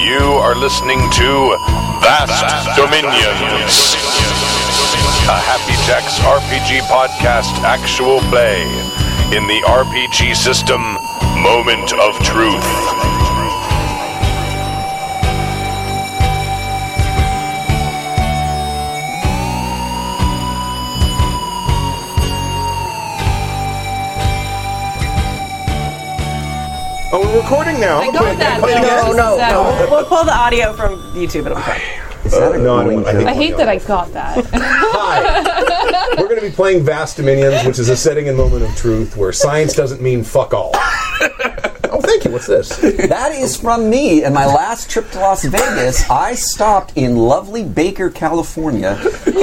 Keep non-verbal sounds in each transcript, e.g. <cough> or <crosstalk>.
You are listening to Vast Dominions, a Happy Jacks RPG podcast actual play in the RPG system Moment of Truth. Oh, we're recording now. I got that. Play it again. though. So- no, no. We'll, we'll pull the audio from YouTube. It'll be fine. Uh, no, I don't. I, think I hate that I got that. Hi. <laughs> we're going to be playing Vast Dominions, which is a setting and moment of truth where science doesn't mean fuck all. oh, thank you. What's this? That is from me. And my last trip to Las Vegas, I stopped in lovely Baker, California,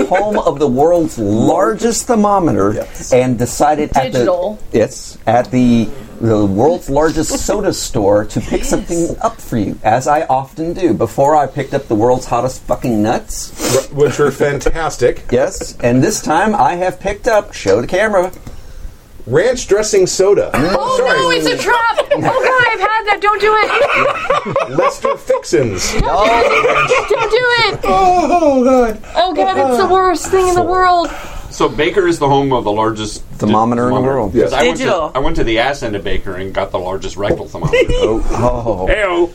home of the world's largest thermometer, and decided Digital. at the yes at the the world's largest soda store to pick something up for you, as I often do. Before I picked up the world's hottest fucking nuts. R- Which are fantastic. Yes, and this time I have picked up. Show to camera. Ranch dressing soda. <laughs> oh no, it's a trap! Oh god, I've had that. Don't do it. Lester Fixins. <laughs> Don't do it. Oh, God. Oh god, it's the worst thing in the world. So Baker is the home of the largest Thermometer in the world. Because I Digital. Went to, I went to the ass end of Baker and got the largest <laughs> rectal thermometer. Oh,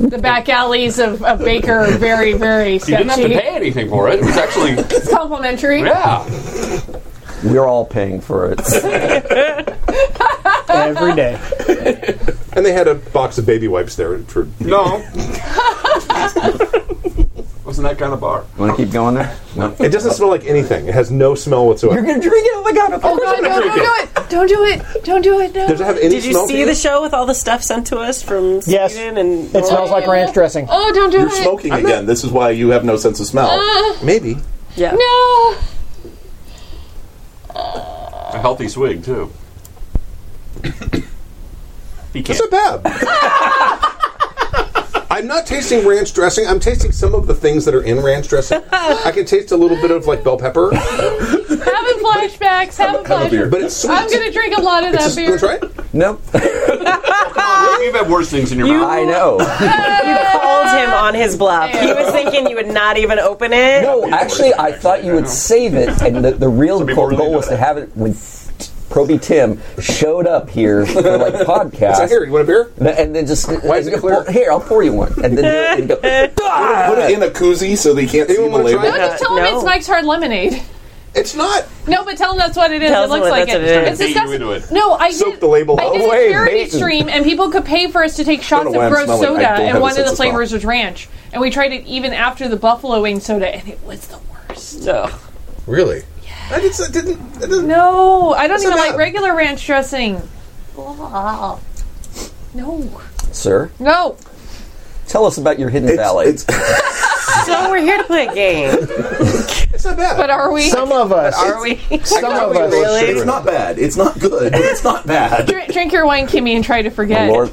Ew. The back alleys of, of Baker are very, very You didn't have to sketchy. pay anything for it. It was actually, It's complimentary. yeah. we're all paying for it. <laughs> every day. And they had a box of baby wipes there for. No. Wasn't that kind of bar? Want to keep going there? No. It doesn't smell like anything. It has no smell whatsoever. You're gonna drink it? Oh my god! Oh god, no, don't do it. Don't do it. Don't do it. No. Does it have any Did you smell to see it? the show with all the stuff sent to us from Yes. Sweden and It smells like ranch dressing. oh, don't do You're it. smoking again. This is why you have no sense of smell. Maybe. yeah. No. A healthy swig, too. He can't. It's not bad. <laughs> I'm not tasting ranch dressing. I'm tasting some of the things that are in ranch dressing. I can taste a little bit of like bell pepper, Having flashbacks. Having Have a beer. flashbacks. but it's sweet. I'm gonna drink a lot of that Just- beer. wanna try it? Nope. You've had worse things in your mouth. <laughs> I know. You called him on his bluff. He was thinking you would not even open it. No, actually, I thought you would save it, and the, the real people goal really know was to have it when Proby Tim showed up here for like So podcast. here, you want a beer? And then just Why is it <laughs> and go, clear? "Pour- here, I'll pour you one, and then do it and go. "Ah!" Put it in a koozie so they can't see the Anyone wanna label. No, just tell him No. it's Mike's Hard Lemonade. It's not. No, but tell him that's what it is. Tell it him looks what like that's it. what it is. It's Beat you disgusting. into it. No, I Soak did, the label I did away, a charity Peyton. stream, and people could pay for us to take shots of know why I'm gross smelling. I soda, don't have and a one of sense the of smell. flavors was ranch. And we tried it even after the buffalo wing soda, and it was the worst. Really? I just, I didn't. I didn't. No, I don't not even like bad. regular ranch dressing. Blah. No, Sir, no. tell us about your hidden valley. It's, it's, So we're here to play a game. It's not bad. But are we Some of us. Are we? Some of us. really? it's not bad. It's not good, but it's not bad. Dr- drink your wine, Kimmy, and try to forget? Lord.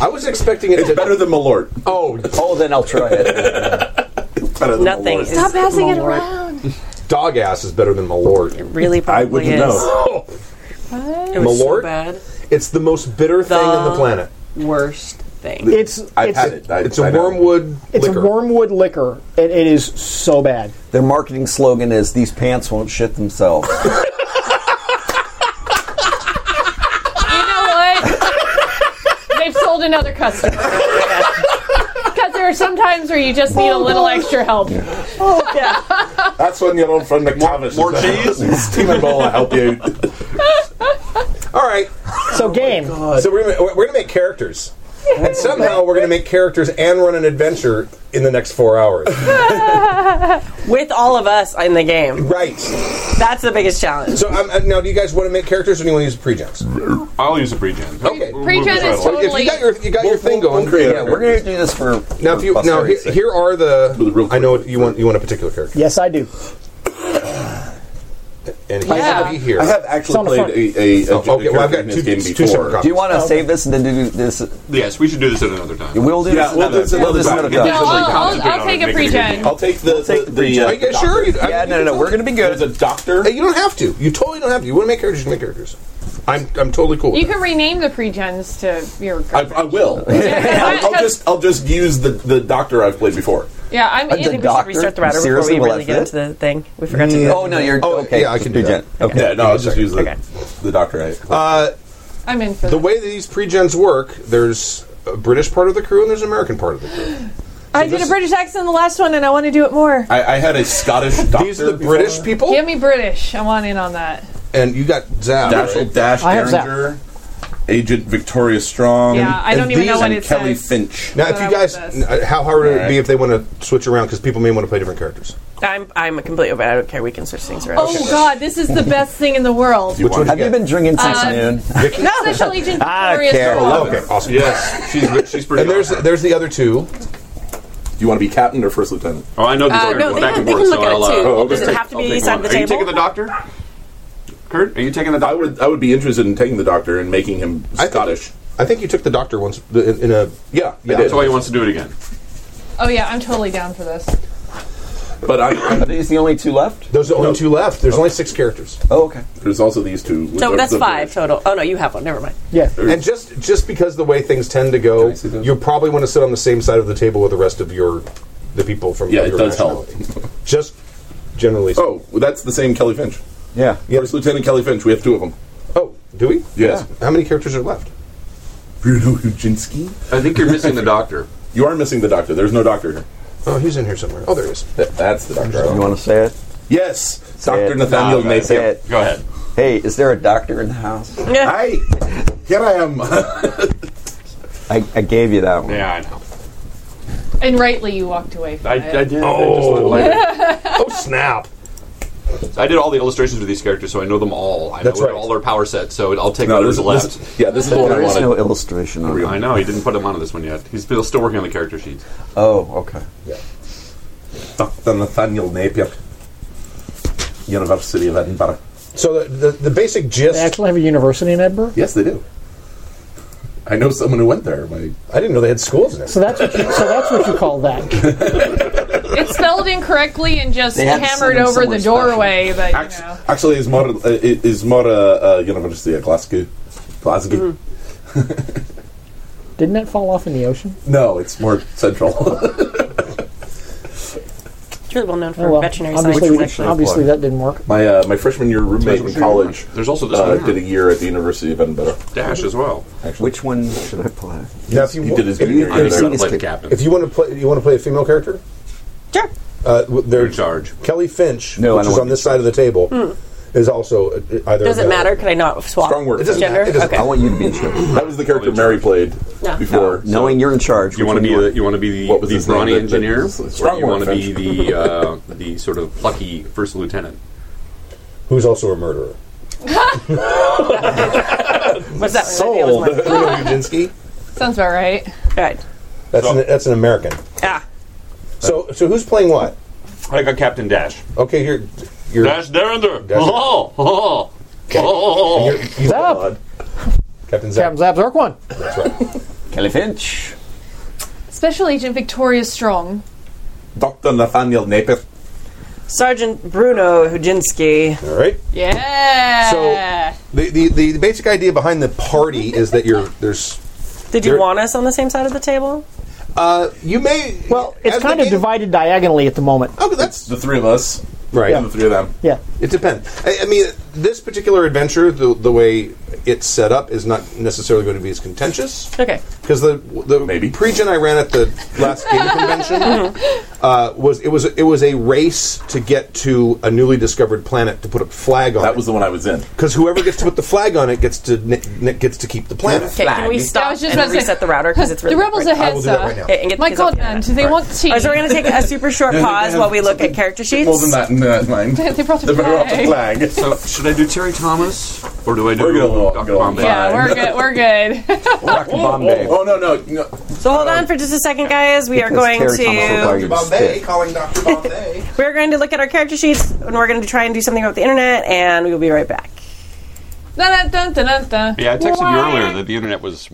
I was expecting it It's to. better than Malort. Oh, Oh, then I'll try it. It's better than Nothing. Malort. Stop is passing it Malort. around. dog ass is better than Malort. Really, I probably wouldn't is. know. It was Malort? so bad. It's the most bitter thing on the planet. Worst thing. It's I've it's had it. I, It's a I know. wormwood it's liquor. a wormwood liquor. It, it is so bad. <laughs> Their marketing slogan is "These pants won't shit themselves." You know what? They've sold another customer. Because there are some times where you just need a little extra help. That's when you're from McTavish. more cheese? Steam and ball will help you. All right. Oh So game. So we're gonna, we're gonna make characters. And somehow we're gonna make characters and run an adventure in the next four hours. With all of us in the game. right. That's the biggest challenge. So um, uh, now, do you guys want to make characters, or do you want to use pre-gens? I'll use a pre-gen. Okay. Pre-gen Move this is right So along. if you got your you got your thing going, create yeah, we're gonna do this for now if for you now posterity's here, sake. here are Real the quick. I know what you want you want a particular character, Yes, I do. and he's Yeah. gonna be here. I have on the actually played front. a, a, a, Oh, okay, well, I've got character in this two- game two before. separate copies. Do you want to save this and then do this? Yes, we should do this at another time. We'll do Yeah, this we'll another. do this another time. another Yeah, No, time. Usually I'll, I'll, concentrate I'll on take a making it pre-gen. I'll take the. take the, the pre-gen. uh, Are you guys sure? You, I- Yeah, no, no, we're gonna be good. There's a doctor. Hey, you don't have to. You totally don't have to. You want to make characters, you can make characters. I'm I'm totally cool. With You that. can rename the pregens to your. I, I will. <laughs> I'll, I'll just I'll just use the, the doctor I've played before. yeah, I'm. the in- We should Doctor? restart the router Seriously, before we will really that get fit? into the thing. We forgot to. do Oh that. no, you're Oh, okay. yeah, I can do Regent. that. Okay. Yeah, no, I'll just use the, Okay. the doctor I. I'm in for Uh, The that. way that these pregens work, there's a British part of the crew and there's an American part of the crew. I did a British accent in the last one, and I want to do it more. I, I had a Scottish doctor. These are the before. British people, Give me British. I want in on that. and you got Zab. Dashiell Dash I have Zap. Derringer, Agent Victoria Strong. Yeah, I and don't even know these what and it Kelly says. Finch. Now, if I you want guys, this. n- how hard would it Alright. be if they want to switch around because people may want to play different characters? I'm I'm a complete over. I don't care. We can switch things around. Oh God, this is the best thing in the world. Which one? do Have <laughs> you you get? been drinking since Uh, <laughs> noon? Special Agent I don't Victoria care. Strong. Oh, okay, awesome. Yes, she's she's pretty. And there's awesome. there's the other two. Do you want to be captain or first lieutenant? oh, I know these Uh, are no, they, back can, and they forth. can look so at I'll, it too. uh, Oh, okay. Does it have to I'll be take side one. of the Are you table? taking the doctor? Kurt, are you taking the I doctor? would I would be interested in taking the doctor and making him think- Scottish. I think you took the doctor once the- in, in a. yeah, I Yeah. did. That's why he wants to do it again. Oh yeah, I'm totally down for this. But I, Are I, these the only two left? There's only two left. There's only six characters. Oh, okay. there's also these two. which So are that's the five British. total. Oh no, you have one. Never mind. Yeah. And just just because the way things tend to go, I see those? you probably want to sit on the same side of the table with the rest of your the people from Yeah, it your does help. nationality. Just generally. Oh, well, that's the same Kelly Finch. Yeah. First Lieutenant Kelly Finch. We have two of them. oh, do we? Yes. How many characters are left? Bruno Hujinski. I think you're missing the doctor. You are missing the doctor. There's no doctor here. Oh, he's in here somewhere. Oh, there he is. Th- That's the You doctor. want to say it? Yes, Say Doctor it. Nathaniel Nah, Say Napier. it. Go ahead. Hey, is there a doctor in the house? Hi, here I am. Oh, I, I gave you that one. Yeah, I know. And rightly, you walked away. From I, it. I did. Oh. I, just Oh, snap! <laughs> I did all the illustrations for these characters, so I know them all. I That's know right. all their power sets, so I'll take no, whatever's this, left. this, yeah, this is the one I There is wanted. no illustration on I it. know he didn't put him onto this one yet. He's still still working on the character sheets. Oh, okay. Dr. Nathaniel Napier, University of Edinburgh. So the the, the basic They gist. actually have a university in Edinburgh? Yes, they do. I know someone who went there. My, I didn't know they had schools in there. So that's what you, so that's what you <laughs> call that. It's spelled incorrectly and just They had to hammered send him over the somewhere doorway. But you Actu- know, actually, it's more uh, it is more uh, uh, University of Glasgow. Glasgow. Didn't that fall off in the ocean? No, it's more central. <laughs> It's really well known for Oh, well. veterinary Obviously, science. we- Actually, obviously that didn't work. my uh, my freshman year roommate in college There's also this uh, one here. did a year at the University of Edinburgh. Dash as well. Which one should I play? Now, if you, He wa- did his if, junior you, year. I'm seen gonna his play the pic- captain. if you want to play, you want to play a female character. sure. Uh, w- they're In charge. Kelly Finch, No, I which don't is want on this side of the table, is also uh, either. Hmm. Does it available. matter? Could I not swap? Strong word. It doesn't Gender? matter. It doesn't Okay. I want you to be in charge. That was the character Mary played No. before. so- Knowing you're in charge, You which want to one be you the, you want to be What the, was the his name? brawny The- the- engineer, strong or you one, want to be the uh, the sort of plucky first lieutenant. Who's also a <laughs> murderer? What's that? Sold. That was mine. Rudinsky. sounds about right. All right. That's an, that's an American. Ah. So so who's playing what? I got Captain Dash. Okay, you're you're. Derringer. Dash- Oh, oh, oh, you're- you- Zap. Captain Zap. Captain Zap Zirkwan. That's right. want? Kelly Finch. Special Agent Victoria Strong. Dr. Nathaniel Napier. Sergeant Bruno Hujinski. All right. Yeah. So- The, the the the basic idea behind the party is that you're there's. Did you You're- want us on the same side of the table? Uh, you may. Well, it's as the kind of game- divided diagonally at the moment. Oh, that's The three of us. right. And the three of them. Yeah. It depends. I, I mean, this particular adventure, the the way it's set up, is not necessarily going to be as contentious. Okay. because the the Maybe. pregen I ran at the last <laughs> game convention uh, was it was it was a race to get to a newly discovered planet to put a flag on. That was the one I was in. because whoever gets to put the flag on it gets to ni- ni- gets to keep the planet. Okay. Can we I stop was just about and to say- reset the router because it's really <laughs> the rebels awkward. ahead. I will do that right now. Okay, Oh, and get the My kids off God, the man, internet. do they want tea? All right, so we're going to take a super short pause while we look at character sheets. More than that in uh, mine. <laughs> They brought a They brought flag. flag. oh. <laughs> So should I do Terry Thomas or do I do We're gonna go- Dr. go on Bombay? yeah, we're good. We're good. <laughs> Dr. Bombay. Oh, no, no. no. So hold on for just a second, guys. We are Because going Terry Thomas will to probably just pick. calling Doctor Bombay. we are going to look at our character sheets, and we're going to try and do something about the internet, and we will be right back. dun, dun, dun, dun, dun. Yeah, I texted you earlier that the internet was.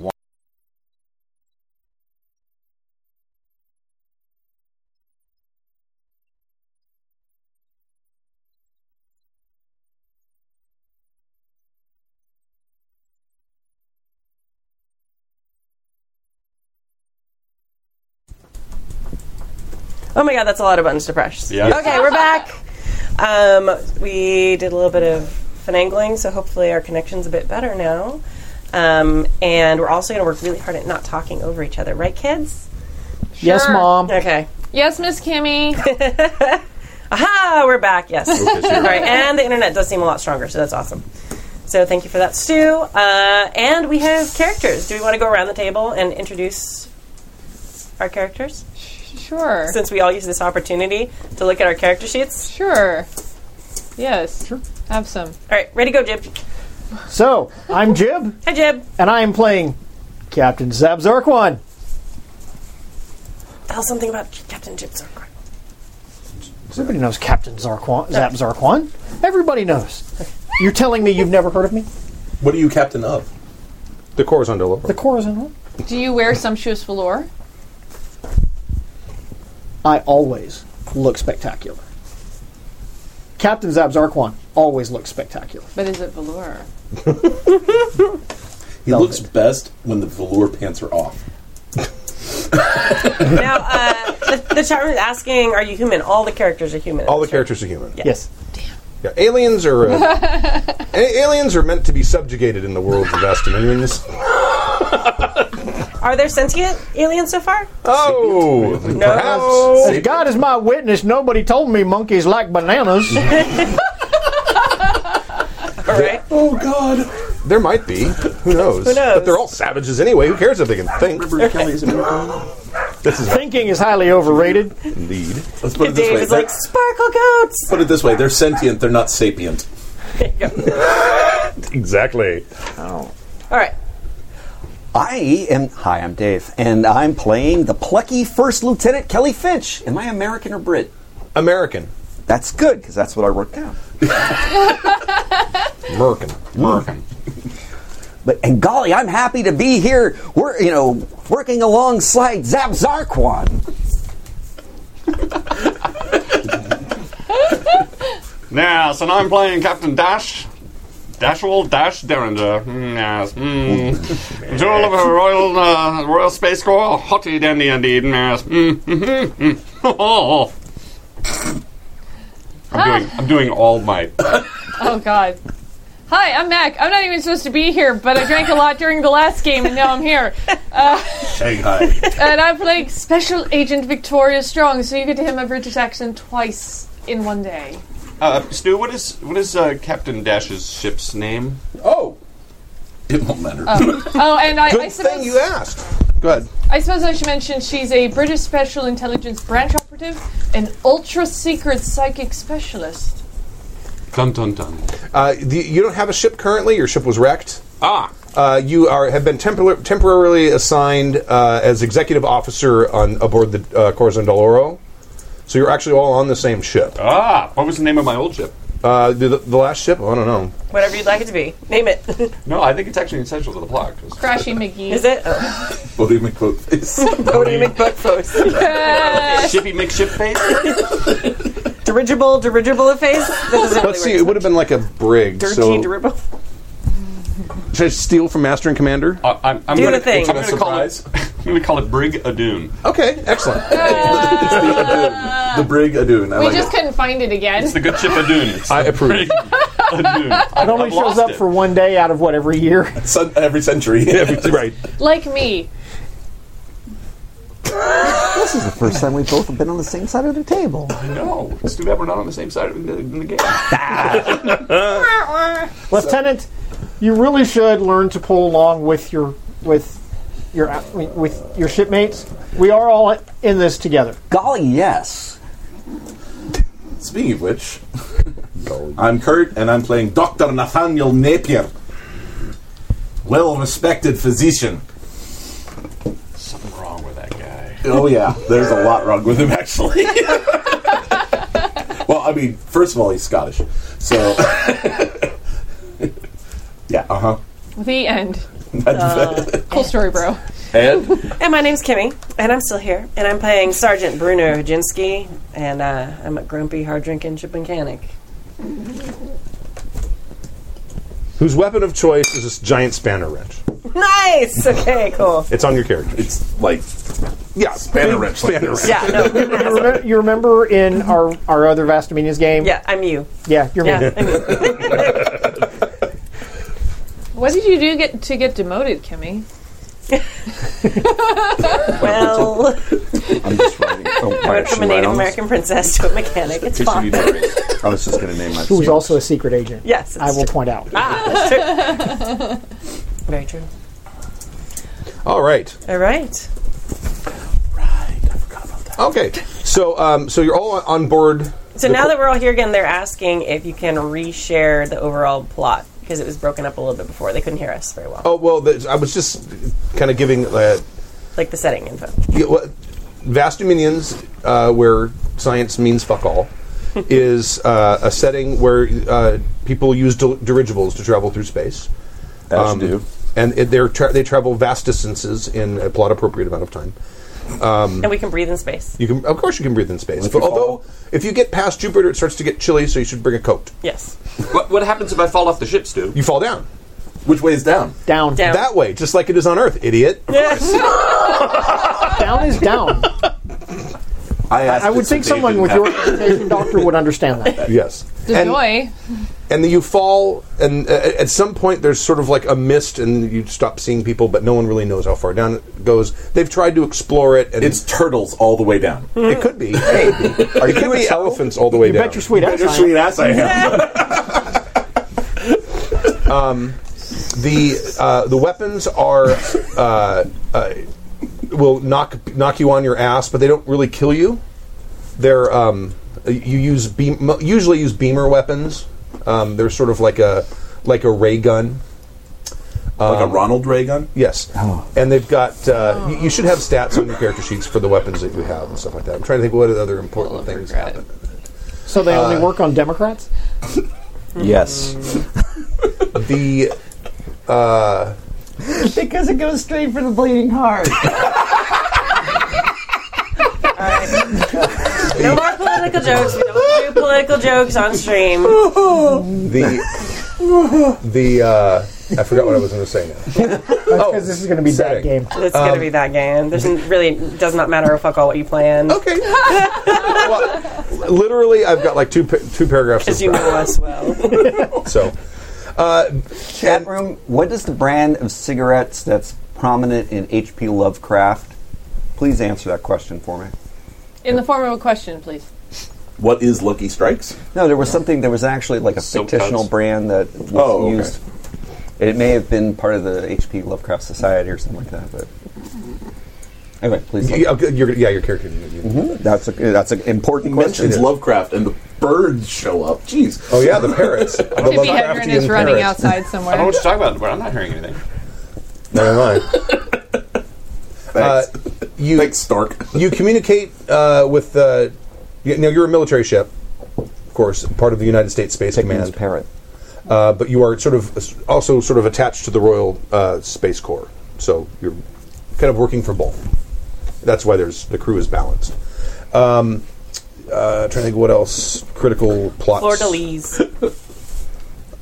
Oh my god, that's a lot of buttons to press. Yeah. Okay, we're back. Um, we did a little bit of finagling, so hopefully our connection's a bit better now. Um, and we're also going to work really hard at not talking over each other, right, kids? Yes, mom. Okay. Yes, Miss Kimmy. Aha, we're back. Yes. so you're- All right, and the internet does seem a lot stronger, so that's awesome. So thank you for that, Stu. Uh, and we have characters. Do we want to go around the table and introduce our characters? Sure. Since we all use this opportunity to look at our character sheets. Sure. Yes. Sure. Have some. All right, ready, go, Jib. So, I'm Jib, Hi, Jib. and I am playing Captain Zab Zarquan. Tell us something about Captain Jib Zorkor. Everybody knows Captain Zarquan, Zab Zarquan. Everybody knows. You're telling me you've never heard of me? What are you captain of? <laughs> The Corazon de Lobo. The Corazon. Do you wear sumptuous velour? I always look spectacular. Captain Zab Zarquan always looks spectacular. But is it velour? He looks best when the velour pants are off. Now, uh, the, the chat room is asking, are you human? All the characters are human. All the characters are human. Yeah. Yes. Aliens are uh, a- aliens are meant to be subjugated in the worlds of vast dominions. Are there sentient aliens so far? Oh, perhaps. As Oh, God is my witness, nobody told me monkeys like bananas. <laughs> All right. Oh God! There might be. Who knows? But they're all savages anyway. Who cares if they can think? Thinking is highly overrated. Indeed. Let's put it Dave this is way. like, sparkle goats. put it this way. They're sentient. They're not sapient. Exactly. All right. I am. Hi, I'm Dave, and I'm playing the plucky First Lieutenant Kelly Finch. Am I American or Brit? American. That's good because that's what I worked out. <laughs> American. American. Mm. But and golly, I'm happy to be here. We're you know working alongside Zab Zarquan. Yes, and I'm playing Captain Dash. Dashwell Dash Derringer. Mm, yes. Mm. Jewel of a Royal uh, Royal Space Corps. Hotty dandy indeed. Yes. Mm. Mm-hmm. Mm. Oh. <laughs> I'm doing, I'm doing all my. Oh God. Hi, I'm Mac. I'm not even supposed to be here, but I drank a lot during the last game, and now I'm here. Uh, Shanghai. And I'm playing Special Agent Victoria Strong, so you get to hear my British accent twice in one day. Uh, Stu, what is what is uh, Captain Dash's ship's name? oh, it won't matter. Oh, and I, I Good thing suppose you asked. Go ahead. I suppose I should mention she's a British Special Intelligence Branch operative, an ultra secret psychic specialist. Dun dun dun. Uh, the, you don't have a ship currently. Your ship was wrecked. Ah, Uh, you are have been tempor- temporarily assigned uh, as executive officer on aboard the uh, Corazon del Oro. So you're actually all on the same ship. ah. What was the name of my old ship? Uh, the, the last ship, I don't know. Whatever you'd like it to be. Name it. <laughs> No, I think it's actually essential to the plot. 'cause- Crashy McGee. Is it? Oh. Bodie McBoat face. Bodie McBuckface. Shippy McShipface. dirigible, dirigible of face? That doesn't really Let's see. work. It would have been like a brig. Dirty so dirigible. should I steal from Master and Commander? Uh, I'm, I'm Do gonna, the thing. I'm gonna call it. I'm gonna call it Brig Adoon. Okay, excellent. <laughs> the brig Adoon. I Uh, we like just it. couldn't find it again. It's the good ship Adoon. It's I the approve. Brig Adoon. It only I've shows lost up it. for one day out of what every <laughs> year. Sun- every century. <laughs> right. Like me. This is the first time we've both been on the same side of the table. No, it's too bad we're not on the same side in the, in the game. Lieutenant, you really should learn to pull along with your with your I mean, with your shipmates. We are all in this together. Golly, yes. Speaking of which, I'm Kurt, and I'm playing Dr. Nathaniel Napier, well respected physician. Something wrong with that guy. Oh, yeah, there's a lot wrong with him, actually. well, I mean, first of all, he's Scottish. So, yeah, uh huh. The end. Uh, Cool story, bro. And And my name's Kimmy, and I'm still here, and I'm playing Sergeant Bruno Hajinski, and uh, I'm a grumpy, hard drinking ship mechanic. Whose weapon of choice is this giant spanner wrench? Nice! Okay, cool. It's on your character. it's like Yeah, Spanner wrench like Spanner this. wrench. Yeah, no. You remember, you remember in Mm-hmm. our our other Vastaminians game? Yeah, I'm you. yeah, you're Yeah, me. I'm you. What did you do get to get demoted, Kimmy? Well, I'm just writing. Oh, I right, went from should a Native I on this? American princess to a mechanic. It's Should fine. you do it? I was just going to name my. Who was also a secret agent. Yes, Ah, I it's will true. point out. <laughs> Very true. All right. All right. Okay. So, um, so you're all on- on board. So now that we're all here again, they're asking if you can reshare the overall plot because it was broken up a little bit before. They couldn't hear us very well. Oh well, the, I was just kind of giving uh, Like the setting info. you know, what- vast dominions uh, where science means fuck all is uh, a setting where uh, people use dil- dirigibles to travel through space. Um, As you do. And it, they're tra- they travel vast distances in a plot appropriate amount of time. And we can breathe in space. You can, of course, you can breathe in space. if But you although, if you get past Jupiter, it starts to get chilly, so you should bring a coat. Yes. What, what happens if I fall off the ship, Stu? You fall down Which way is down? Down. Down. that way, just like it is on Earth, idiot. <laughs> Down is down. I, asked I would it so think Dave someone didn't with have- your education doctor would understand that. Yes. And- Denoy. and then you fall and uh, at some point there's sort of like a mist and you stop seeing people but no one really knows how far down it goes they've tried to explore it and It's turtles all the way down. it could <laughs> be are it could be elephants all the way You down bet your sweet ass. I am. ass I am. the uh, the weapons are uh, uh, will knock knock you on your ass but they don't really kill you they're um, you use beam mo- usually use beamer weapons um, they're sort of like a like a ray gun like a Ronald Reagan. Yes. And they've got. Uh, y- You should have stats on your character sheets for the weapons that you have and stuff like that. I'm trying to think what other Oh, important things happen. So they only work on Democrats. Yes. The uh, because it goes straight for the bleeding heart. No more political jokes. We don't do political jokes on stream. the the uh, I forgot what I was going to say now. Because this is going to be setting. that game. It's gonna be that game. There's n- really does not matter a fuck all what you plan. Okay. well, literally, I've got like two pa- two paragraphs. Because Of you know us well. so Chat room. What is the brand of cigarettes that's prominent in H.P. Lovecraft? Please answer that question for me. In the form of a question, please. What is Lucky Strikes? No, there was something. There was actually like a Silk fictional cuts. brand that was Oh, okay. used. It may have been part of the H.P. Lovecraft Society or something like that. But anyway, please. y- y- you're, yeah, your character. you- you- That's a, that's an important question. Mentions Lovecraft and the birds show up. Jeez. Oh yeah, the parrots. The Tippy Lovecraftian Hedren is running parrots. outside <laughs> I don't know somewhere. what you're talking about, but I'm not hearing anything. Never mind. Thanks. Uh, you Thanks, <laughs> Stork. you communicate uh, with uh, you, now you're a military ship, of course, part of the United States Space Hickman's Command, parrot. uh, but you are sort of also sort of attached to the Royal uh, Space Corps, so you're kind of working for both. That's why there's the crew is balanced. Um, uh, trying to think what else critical plots. Florida Lees.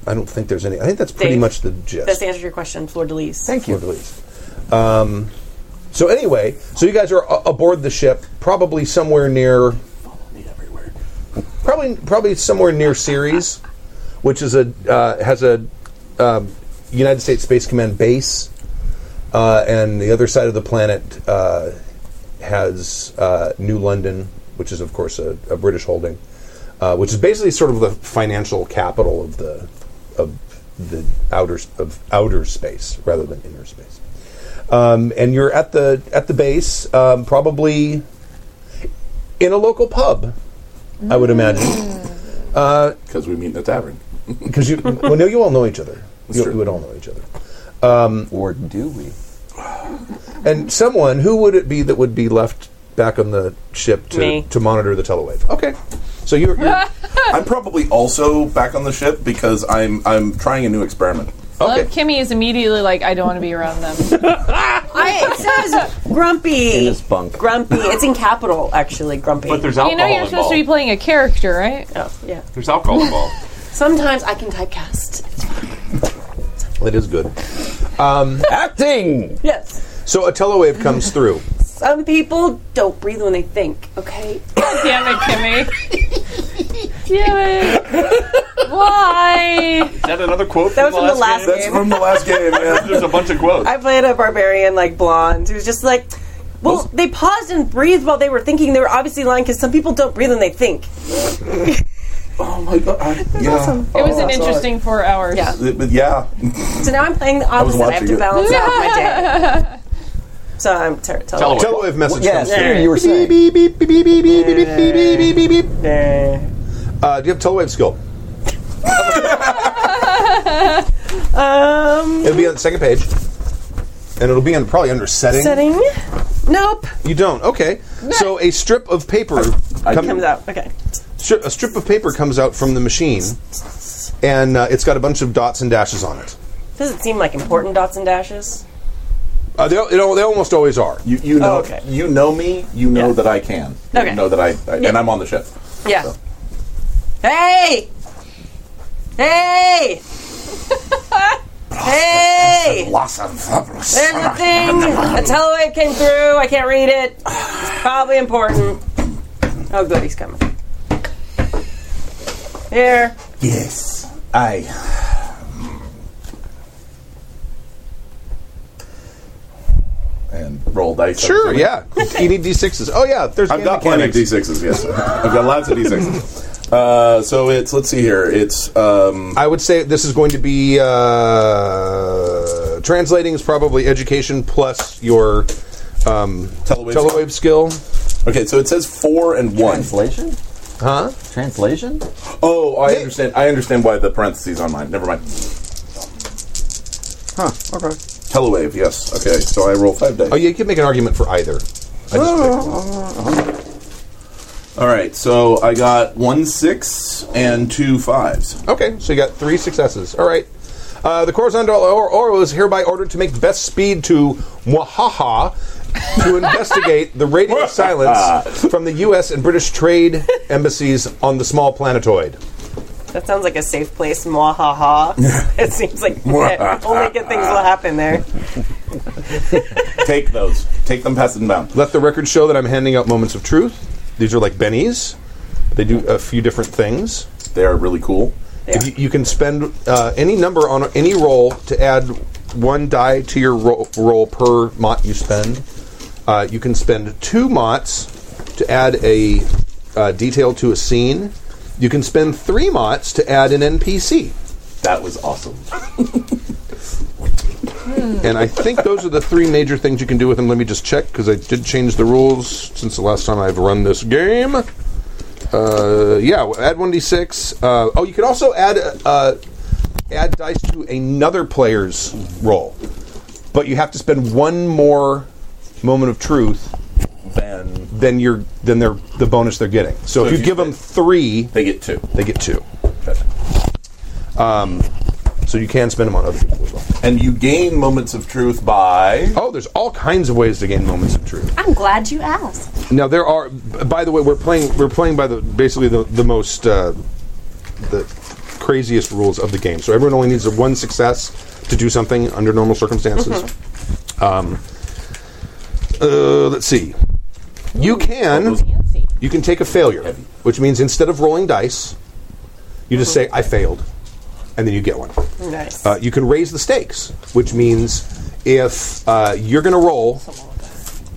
I don't think there's any. I think that's pretty Dave. much the gist. That's the answer to your question. Florida Lees. Thank you. Um, so anyway, so you guys are a- aboard the ship, probably somewhere near. Probably, probably somewhere near Ceres, which is a uh, has a um, United States Space Command base, uh, and the other side of the planet uh, has uh, New London, which is of course a, a British holding, uh, which is basically sort of the financial capital of the of the outer s- of outer space rather than inner space. Um, and you're at the at the base, um, probably in a local pub, I would imagine, Because we meet in the tavern. because you well, no, you all know each other. You, true. you would all know each other. Or do we? And someone, who would it be that would be left back on the ship to, Me. to monitor the telewave? Okay, so you're, <laughs> you're <laughs> I'm probably also back on the ship because I'm I'm trying a new experiment. Love Kimmy is immediately like, I don't want to be around them. I, it says grumpy. In his bunk. Grumpy. It's in capital, actually. Grumpy. But there's you alcohol know you're supposed involved. to be playing a character, right? oh, yeah. there's alcohol involved. Sometimes I can typecast. that is good. Acting. Yes. So a telewave comes through. Some people don't breathe when they think, okay? Damn it, Kimmy. Damn it. Why? Is that another quote? That was from the last game? That's from the last <laughs> game, man. There's a bunch of quotes. I played a barbarian, like, blonde who's just like, well, they paused and breathed while they were thinking. They were obviously lying because some people don't breathe when they think. Oh my god. I- yeah. It was Oh, an I saw interesting four hours. Yeah. It, but yeah. So now I'm playing the was opposite. I, have watching to it. balance out my day. So I'm ter- totally. Tell her Tell what- if message Yes, comes you were saying. Beep, beep, beep, beep, beep, beep, beep, beep, beep, beep, beep, beep, beep. through. Uh, do you have telewave skill? Um, It'll be on the second page, and it'll be in probably under setting. setting. Nope. You don't. Okay. So a strip of paper come- Comes out. Okay. stri- a strip of paper comes out from the machine, and uh, it's got a bunch of dots and dashes on it. Doesn't seem like important dots and dashes. Uh, they, al- you know, they almost always are. You, you know Oh, okay. you know me, you know that I can. You Okay. know that I, I Yeah. and I'm on the ship. Yeah. Hey! Hey! hey! Lots of fabulous. There's a thing! A telewave came through. I can't read it. It's probably important. Oh, good. He's coming. Here. Yes. I and roll dice. Sure. Yeah. <laughs> you need d6s. Oh yeah. There's I've game got plenty of mechanics. D6s, yes. I've got lots of <laughs> D6s. Uh, so it's, let's see here. It's, um, I would say this is going to be uh, translating is probably education plus your um, Telewave telewave skill. okay, so it says four and one. Translation? Huh? Translation? Oh, I understand. I understand why the parentheses on mine. Never mind. Huh. Okay. Telewave, yes. Okay, so I roll five dice. Oh, yeah, you can make an argument for either. I Oh. just picked one. All right, so I got one six and two fives. Okay, so you got three successes. All right. Uh, the Corazon del Or- Oro is hereby ordered to make best speed to Mwahaha to investigate the radio silence from the U.S. and British trade embassies on the small planetoid. That sounds like a safe place. <laughs> Mwahaha. it seems like <laughs> only good things will happen there. Take those. Take them, pass them down. Let the record show that I'm handing out moments of truth. These are like bennies. They do a few different things. They are really cool. If you, you can spend uh, any number on any roll to add one die to your ro- roll per mot you spend. Uh, you can spend two mots to add a uh, detail to a scene. You can spend three mots to add an NPC. That was awesome. And I think those are the three major things you can do with them. Let me just check because I did change the rules since the last time I've run this game. Uh, yeah, add one d six. Uh, oh, you could also add uh, add dice to another player's roll, but you have to spend one more moment of truth Then than your than their the bonus they're getting. So, if you, give them three, they get two. they get two. Gotcha. So you can spend them on other people as well. And you gain moments of truth by. Oh, there's all kinds of ways to gain moments of truth. I'm glad you asked. Now there are. b- By the way, we're playing. We're playing by the basically the the most uh, the craziest rules of the game. So everyone only needs a one success to do something under normal circumstances. Um, uh, let's see. You can you can take a failure, which means instead of rolling dice, you just say I failed, and then you get one. Nice. Uh, you can raise the stakes, which means if uh, you're going to roll,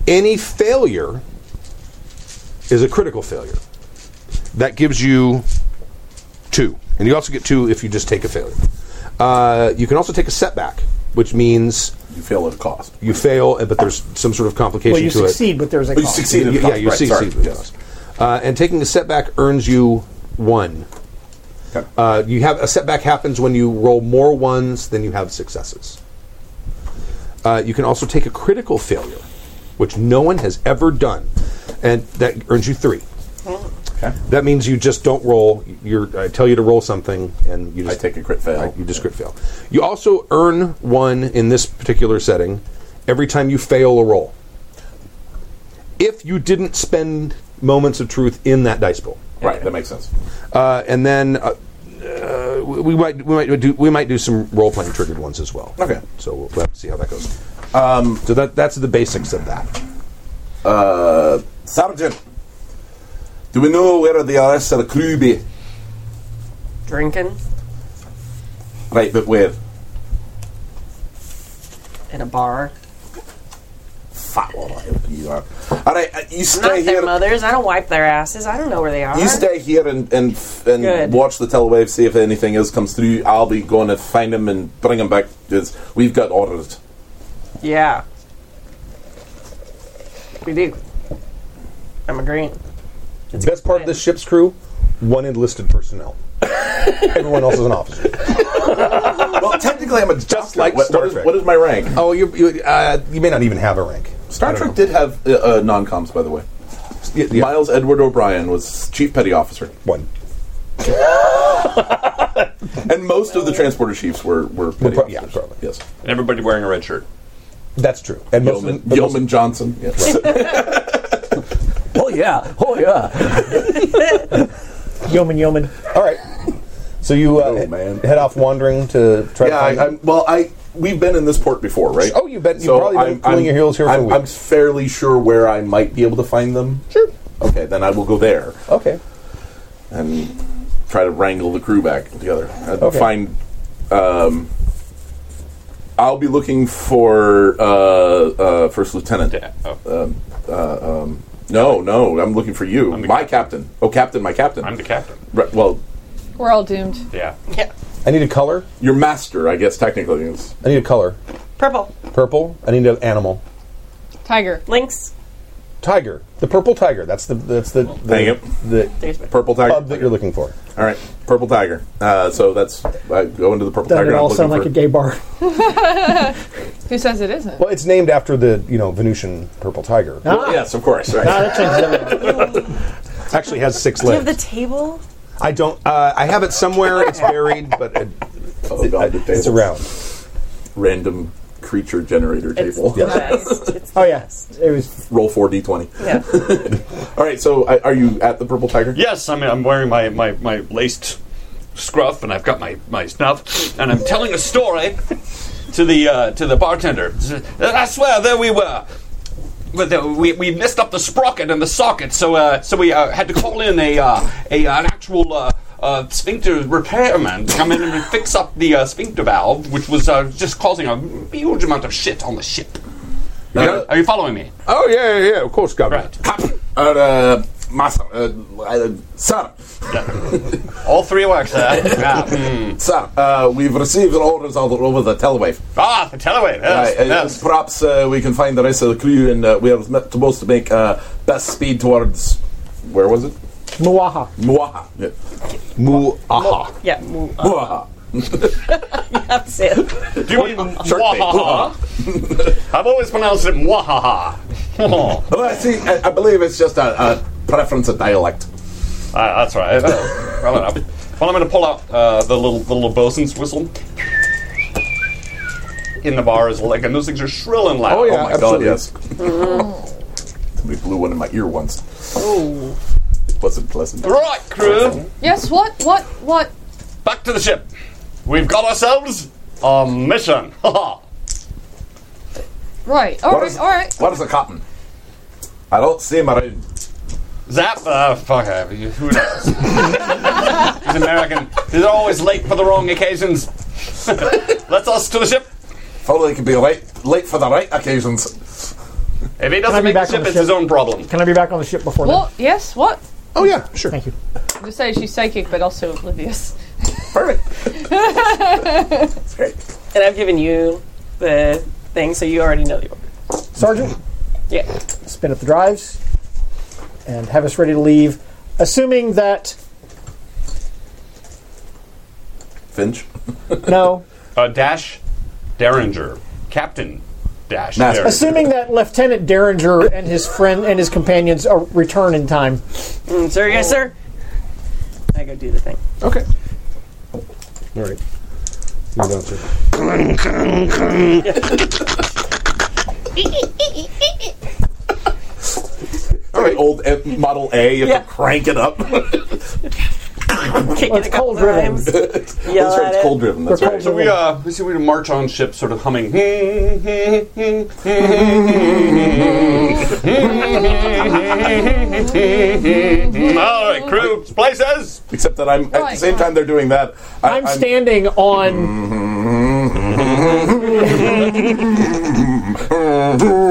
any failure is a critical failure. That gives you two. And you also get two if you just take a failure. Uh, you can also take a setback, which means You fail at a cost. you fail, but there's some sort of complication Well, you to it. succeed, but there's a You cost. succeed at a Yeah, cost. you right, succeed. sorry. yes. Uh, and taking a setback earns you one. Okay. Uh, you have a setback happens when you roll more ones than you have successes. Uh, you can also take a critical failure, which no one has ever done, and that earns you three. Okay. That means you just don't roll. You're, I tell you to roll something, and you I just take a crit fail. Right, you just crit fail. You also earn one in this particular setting every time you fail a roll. If you didn't spend moments of truth in that dice pool, Right, that makes sense. uh, and then uh, uh, we might we might do we might do some role playing triggered ones as well. Okay. so we'll, we'll have to see how that goes. Um, so that that's the basics of that. Uh, Sergeant, do we know where the rest of the crew be? Drinking Right, but where? in a bar. Fuck, well, you are. All right, uh, you Not stay their here. mothers. I don't wipe their asses. I don't know where they are. You stay here and and, f- and Good. watch the telewave, see if anything else comes through. I'll be going to find him and bring him back. 'cause We've got orders. yeah. We do. I'm agreeing. Best part of the ship's crew, one enlisted personnel. <laughs> Everyone else is an officer. well, technically, I'm a just like Star what is, Trek. what is my rank? Oh, you you, uh, you may not even have a rank. Star Trek did have uh, uh, non-coms, by the way. Yeah, yeah. Miles Edward O'Brien was chief petty officer, one. and most of the transporter chiefs were were petty pro- yeah, officers. probably. Yes, And everybody wearing a red shirt. That's true. And most Yeoman, of them, Yeoman Johnson. <laughs> Yes. Oh yeah, oh yeah. Yeoman, yeoman. All right. So you uh, Oh, he- man. head off wandering to try yeah, to find I, I'm, well, I we've been in this port before, right? Oh, you bet- you've probably been cooling your heels here for I'm, I'm weeks. fairly sure where I might be able to find them. Sure. Okay, then I will go there Okay. and try to wrangle the crew back together. I'd Okay. Find. Um, I'll be looking for uh, uh, first lieutenant. Um, uh, Yeah. Oh, No, no, I'm looking for you, the my captain. Oh, captain, my captain. I'm the captain. Right, well, We're all doomed. Yeah. <laughs> Yeah. I need a color. your master, I guess technically is. I need a color. Purple. Purple. I need an animal. Tiger. Lynx. Tiger. The purple tiger. That's the that's the Dang the, it. the There's my Purple tiger. pub that you're looking for. All right, purple tiger. Uh, so that's I go into the purple Doesn't tiger. it and all I'm looking sound like for- a gay <laughs> bar? Who says it isn't? Well, it's named after the you know Venusian purple tiger. Well, yes, of course. Right. Ah, that changes everything. Actually has six Do you have legs. the table? I don't. Uh, I have it somewhere. It's buried, but it, Oh, God, the it's table. around. Random creature generator table. It's the best. It's the Oh yeah, best. it was. <laughs> Roll four d20. Yeah. <laughs> All right. So I, are you at the purple tiger? Yes, I'm, I'm wearing my, my, my laced scruff and I've got my, my snuff and I'm telling a story to the uh, to the bartender. I swear, there we were. But the, we, we messed up the sprocket and the socket, so uh, so we uh, had to call in a, uh, a an actual uh, uh, sphincter repairman to come in and fix up the uh, sphincter valve, which was uh, just causing a huge amount of shit on the ship. Yeah. Are you following me? uh, Oh yeah, yeah, yeah. Of course, Governor. Right. Captain. Uh, master. Uh, uh, sir. All three works there. Yeah. Hmm. Sir. Uh, we've received orders all over the telewave. Ah, the telewave. Uh, Yes, uh, yes. Perhaps uh, we can find the rest of the crew, and uh, we are m- supposed to make uh, best speed towards. Where was it? Muaha. Muaha. Yeah. Mu aha. <laughs> Yeah. Move up. Muaha. That's it. Do you mean Shark bait. mwahaha? <laughs> I've always pronounced it mwahaha. Oh, Well, I see. I, I believe it's just a, a preference of dialect. ah, that's right. Oh, Well, enough. Well, I'm going to pull out uh, the little the little bosun's whistle. In the bar is like, and those things are shrill and loud. oh my absolutely. god, yes. <laughs> Somebody blew one in my ear once. It wasn't pleasant. Right, crew, Yes, what, what, what? back to the ship. We've got ourselves a mission. <laughs> Ha ha. Right, all What right, is- all right. What is the captain? I don't see him around. Zap? Uh, fuck, uh, you- who knows? He's American. He's always late for the wrong occasions. <laughs> Let's us to the ship. Probably could be late, late for the right occasions. If he Can I doesn't be make the back on ship, the it's ship? his own problem. Can I be back on the ship before then? What? Yes, what? Oh yeah, sure. Thank you. I'm just saying she's psychic, but also oblivious. Perfect. <laughs> And I've given you the thing, so you already know the order. Sergeant, Yeah. spin up the drives and have us ready to leave, assuming that Finch. no, Uh, Dash Derringer. Captain Dash Master. Derringer. assuming that Lieutenant Derringer and his friend and his companions are return in time. Mm, sir, yes, sir. I go do the thing. Okay. All right. You're done, sir. All right, old eh, Model A. You have Yeah. to crank it up. Kick Well, it it's a couple cold ribbon. <laughs> times. Yell that's right. at It's it. cold driven. That's They're right. So cold- we, uh, we see we <laughs> march on ship sort of humming. All right, crew, places. Except that I'm at the Right. same time they're doing that. I, I'm standing on.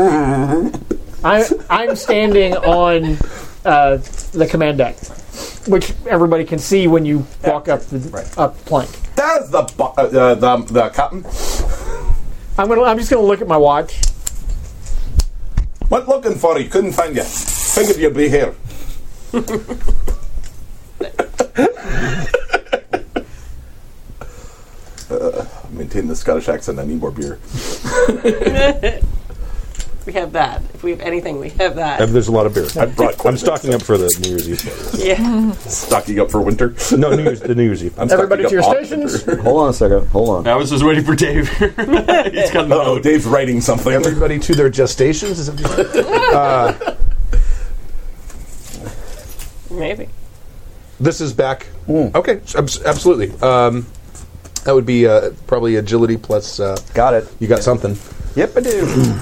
<laughs> I, I'm standing on uh, the command deck, which everybody can see when you walk up the up the plank. That's the bu- uh, uh, the the captain. I'm gonna. I'm just gonna look at my watch. Went looking for you, couldn't find you. Figured you'd be here. Uh, <laughs> maintain the Scottish accent. I need more beer. We have that. If we have anything, we have that. There's a lot of beer. I brought quite a am bit stocking up for the New Year's Eve. Yeah. Stocking up for <laughs> winter. No, New Year's, the New Year's Eve. I'm Everybody stocking to your up on stations. winter. <laughs> Hold on a second. Hold on. I was just waiting for Dave. <laughs> He's got the Oh, note. Dave's writing something. Everybody to their gestations. Is it- Maybe. this is back. Mm. Okay, s- abs- absolutely. Um, that would be uh, probably agility plus. Uh, Got it. You got something. Yep, I do.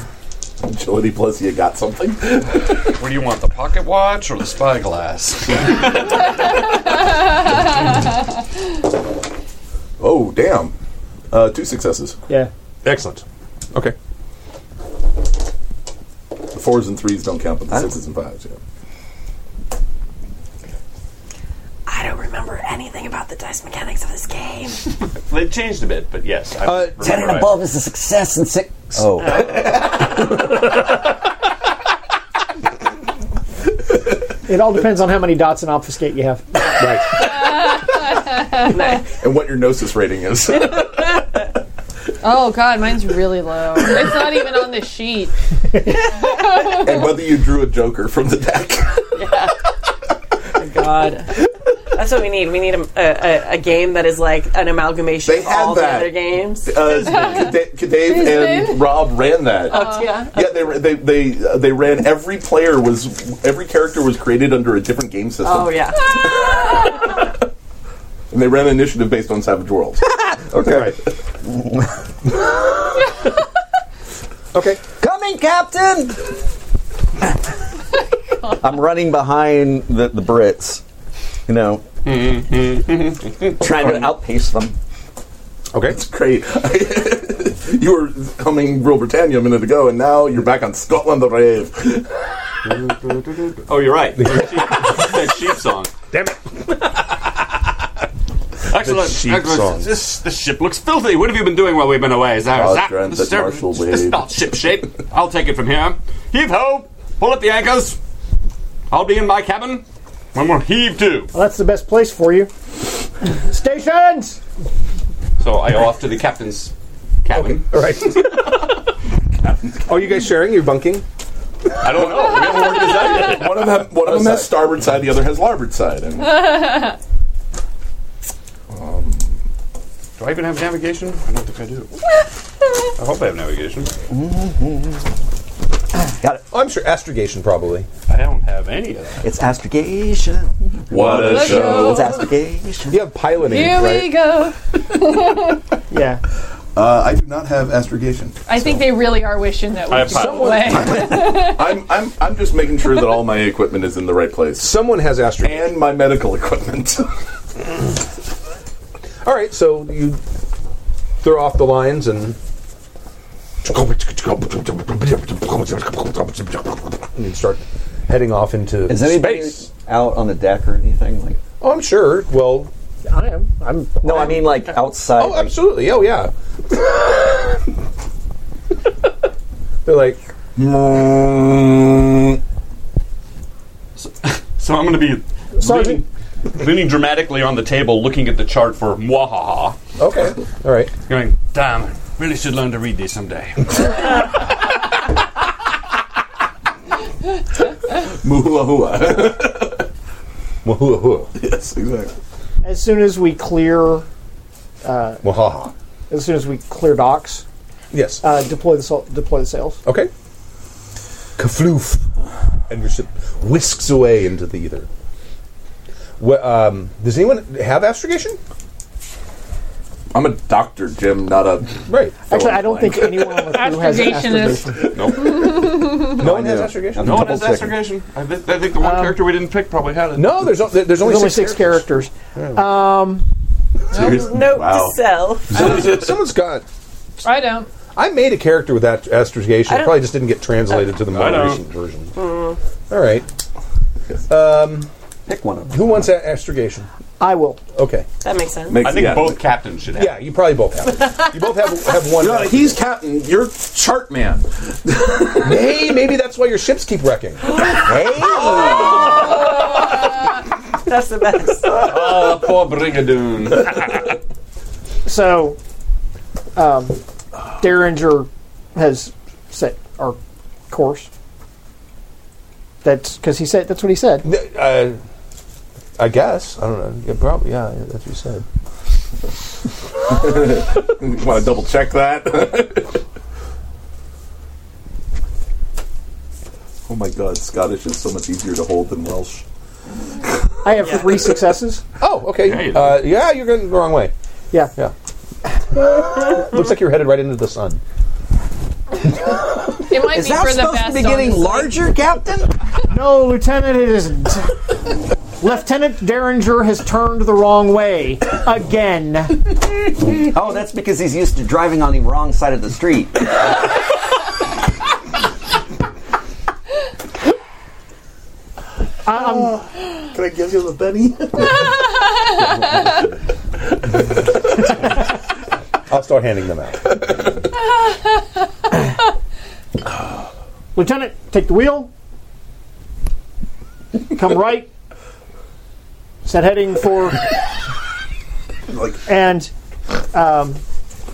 Agility plus you got something. What do you want, the pocket watch or the <laughs> spyglass? Oh, damn. Uh, two successes. Yeah. Excellent. Okay. The fours and threes don't count, but the I- sixes and fives. Yeah. I don't remember anything about the dice mechanics of this <laughs> game. they changed a bit, but yes. I Uh, remember Ten and right. above is a success and six. Oh, It all depends on how many dots and obfuscate you have. And what your gnosis rating <laughs> is. Oh god, mine's really low. It's not even on the sheet. and whether you drew a joker from the deck. God. That's what we need. We need a, a, a- a game that is like an amalgamation They of had all the that. other games. Uh, Dave Dave and Rob ran that. yeah. yeah, they ra- they they, uh, they ran. Every player was every character was created under a different game system, Oh, <laughs> yeah. and they ran an initiative based on Savage Worlds. okay, Okay. coming, Captain. <laughs> I'm running behind the, the Brits. You know, trying to outpace them. Okay. great. <laughs> you were humming Real Britannia a minute ago, and now you're back on Scotland the Rave. Oh, you're right. that sheep song. Damn it. Excellent. sheep song. Excellent. This, this ship looks filthy. What have you been doing while we've been away? Is that, Oh, is that, Grant, this, that is- <laughs> Marshall this is wave. not ship shape. I'll take it from here. Heave ho! Pull up the anchors. I'll be in my cabin when we'll heave to. Well, that's the best place for you. Stations. So I go off to the captain's cabin. All right. <laughs> Are you guys sharing? You're bunking? I don't know. We haven't worked this out yet. One of them, one of them has starboard side, the other has larboard side. And Do I even have navigation? I don't think I do. I hope I have navigation. Got it. Oh, I'm sure astrogation probably. I don't have any of that. It's astrogation. what a show. It's astrogation. You have piloting, Here we right? go. Yeah. Uh, I do not have astrogation. I think they really are wishing that we I have could five. away. I'm, I'm, I'm just making sure that all my equipment is in the right place. Someone has astrogation. And my medical equipment. <laughs> All right, so you throw off the lines and and you start heading off into Is anybody space. out on the deck or anything? Like, Oh, I'm sure. Well, I am. I'm. no, I mean like outside. oh, like, absolutely. Oh, yeah. <laughs> They're like, So I'm going to be Sergeant. leaning, leaning dramatically on the table, looking at the chart for Mwahaha. okay, all right. Going, damn, really should learn to read these someday. Muhua hua. <laughs> Wahoo, yes, exactly. As soon as we clear, wahaha. as soon as we clear docks, Yes. uh, deploy the sol- deploy the sails. Okay. Kafloof. And your ship whisks away into the ether. Wha um, does anyone have astrogation? I'm a doctor, Jim, not a. Right. Actually, I don't think anyone on the crew has Astrogation is astrogation. No one has astrogation. No one has astrogation. I, th- I think the Um, one character we didn't pick probably had it. No, there's, o- there's only There's only six, six characters. Seriously? Note to self. Someone- Someone's got. <laughs> I don't. I made a character with that astrogation. I It don't- probably just didn't get translated to the more I don't. recent version. All right. Pick one of them. Who wants a- astrogation? I will. Okay. That makes sense. Makes- I think yeah. both captains should have. Yeah, you probably both have. it. You both have have one. No, he's captain. You're chart man. hey, maybe that's why your ships keep wrecking. That's the best. Oh, poor Brigadoon. So, um, Derringer has set our course. That's because he said that's what he said. Uh, I guess. I don't know. Yeah, probably. Yeah, that's what you said. Want to double check that? <laughs> oh my god, Scottish is so much easier to hold than Welsh. I have three successes. Oh, okay. Yeah, you did. uh, yeah you're going the wrong way. Yeah. Yeah. Looks like you're headed right into the sun. It might Is be that for the supposed best. to be on getting this- larger, Captain? No, Lieutenant, it isn't. <laughs> Lieutenant Derringer has turned the wrong way again. Oh, that's because he's used to driving on the wrong side of the street. Can I give you the penny? I'll start handing them out. Lieutenant, take the wheel. <laughs> Come right. Set heading for. Like- And um,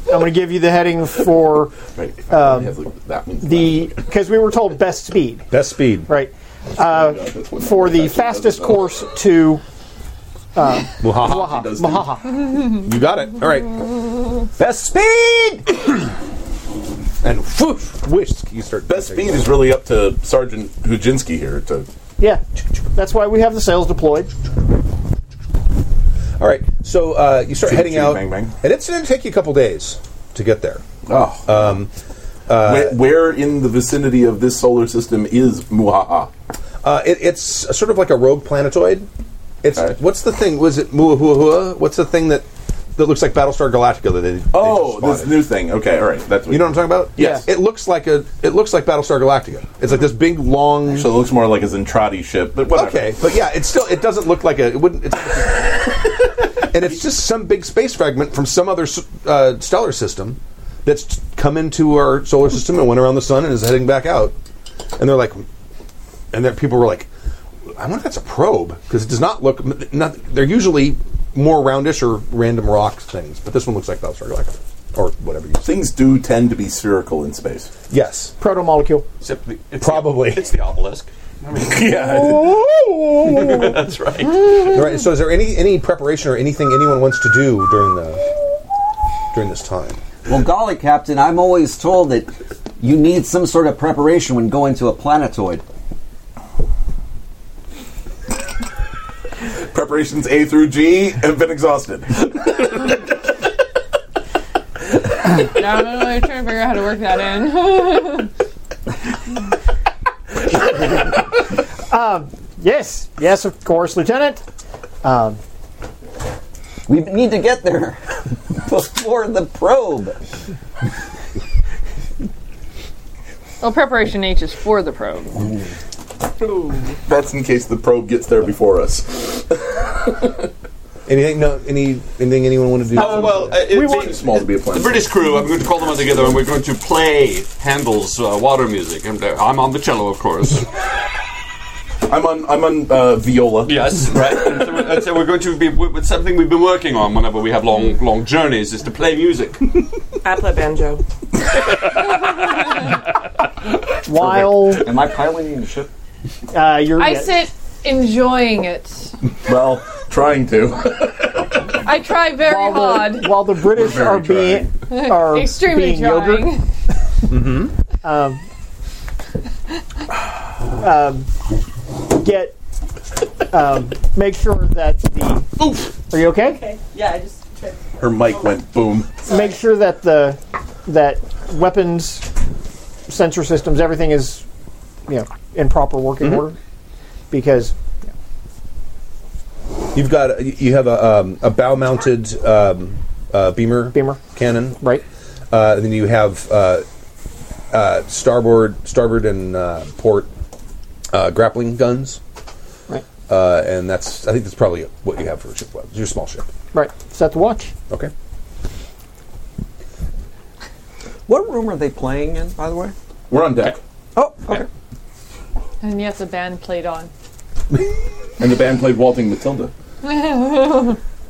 I'm going to give you the heading for right. Um, <laughs> that one. the because we were told best speed, Best speed. right? Uh, For the fastest course to um, Muhaha. Mahaha. You got it. All right. Best speed! <clears throat> And whoosh, whisk, you start. Best speed is really up to Sergeant Hujinski here. To Yeah, that's why we have the sails deployed. All right. So uh, you start Ching, heading ching, out, bang, bang. and it's going to take you a couple days to get there. oh, where, where in the vicinity of this solar system is Muhaha? Uh, it, it's sort of like a rogue planetoid. It's All right. what's the thing? Was it Muahuahua? What's the thing that that looks like Battlestar Galactica that they they Oh, just this spotted? new thing. Okay, all right. That's what You know what I'm talking about? Yes. It looks like a. It looks like Battlestar Galactica. It's like this big long. So it looks more like a Zentradi ship, but whatever. Okay, but yeah, it's still. It doesn't look like a. It wouldn't. It's, and it's <laughs> just some big space fragment from some other s- uh, stellar system that's t- come into our solar system and went around the sun and is heading back out. And they're like, and then people were like, I wonder if that's a probe because it does not look. m- Not, they're usually more roundish or random rock things, but this one looks like Battlestar Galactica or whatever. you say. <laughs> Things do tend to be spherical in space. <laughs> Yes. Proto molecule. Except the, it's Probably. The, it's the obelisk. yeah. Oh. That's right. All right. So, is there any any preparation or anything anyone wants to do during the during this time? Well, golly, Captain, I'm always told that you need some sort of preparation when going to a planetoid. Preparations A through G have been exhausted. No, no, no, I'm trying to figure out how to work that in. <laughs> Yes, yes, of course, Lieutenant. Um, We need to get there <laughs> before the probe. Well, preparation H is for the probe. That's in case the probe gets there before us. Anything? No. Any anything anyone want to do? Oh, well, uh, it's We want- Too small to be a The planet. British crew, I'm going to call them all together and we're going to play Handel's uh, water music. And, uh, I'm on the cello, of course. I'm on. I'm on uh, viola. <laughs> yes, right. And so, we're, and so we're going to be, with something we've been working on whenever we have long, long journeys, is to play music. <laughs> I play banjo. while Am I piloting the ship? uh, you're, I sit enjoying it. Well, trying to. <laughs> I try very while hard. the, while the British Very are <laughs> being are Extremely being yogurt, trying. get um, make sure that the. Are you okay? Yeah, I just. Her mic went boom. Make sure that the that weapons, sensor systems, everything is you know, in proper working order. Because You've got you have a, um, a bow mounted um, uh, beamer Beamer. cannon, right, Uh, and then you have uh, uh, starboard starboard and uh, port uh, grappling guns, right, uh, and that's I think that's probably what you have for a ship weapons. Your small ship, right. Set the watch. okay? What room are they playing in, by the way? We're on deck. Oh, okay. And yes, the band played on. And the band played Waltzing Matilda. oh, wait,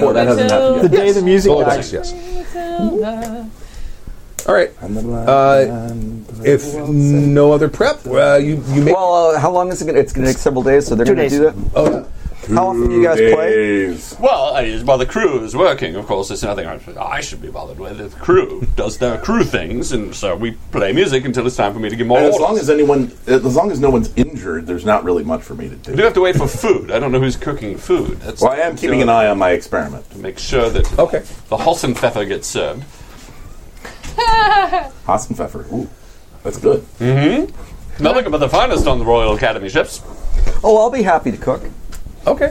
no, that hasn't The happened yet. day the music Gold dies. dice, yes. All right. Uh, if no other prep, uh, you you make. Well, uh, how long is it going? to... It's going to take several days, so they're Two going to days. do that. oh, How often do you guys play? Days. Well, I, while the crew is working, of course, there's nothing I, I should be bothered with. The crew does their crew things, and so we play music until it's time for me to give more And as orders. long as anyone, as long as no one's injured, there's not really much for me to I do do. have to wait for food. I don't know who's cooking food. That's Well, I am keeping an eye on my experiment. to make sure that Okay. the Hossenpfeffer gets served. Hassenpfeffer. Ooh, that's good. Nothing but the finest on the Royal Academy ships. Oh, I'll be happy to cook. okay.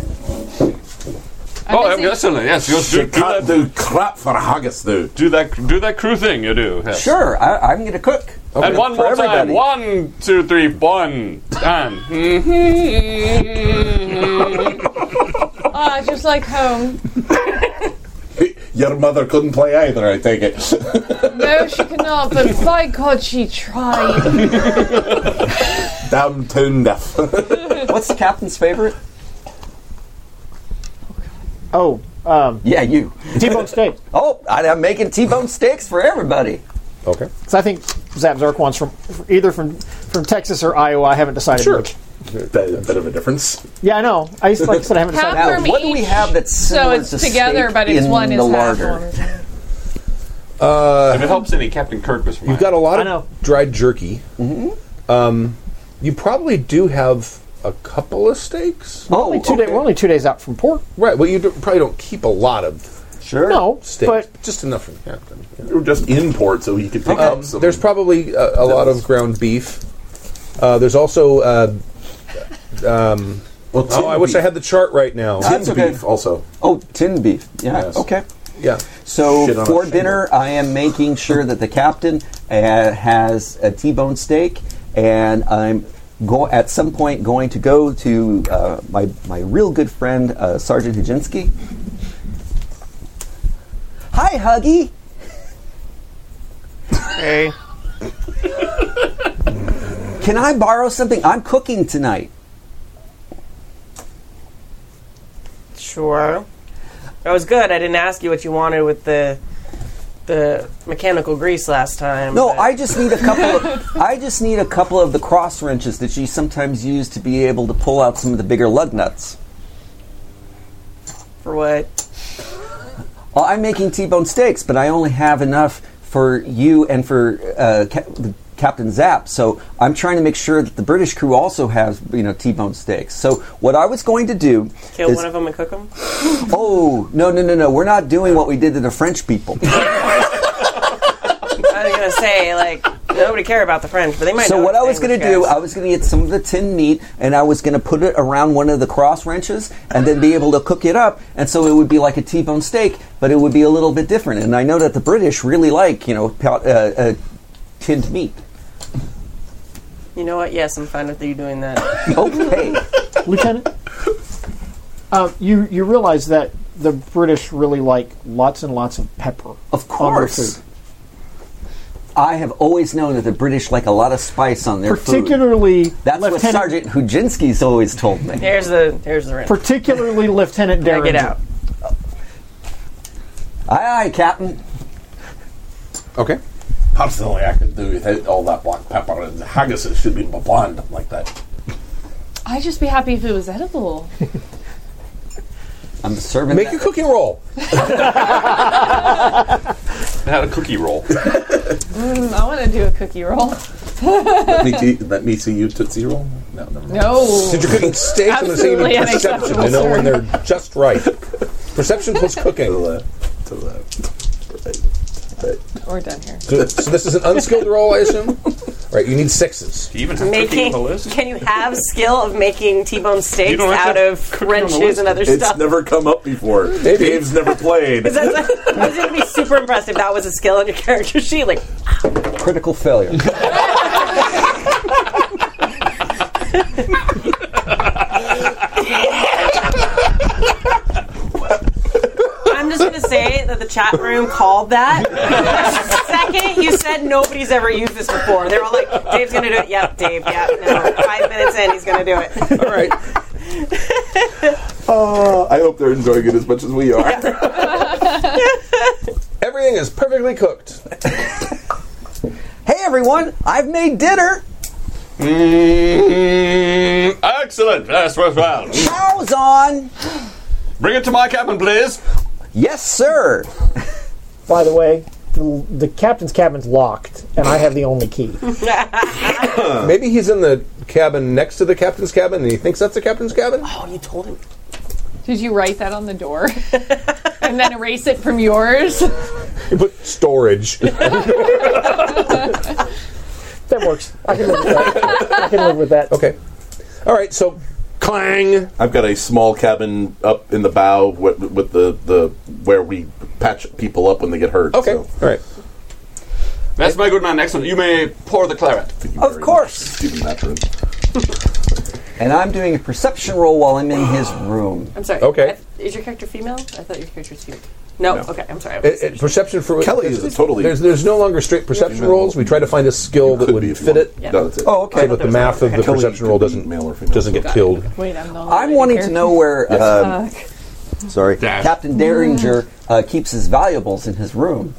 oh, busy. excellent! Yes, you do, You do that. can't do crap for haggis, though. Do that. Do that crew thing you do. yes. Sure, I, I'm going to cook. And one for more time. everybody. One, two, three, one. Time. Ah, just like home. Your mother couldn't play either, I take it. No, she cannot, but by God, she tried. <laughs> Damn tune deaf. <laughs> What's the captain's favorite? Oh, um, Yeah, you. T-bone steak. Oh, I, I'm making T-bone steaks for everybody. Okay. <laughs> So I think Zap Zarquan's from either from from Texas or Iowa. I haven't decided. Sure. which. a bit of a difference. Yeah, I know. I just like I said, I haven't Half decided. Now, from what do we each, have that's so similar it's to together, steak but it's in one is the half. larder? one is half. If it helps any, Captain Kirk was from. You've got a lot I of know. dried jerky. Mm-hmm. Um, you probably do have a couple of steaks, Oh, Only two okay. day, we're only two days out from port. right? Well, you do, probably don't keep a lot of Sure. No, steaks, but just enough for the captain. yeah. You were just import so he could pick up some. There's probably a, a lot of ground beef. Uh, there's also. Uh, Well, tin oh, I wish beef. I had the chart right now. That's Tin okay. beef also. Oh, tin beef. Yeah. Yes. Okay. Yeah. Shit So on for a shingle. dinner, I am making sure that the captain uh, has a T-bone steak, and I'm go at some point going to go to uh, my my real good friend uh, Sergeant Hujinski. Hi, Huggy. hey, Can I borrow something? I'm cooking tonight. Sure. That was good. I didn't ask you what you wanted with the the mechanical grease last time. No, but- I just need a couple. <laughs> Of, I just need a couple of the cross wrenches that you sometimes use to be able to pull out some of the bigger lug nuts. for what? Well, I'm making T-bone steaks, but I only have enough for you and for uh, Cap- the Captain Zapp. So I'm trying to make sure that the British crew also has, you know, T-bone steaks. So what I was going to do Kill is, one of them and cook them? oh no no no no, we're not doing what we did to the French <laughs> people. I was gonna say like nobody care about the French, but they might. so know what I was English going to do, guys. I was going to get some of the tin meat and I was going to put it around one of the cross wrenches and then be able to cook it up, and so it would be like a T-bone steak, but it would be a little bit different. And I know that the British really like, you know, pow- uh, uh, tinned meat. you know what? Yes, I'm fine with you doing that. Okay. Lieutenant. Uh, you you realize that the British really like lots and lots of pepper. <laughs> Of on their course. food. I have always known that the British like a lot of spice on their food. particularly That's what Lieutenant, Sergeant Hujinski's always told me. Here's the here's the wrench. <laughs> particularly Lieutenant Now Derringer. get out. Aye, aye, Captain. Okay. Personally, I could do without all that black pepper and haggis. It should be blonde like that. I'd just be happy if it was edible. I'm serving. Make that- your cooking roll. had a cookie roll. <laughs> Mm, I want to do a cookie roll. <laughs> let, me see, let me see you Tootsie Roll. No, never mind. No. Since you're cooking steak, I'm going to say you Absolutely need perception unacceptable, to know sir. when they're just right. Perception plus <laughs> cooking. left, to the left. <laughs> We're done here. So, so this is an unskilled roll, I assume. Right, you need sixes. Do you even have cooking on Making, the list? can you have skill of making T-bone You steaks don't have out to have of cooking on the French list. shoes and other <laughs> It's stuff? never come up before. Maybe. Dave's never played. Is that- I was going to be super impressed if that was a skill on your character sheet. Like, Critical failure. I'm just going to say that the chat room called that. <laughs> Second, you said nobody's ever used this before. They're all like, Dave's going to do it. Yep, Dave. Yeah, no. Five minutes in, he's going to do it. All right. Uh, I hope they're enjoying it as much as we are. Everything is perfectly cooked. Hey everyone, I've made dinner. Mm, excellent. That's worthwhile. Cows on. Bring it to my cabin, please. Yes, sir. By the way, the, the captain's cabin's locked, and I have the <laughs> only key. Maybe he's in the cabin next to the captain's cabin, and he thinks that's the captain's cabin. Oh, you told him. Did you write that on the door <laughs> and then erase it from yours? He put storage. <laughs> That works. I can live with that. I can live with that. okay. All right. So, clang. <laughs> I've got a small cabin up in the bow with, with the, the where we patch people up when they get hurt. Okay. so. All right. That's my good man. Excellent. You may pour the claret. Thank you Of very much, course. Stephen Matron. And I'm doing a perception roll while I'm in his room. I'm sorry. Okay. I- is your character female? I thought your character was female. No, okay, I'm sorry. I was It, it- perception for Kelly is there's- totally- There's there's no longer straight perception rolls. We try to find a skill that Could be would if you fit want. it. No, that's it. Oh, So okay. that the math of the Kelly perception could roll be doesn't male or female. doesn't get killed. Wait, I'm not. I'm wanting to know where. Uh, sorry, Captain Derringer uh, keeps his valuables in his room.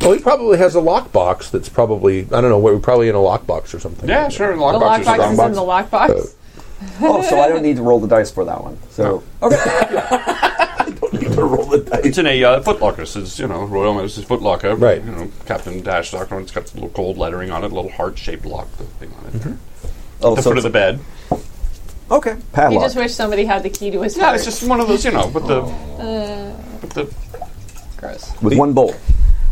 Well, he probably has a lockbox that's probably I don't know. We're probably in a lockbox or something. Yeah, sure. The Lock boxes. lockbox is Lock in the box. lockbox. Oh, so I don't need to roll the dice for that one. So oh, okay. To roll the dice. It's in a uh, footlocker. Says you know Royal Majesty's footlocker. Right. You know Captain Dash locker. It's got a little gold lettering on it. A little heart shaped lock thing on it. Oh, The so foot it's- of the bed. okay. You Padlock. just wish somebody had the key to his Yeah, heart. it's just one of those. You know, with the with the gross. with one bolt.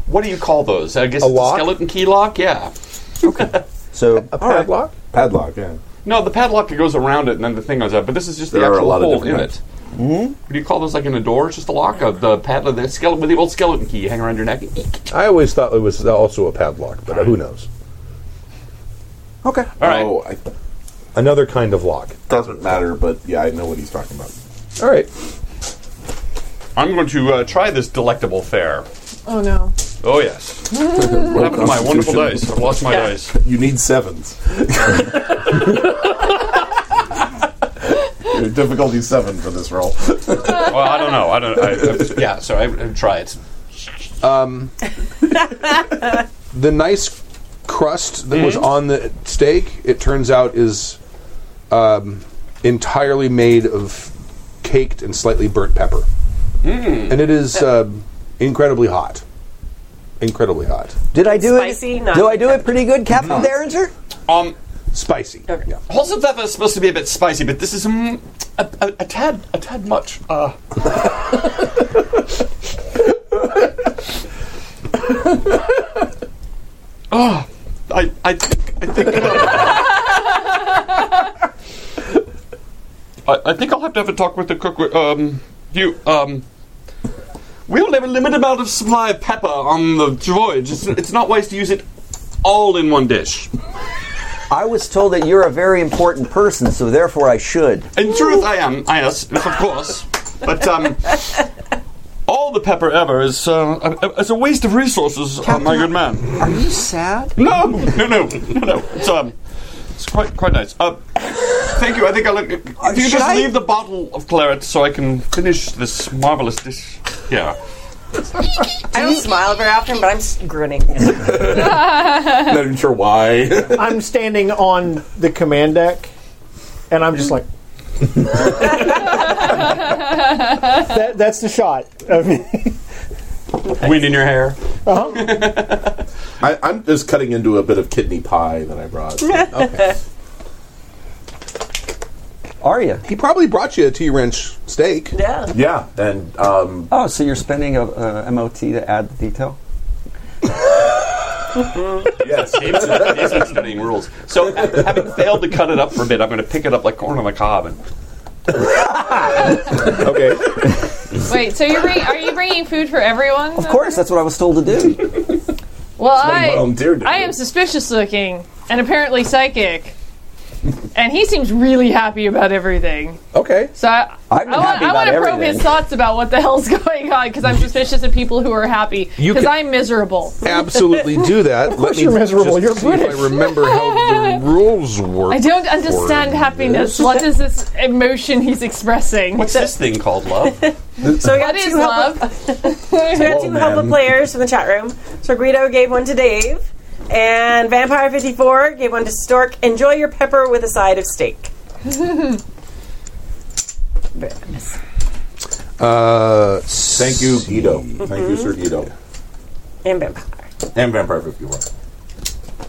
what do you call those? I guess A it's lock? skeleton key lock. Yeah. A So all right. padlock. Padlock, yeah. No, the padlock that goes around it and then the thing goes up. But this is just the There are a actual lot of hole in different it. types. What do you call those? Like in a door? It's just a lock of the padlock, the skeleton with the old skeleton key you hang around your neck. I always thought it was also a padlock, but who knows? Okay. All right. Oh, I, Another kind of lock. doesn't matter, but yeah, I know what he's talking about. All right. I'm going to uh, try this delectable fare. Oh no. Oh yes. what happened to my wonderful dice? I've lost my dice. You need sevens. <laughs> Difficulty seven for this roll. Well, I don't know. I don't. I, I, yeah. So I, I try it. The nice crust that was on the steak, it turns out, is um, entirely made of caked and slightly burnt pepper, and it is um <laughs> incredibly hot. Incredibly hot, Did I do Spicy, it? not Do I do it pretty good, Captain Derringer? Um, spicy. Yeah. wholesome pepper is supposed to be a bit spicy, but this is mm, a, a, a tad, a tad much. Uh, <laughs> oh, I, I think, I think. <laughs> I, I think I'll have to have a talk with the cook. wi- Um, you, um. We only have a limited amount of supply of pepper on the voyage. It's, it's not wise to use it all in one dish. I was told that you're a very important person, so therefore I should. In truth, I am. I yes, of course. But um, all the pepper ever is uh, a, a- is a waste of resources, uh, my good man. Are you sad? No, no, no, no, no. It's um, it's quite quite nice. Uh, thank you. I think I'll. If you should just I- leave the bottle of claret so I can finish this marvelous dish. Yeah. I don't smile very often, but I'm s- <laughs> grinning. Not even sure why. I'm standing on the command deck, and I'm just like. that, that's the shot of me. Wind in your hair. I, I'm just cutting into a bit of kidney pie that I <laughs> brought. Are you? He probably brought you a T wrench steak. Yeah. yeah, and um, Oh, so you're spending a, a MOT to add the detail? <laughs> Yes. David's, David's been studying rules. So, ha- having failed to cut it up for a bit, I'm going to pick it up like corn on the cob. And Okay. Wait, so you're bring, are you bringing food for everyone? Of course, that's what I was told to <laughs> do. Well, I volunteered to I do am it. suspicious looking and apparently psychic, and he seems really happy about everything. Okay. So I, I've been I, happy want about to probe everything. his thoughts about what the <laughs> hell's going on because I'm suspicious of people who are happy You because can- I'm miserable. <laughs> Absolutely do that. Of course you're miserable. You're If British. I remember how the rules work. I don't understand happiness. What is this emotion he's expressing? what's this thing called love? So we What got two is help- love? <laughs> We got two man. helpful players from the chat room. So Guido gave one to Dave, and Vampire Fifty Four gave one to Stork. Enjoy your pepper with a side of steak. Uh, Thank you, Guido. Thank you, Sir Guido. And vampire. And Vampire 51.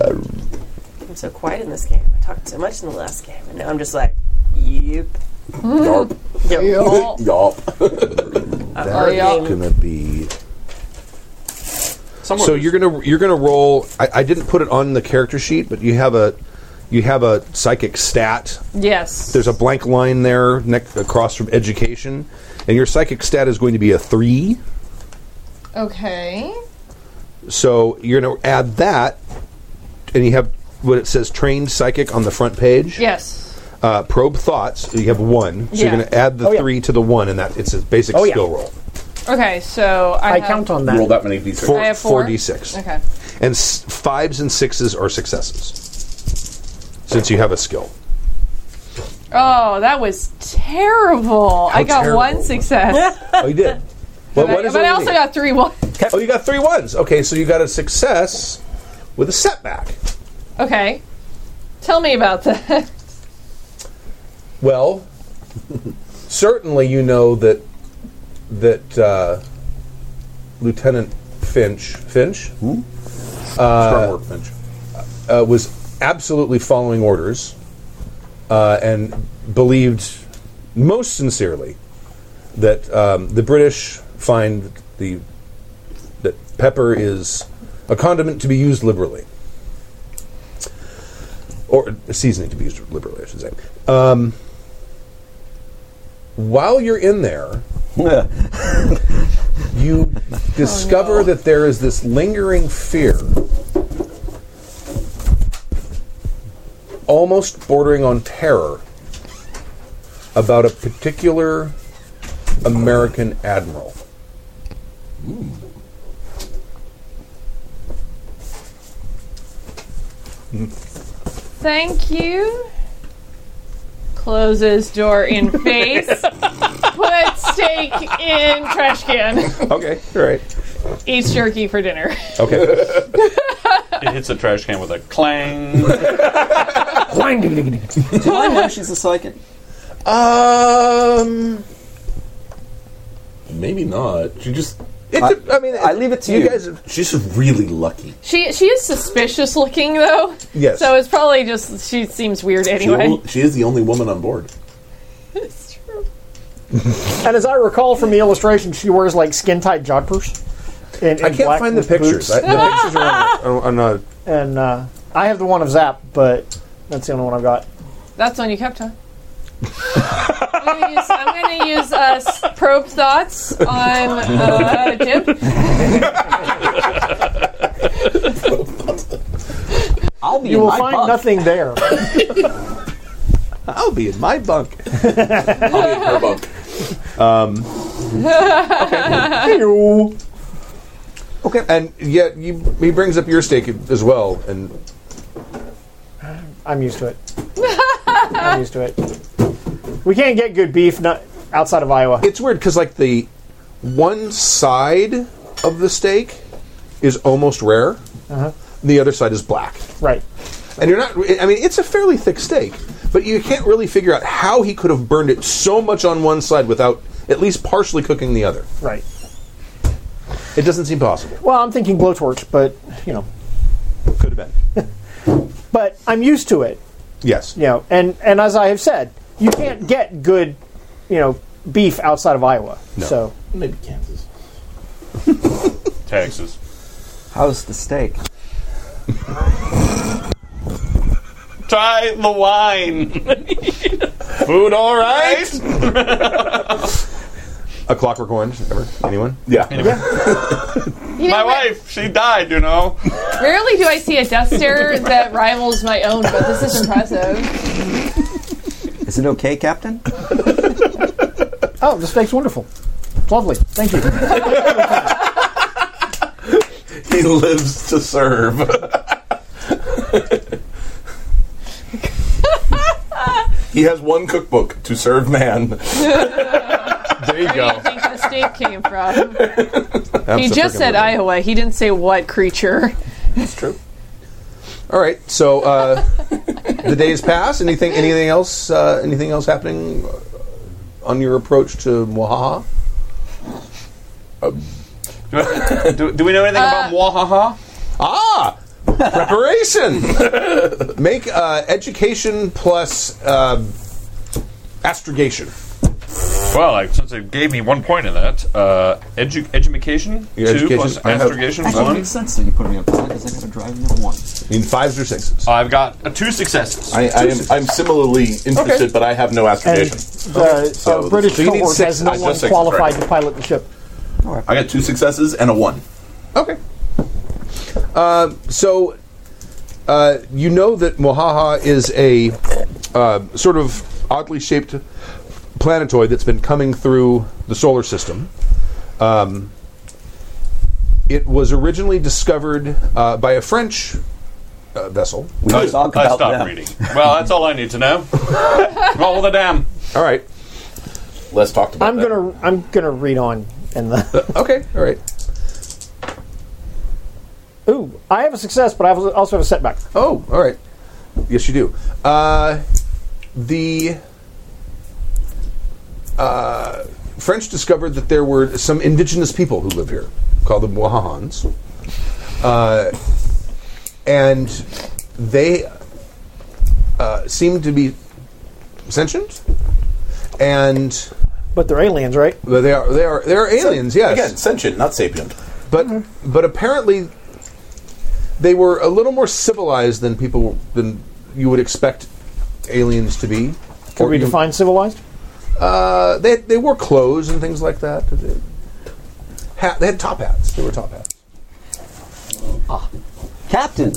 I'm so quiet in this game. I talked so much in the last game, and now I'm just like, yep. Mm-hmm. Yarp. Oh, Yarp. Uh, oh, yeah. That's gonna be. Somewhere So you're gonna you're gonna roll. I, I didn't put it on the character sheet, but you have a you have a psychic stat. <laughs> Yes. There's a blank line there neck across from education, and your psychic stat is going to be a three. okay. So you're gonna add that, and you have what it says trained psychic on the front page. Yes. uh, probe thoughts. You have one, so you're Yeah. going to add the Oh, yeah. three to the one, and that it's a basic Oh, yeah. skill roll. Okay. So I, I have, count on Roll that. that many d6. Four, I have four four? d6. Okay. And s- fives and sixes are successes, since you have a skill. Oh, that was terrible. I got terrible. one success, Oh, you did. Well, <laughs> what <laughs> but, is but it I you also need? got three ones. Oh, you got three ones. Okay, so you got a success with a setback. Okay. Tell me about that. Well, certainly you know that that uh, Lieutenant Finch Finch Strong work, Finch. uh, was absolutely following orders uh, and believed most sincerely that um, the British find the that pepper is a condiment to be used liberally or a seasoning to be used liberally, I should say. Um, while you're in there, you discover that there is this lingering fear, almost bordering on terror, about a particular American admiral. Thank you. Closes door <laughs> in face. Put steak in trash can. Okay, all right. Eats jerky for dinner. Okay. it hits a trash can with a clang. Do I know she's a psychic? um, Maybe not. She just. it's a- I mean, I leave it to you. guys. She's just really lucky. She she is suspicious looking though. Yes. So it's probably just she seems weird She, anyway. she is the only woman on board. And as I recall from the illustration, she wears like skin tight joggers. In, in I can't black find the with boots. pictures. I, the pictures are on, on, on uh, and uh, I have the one of Zap, but that's the only one I've got. That's one you kept, huh? I'm gonna use, I'm gonna use uh, s- probe thoughts on uh, Jim. I'll be You in will my find bunk. nothing there. I'll be in my <laughs> bunk. Her bunk. You- Okay. And yet you, he brings up your steak as well, and I'm used to it. I'm used to it. We can't get good beef not outside of Iowa. it's weird because like the one side of the steak is almost rare, the other side is black, Right. and you're not. I mean, it's a fairly thick steak, but you can't really figure out how he could have burned it so much on one side without at least partially cooking the other. Right. It doesn't seem possible. Well, I'm thinking blowtorch, but you know, Could have been. <laughs> but I'm used to it. Yes. You know, and and as I have said, you can't get good, you know, beef outside of Iowa. So Maybe Kansas. Texas. How's the steak? Try the wine. <laughs> Food all right? <laughs> A Clockwork Orange. Ever? Anyone? Yeah. You My know, what? wife, she died, you know. Rarely do I see a duster that rivals my own, but this is impressive. Is it okay, Captain? oh, the steak's wonderful. It's lovely. Thank you. He lives to serve. <laughs> he has one cookbook to serve man. There you Where do go. you think the steak came from? <laughs> That's He a just freaking said word. Iowa. He didn't say what creature. It's true. All right. So uh, the days pass. Anything? Anything else? Uh, anything else happening on your approach to Wahaha? Do, do we know anything about Wahaha? Ah, preparation. Make uh, education plus um astrogation. Well, I, since it gave me one point in that, uh, edu- education, Your two education- plus I have- astrogation, one. sense that you put me up because I got a driving of one. In fives or sixes. I've got uh, two successes. I, I am, I'm similarly interested, Okay. but I have no And astrogation. the So uh, British so you need cohort six. has no I just one six, qualified correct. to pilot the ship. I got two successes and a one. Okay. Uh, so uh, you know that Mohaha is a uh, sort of oddly shaped planetoid that's been coming through the solar system. Um, it was originally discovered uh, by a French uh, vessel. We- I, talk I about stopped them. reading. Well, that's all I need <laughs> to know. Roll the dam. All right. Let's talk about I'm that. gonna I'm gonna read on <laughs> in the. Okay. All right. Ooh, I have a success, but I also have a setback. Oh, all right. Yes, you do. Uh, the uh, French discovered that there were some indigenous people who live here, called the Mohahans, uh, and they uh, seemed to be sentient, and But they're aliens, right? but they are they are they are aliens. Yes, Again, sentient, not sapient. but but apparently they were a little more civilized than people than you would expect aliens to be. Could Or we you- define civilized? Uh, they they wore clothes and things like that. They- Hat, they had top hats. They were top hats. Captain,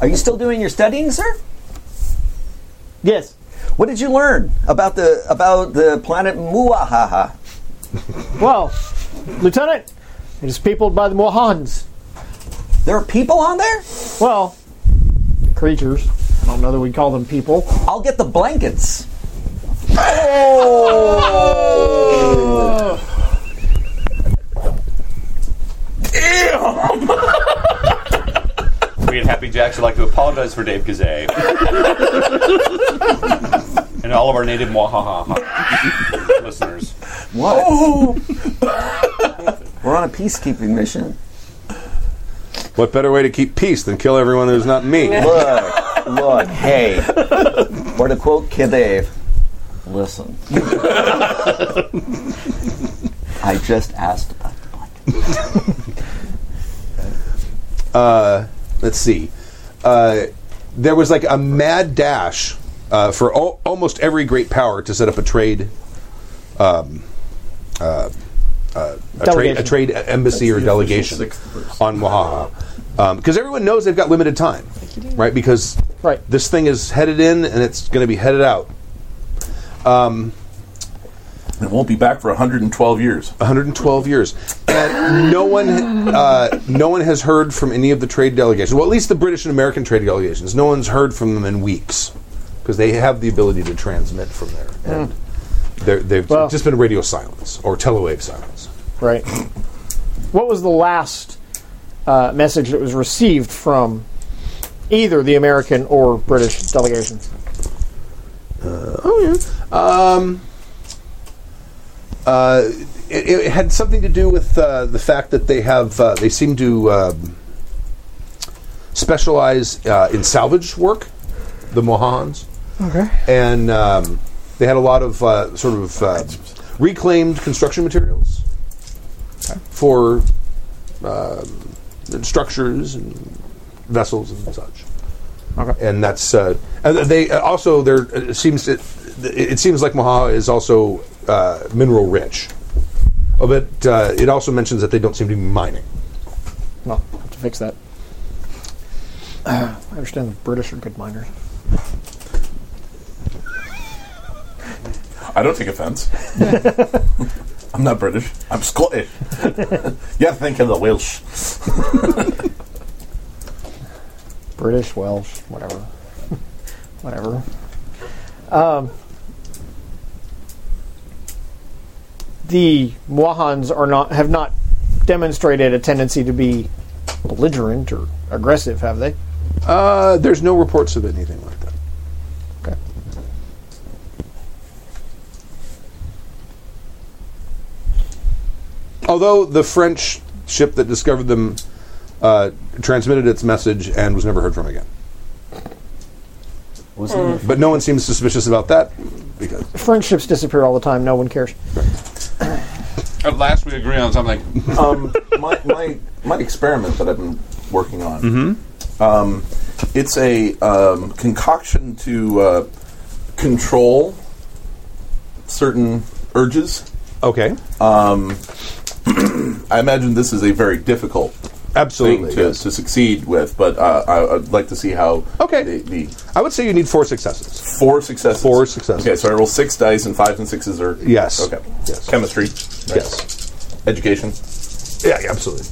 are you still doing your studying, sir? Yes. What did you learn about the about the planet Muahaha? Well, Lieutenant, it is peopled by the Mohans. There are people on there. Well, creatures. I don't know that we call them people. I'll get the blankets. Oh! We at Happy Jacks would like to apologize for Dave Kazay. and all of our native Wahaha listeners. What? We're on a peacekeeping mission. What better way to keep peace than kill everyone who's not me? Look, look, hey. <laughs> Or to quote Kid Dave, listen. I just asked about the blankets. let's see. Uh, there was like a mad dash uh, for al- almost every great power to set up a trade, um, uh, uh, a, trade a Delegation. trade embassy or delegation on Wahaha. Because everyone knows they've got limited time, right? Because Right. this thing is headed in and it's going to be headed out. It won't be back for 112 years. 112 years, and no one, uh, no one has heard from any of the trade delegations. Well, at least the British and American trade delegations. No one's heard from them in weeks because they have the ability to transmit from there, and they're, they've Well- just been radio silence or telewave silence. Right. What was the last uh, message that was received from either the American or British delegations? It, it had something to do with uh, the fact that they have uh, they seem to um, specialize uh, in salvage work, the Mohans. Okay. and um, they had a lot of uh, sort of uh, reclaimed construction materials for um, structures and vessels and such. Okay. And that's uh, and they uh, also there it seems it, it seems like Maha is also uh, mineral rich, Oh, but uh, it also mentions that they don't seem to be mining. Well, I'll have to fix that. <sighs> I understand the British are good miners. I don't take offense. I'm not British. I'm Scottish. you think of the Welsh. British, Welsh, whatever. <laughs> whatever. Um, the Mohans are not have not demonstrated a tendency to be belligerent or aggressive, have they? Uh, there's no reports of anything like that. Okay. Although the French ship that discovered them uh, transmitted its message and was never heard from again. Was not But no one seems suspicious about that because Friendships disappear all the time. No one cares. At last, we agree on something. um, my, my, my experiment that I've been working on. Um, it's a um, concoction to uh, control certain urges. Um, okay, <clears throat> I imagine this is a very difficult thing absolutely. to, yes. to succeed with, but uh, I, I'd like to see how Okay. the, the I would say you need four successes. four successes. Four successes. Okay, so I roll six dice, and fives and sixes are Yes. Okay. Yes. Chemistry. Yes. Education. Yeah, yeah, absolutely.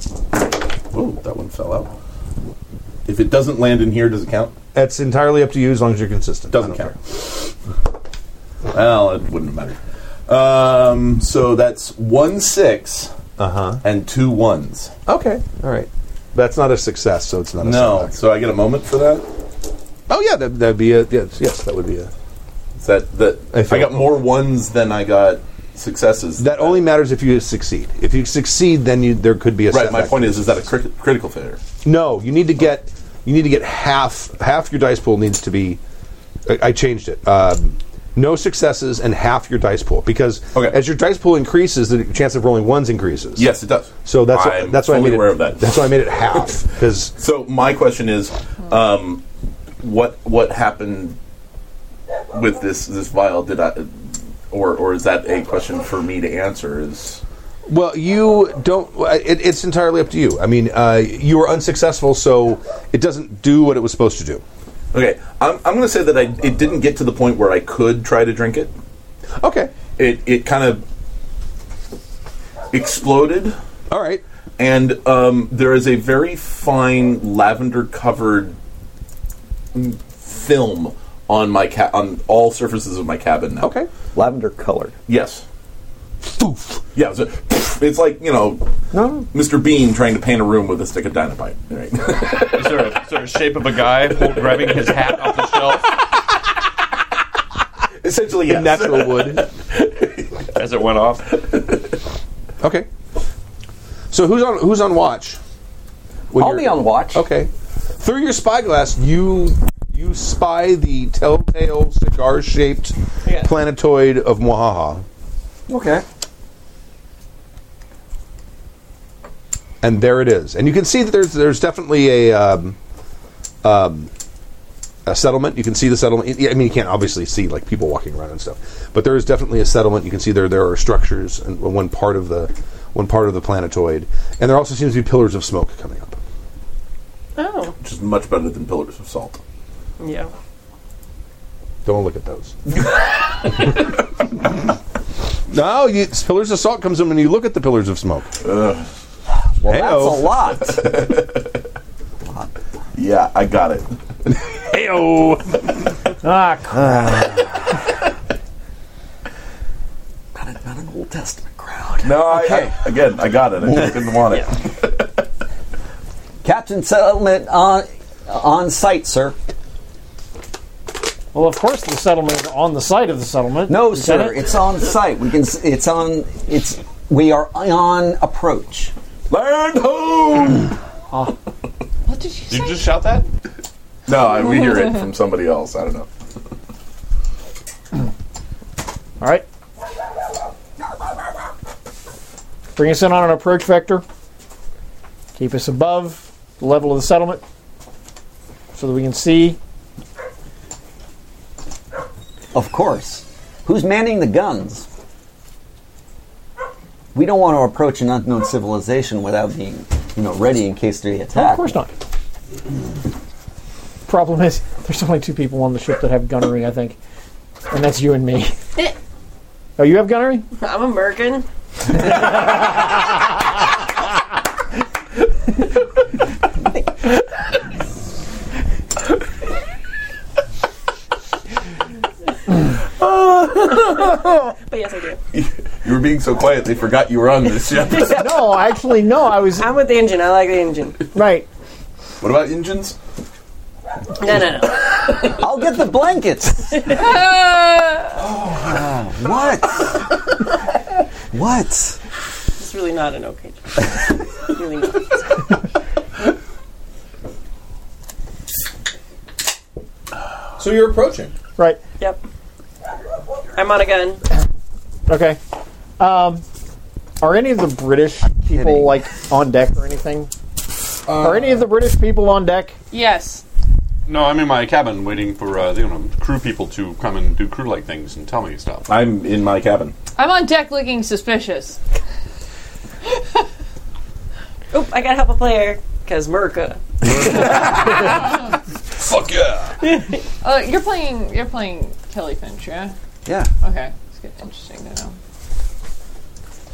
Ooh, that one fell out. If it doesn't land in here, does it count? That's entirely up to you as long as you're consistent. Doesn't I don't count. Well, it wouldn't matter. Um, so that's one six Uh-huh. and two ones. Okay. All right. That's not a success, so it's not a No, setback. so I get a moment for that. Oh yeah, that, that'd be a yes, yes. That would be a. Is that that I I, feel- got more ones than I got successes. That only matters if you succeed. If you succeed, then you there could be a. right. Setback. My point is, is that a crit- critical failure? No, you need to get you need to get half half your dice pool needs to be. I, I changed it. Um, no successes and half your dice pool because Okay. as your dice pool increases, the chance of rolling ones increases. Yes, it does. So that's why- I'm that's why I fully made it, aware of that. That's why I made it half because So my question is, um, what what happened with this this vial? Did I, or or is that a question for me to answer? Is Well, you don't. well, It, it's entirely up to you. I mean, uh, you were unsuccessful, so it doesn't do what it was supposed to do. okay. I'm I'm going to say that I it didn't get to the point where I could try to drink it. Okay. It it kind of exploded, All right. and um, there is a very fine lavender covered film on my ca- on all surfaces of my cabin now. Okay. lavender colored. Yes. Yeah, it's, a, it's like, you know, Mr. Bean trying to paint a room with a stick of dynamite. Right? <laughs> Is there, a, is there a shape of a guy hold, grabbing his hat off the shelf Essentially, yes. Natural wood. as it went off? Okay. So who's on who's on watch? When I'll you're- be on watch. Okay. Through your spyglass, you you spy the telltale cigar-shaped planetoid of Mohaha, Okay. and there it is. And you can see that there's there's definitely a. Um, a settlement. You can see the settlement. Yeah, I mean, you can't obviously see like people walking around and stuff, but there is definitely a settlement. You can see there there are structures and on one part of the one part of the planetoid, and there also seems to be pillars of smoke coming up. Oh. Which is much better than Pillars of Salt. Yeah. Don't look at <laughs> those. no, you, it's pillars of salt comes in when you look at the pillars of smoke. Well, Hey-o. that's a lot. Yeah, I got it. Ah, c- Not an Old Testament crowd. <laughs> No, I, I- again, I got it. I just didn't want it. Captain Settlement on on site, sir. well, of course the settlement is on the site of the settlement. No, You said sir. it. It's on site. We can. s- It's on. It's. We are on approach. <laughs> Land home! What did you Did you say? just shout that? No, I, we hear it from somebody else. I don't know. all right. Bring us in on an approach vector. Keep us above the level of the settlement so that we can see. Of course. Who's manning the guns? We don't want to approach an unknown civilization without being, you know, ready in case they attack. Of course not. Problem is, <laughs> there's only two people on the ship that have gunnery, I think. And that's you and me. oh, you have gunnery? I'm American. but yes, I do. You were being so quiet they forgot you were on <laughs> this ship. no, actually, no. I was. I'm with the engine. I like the engine. Right. what about engines? No, no, no. I'll get the <laughs> blankets. <laughs> what? what? It's really not an okay job. really not. So you're approaching. Right. Yep. I'm on a gun. Okay. Um, are any of the British people kidding. like on deck or anything? are any of the British people on deck? Yes. No, I'm in my cabin waiting for uh, you know crew people to come and do crew-like things and tell me stuff. I'm in my cabin. I'm on deck looking suspicious. Oop, I gotta help a player. Because Merca. Fuck yeah! Uh, you're playing. You're playing Kelly Finch, yeah? Yeah. Okay. It's good. Interesting to know.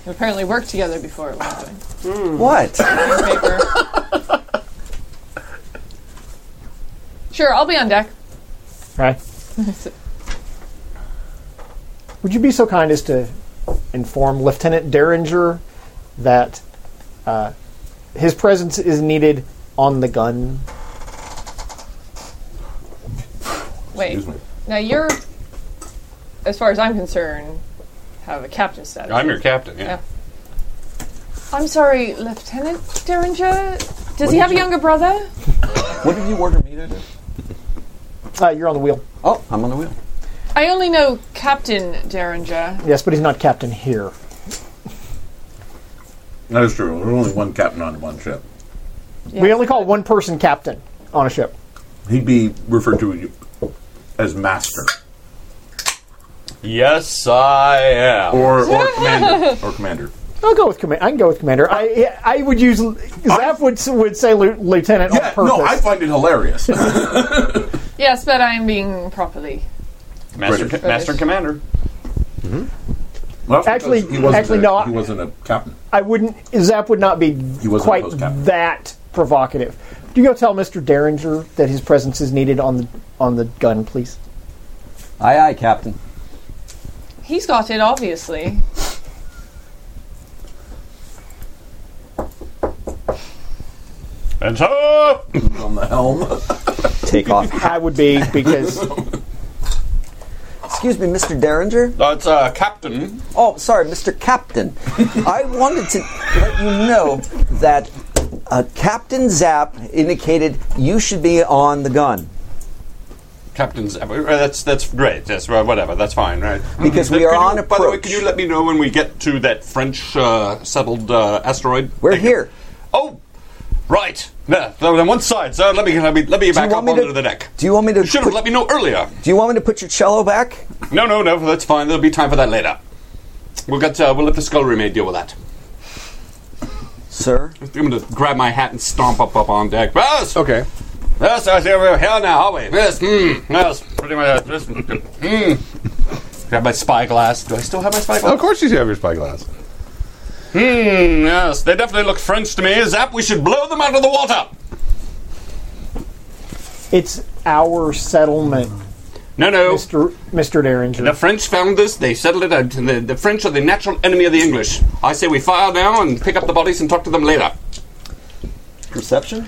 We apparently worked together before at one point. What? Paper. <laughs> sure, I'll be on deck. Right. <laughs> Would you be so kind as to inform Lieutenant Derringer that uh, his presence is needed on the gun? Wait. Now you're, as far as I'm concerned, have a captain status. I'm your captain. Yeah. Yeah. I'm sorry, Lieutenant Derringer. Does he have a younger brother? What did you order me to do? Uh, you're on the wheel. Oh, I'm on the wheel. I only know Captain Derringer. Yes, but he's not captain here. That is true. There's only one captain on one ship. We only call one person captain on a ship. He'd be referred to as master Yes, I am. or <laughs> or commander or commander. I'll go with commander. I can go with commander. I I would use Zaf would s- would say lieu- lieutenant on Yeah, purpose. no, I find it <laughs> hilarious. Yes, but I'm being properly. Master, British. Master Commander. Well, that's Actually- because he wasn't actually a, no, I- He wasn't a captain. I wouldn't. Zap would not be wasn't quite close captain. that provocative. Do you go tell Mister Derringer that his presence is needed on the on the gun, please? Aye, aye, Captain. He's got it, obviously. And so, on the helm. Take <laughs> off. I would be <laughs> because Excuse me, Mr. Derringer. that's uh, Captain. Oh, sorry, Mr. <laughs> Captain. I wanted to let you know that uh, Captain Zap indicated you should be on the gun Captain's. uh, That's that's great. That's uh, whatever. That's fine, right? Mm-hmm. Because we Could are you- on By the way, approach. could you let me know when we get to that French uh, settled uh, asteroid? We're Thank you. here. Oh, right. Yeah, on one side, sir. Let me let me let me back up want me onto to- the deck. Do you want me to? You should have put- let me know earlier. do you want me to put your cello back? No, no, no. That's fine. There'll be time for that later. We'll get. Uh, we'll let the skull roommate deal with that. Sir, I'm going to grab my hat and stomp up up on deck. Yes. Okay. Yes. Yes. Here we're here now, are we? Yes. Mm, yes. Pretty much. Yes. Mm. Grab my spyglass. Do I still have my spyglass? Hmm. Of course you have your spyglass. Hmm, yes, they definitely look French to me. Zap, we should blow them out of the water. it's our settlement, No, no. Mister Mister The Derringer. French found this, they settled it, and the, the French are the natural enemy of the English. I say we fire now and pick up the bodies and talk to them later. perception.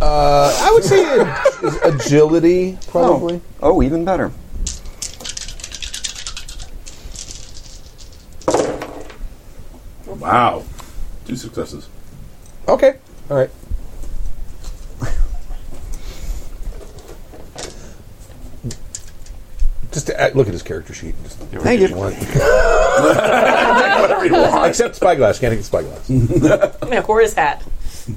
I would say ag- agility, probably. Oh, even better. Wow, two successes. Okay. All right. Just to act, look at his character sheet. Just <laughs> Thank you. one. whatever you want. Except spyglass. Can't get spyglass. <laughs> Yeah, or his hat.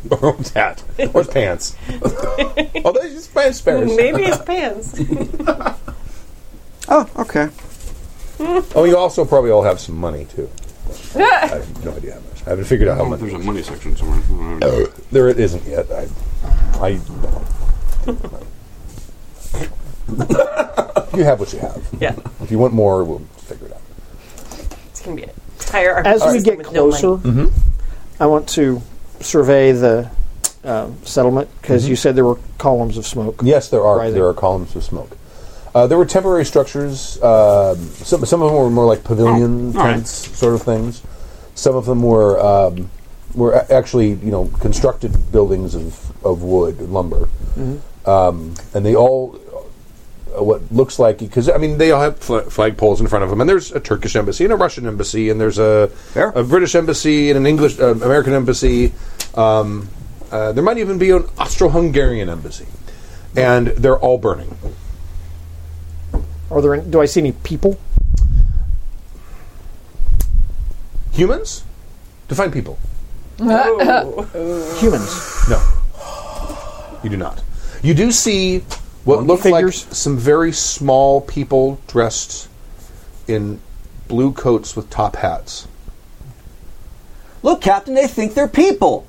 <laughs> or his hat. Or his pants. <laughs> Although he's just pants <laughs> spares. Maybe his pants. Oh, okay. Oh, you also probably all have some money <laughs> too. I have no idea how much. I haven't figured out how much. Oh, There's a money section somewhere. There it isn't yet. I, I you have what you have. <laughs> Yeah, If you want more, we'll figure it out. it's gonna be an entire. As RPG we system get with no closer, money. Mm-hmm. I want to survey the um, settlement because Mm-hmm. you said there were columns of smoke. Yes, there are. Rising. There are columns of smoke. Uh, there were temporary structures. Um some some of them were more like pavilion all right. tents, sort of things. Some of them were um, were a- actually you know constructed buildings of of wood lumber, um, and they all uh, what looks like because I mean they all have fl- flagpoles in front of them, and there's a Turkish embassy and a Russian embassy, and there's a Fair. a British embassy and an English uh, American embassy. Um, uh, there might even be an Austro-Hungarian embassy, and they're all burning. Are there? Any, do I see any people? Humans? Define people. Humans. No. You do not. You do see what Monkey look figures? like some very small people dressed in blue coats with top hats. Look, Captain, they think they're people.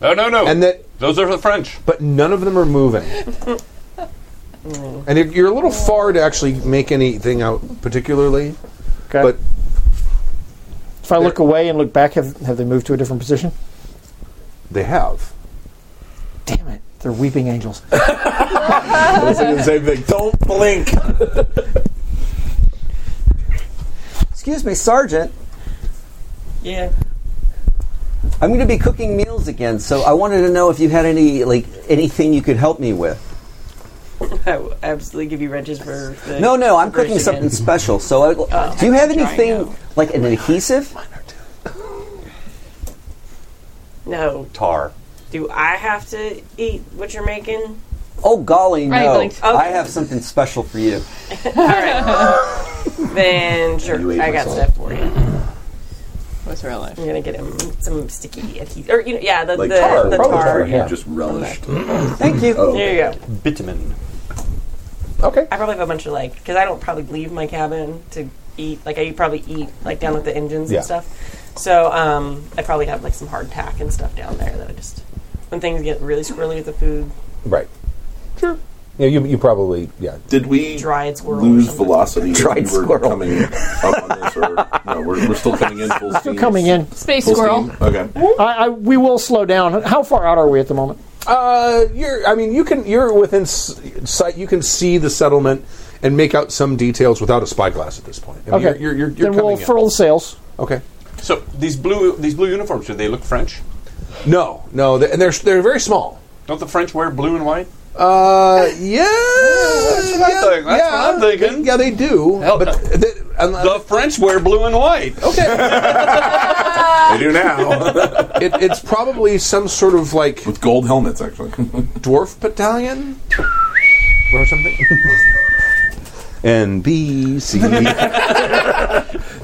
Oh, No, no, no. And that Those are the French. but none of them are moving. and it, you're a little far to actually make anything out particularly, Okay. but if I look away and look back, have have they moved to a different position? they have. Damn it! They're weeping angels. Same thing. Don't blink. Excuse me, Sergeant. Yeah. <laughs> I'm going to be cooking meals again, so I wanted to know if you had any like anything you could help me with. I will absolutely give you wrenches for the No, no, I'm Version. cooking something special. So, I, do you have trying anything now. like an adhesive? no. Tar. Do I have to eat what you're making? Oh golly, Right, no! like- I have something special for you. Then sure, You ate I my got soul. stuff for you. What's real life? I'm gonna get him some sticky adhesive, or you know, yeah, the Like the, tar. the probably tar. tar. You just relished. Thank you. Oh. There you go. Bitumen. Okay. I probably have a bunch of like because I don't probably leave my cabin to eat. Like I probably eat like down at the engines Yeah. and stuff. So um, I probably have like some hardtack and stuff down there that I just when things get really squirrely with the food, Right. Sure. Yeah, you, you probably yeah. Did we dried squirrel. or lose something. velocity? as Dried we were squirrel. coming up on this, or no? We're, we're <laughs> still coming in full steam. They're coming in. Space Full squirrel. steam? Okay. I, I we will slow down. How far out are we at the moment? Uh, you're. I mean, you can. You're within s- sight. You can see the settlement and make out some details without a spyglass at this point. I mean, Okay. You're, you're, you're, you're then we'll coming in. furl the sails. Okay. So these blue these blue uniforms, do they look French? No, no, they and they're they're very small. Don't the French wear blue and white? Uh, yeah. that's what I yeah, think. That's yeah, what I'm thinking. Yeah, they do. Hell but no. they- unless- The French wear blue and white. <laughs> Oh. okay, They do now it, it's probably some sort of like with gold helmets. Actually, <laughs> dwarf battalion or something. NBC.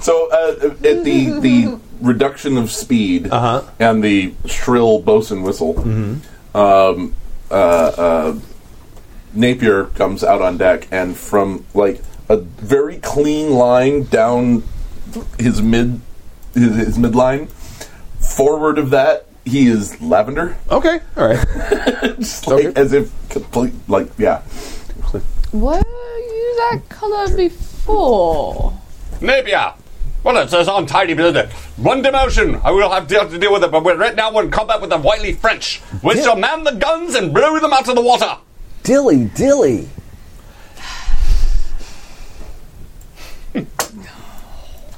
so uh, at the the reduction of speed and the shrill bosun whistle, um, uh, uh, Napier comes out on deck, and from like a very clean line down his mid his, his midline forward of that. He is lavender, okay, all right. Just like, Okay. as if complete, like yeah. What you that color before? Napier! Well, it's this untidy business. One demotion. I will have to, have to deal with it, but we're, right now we're in combat with the wily French. We shall man the guns and blow them out of the water. Dilly, dilly.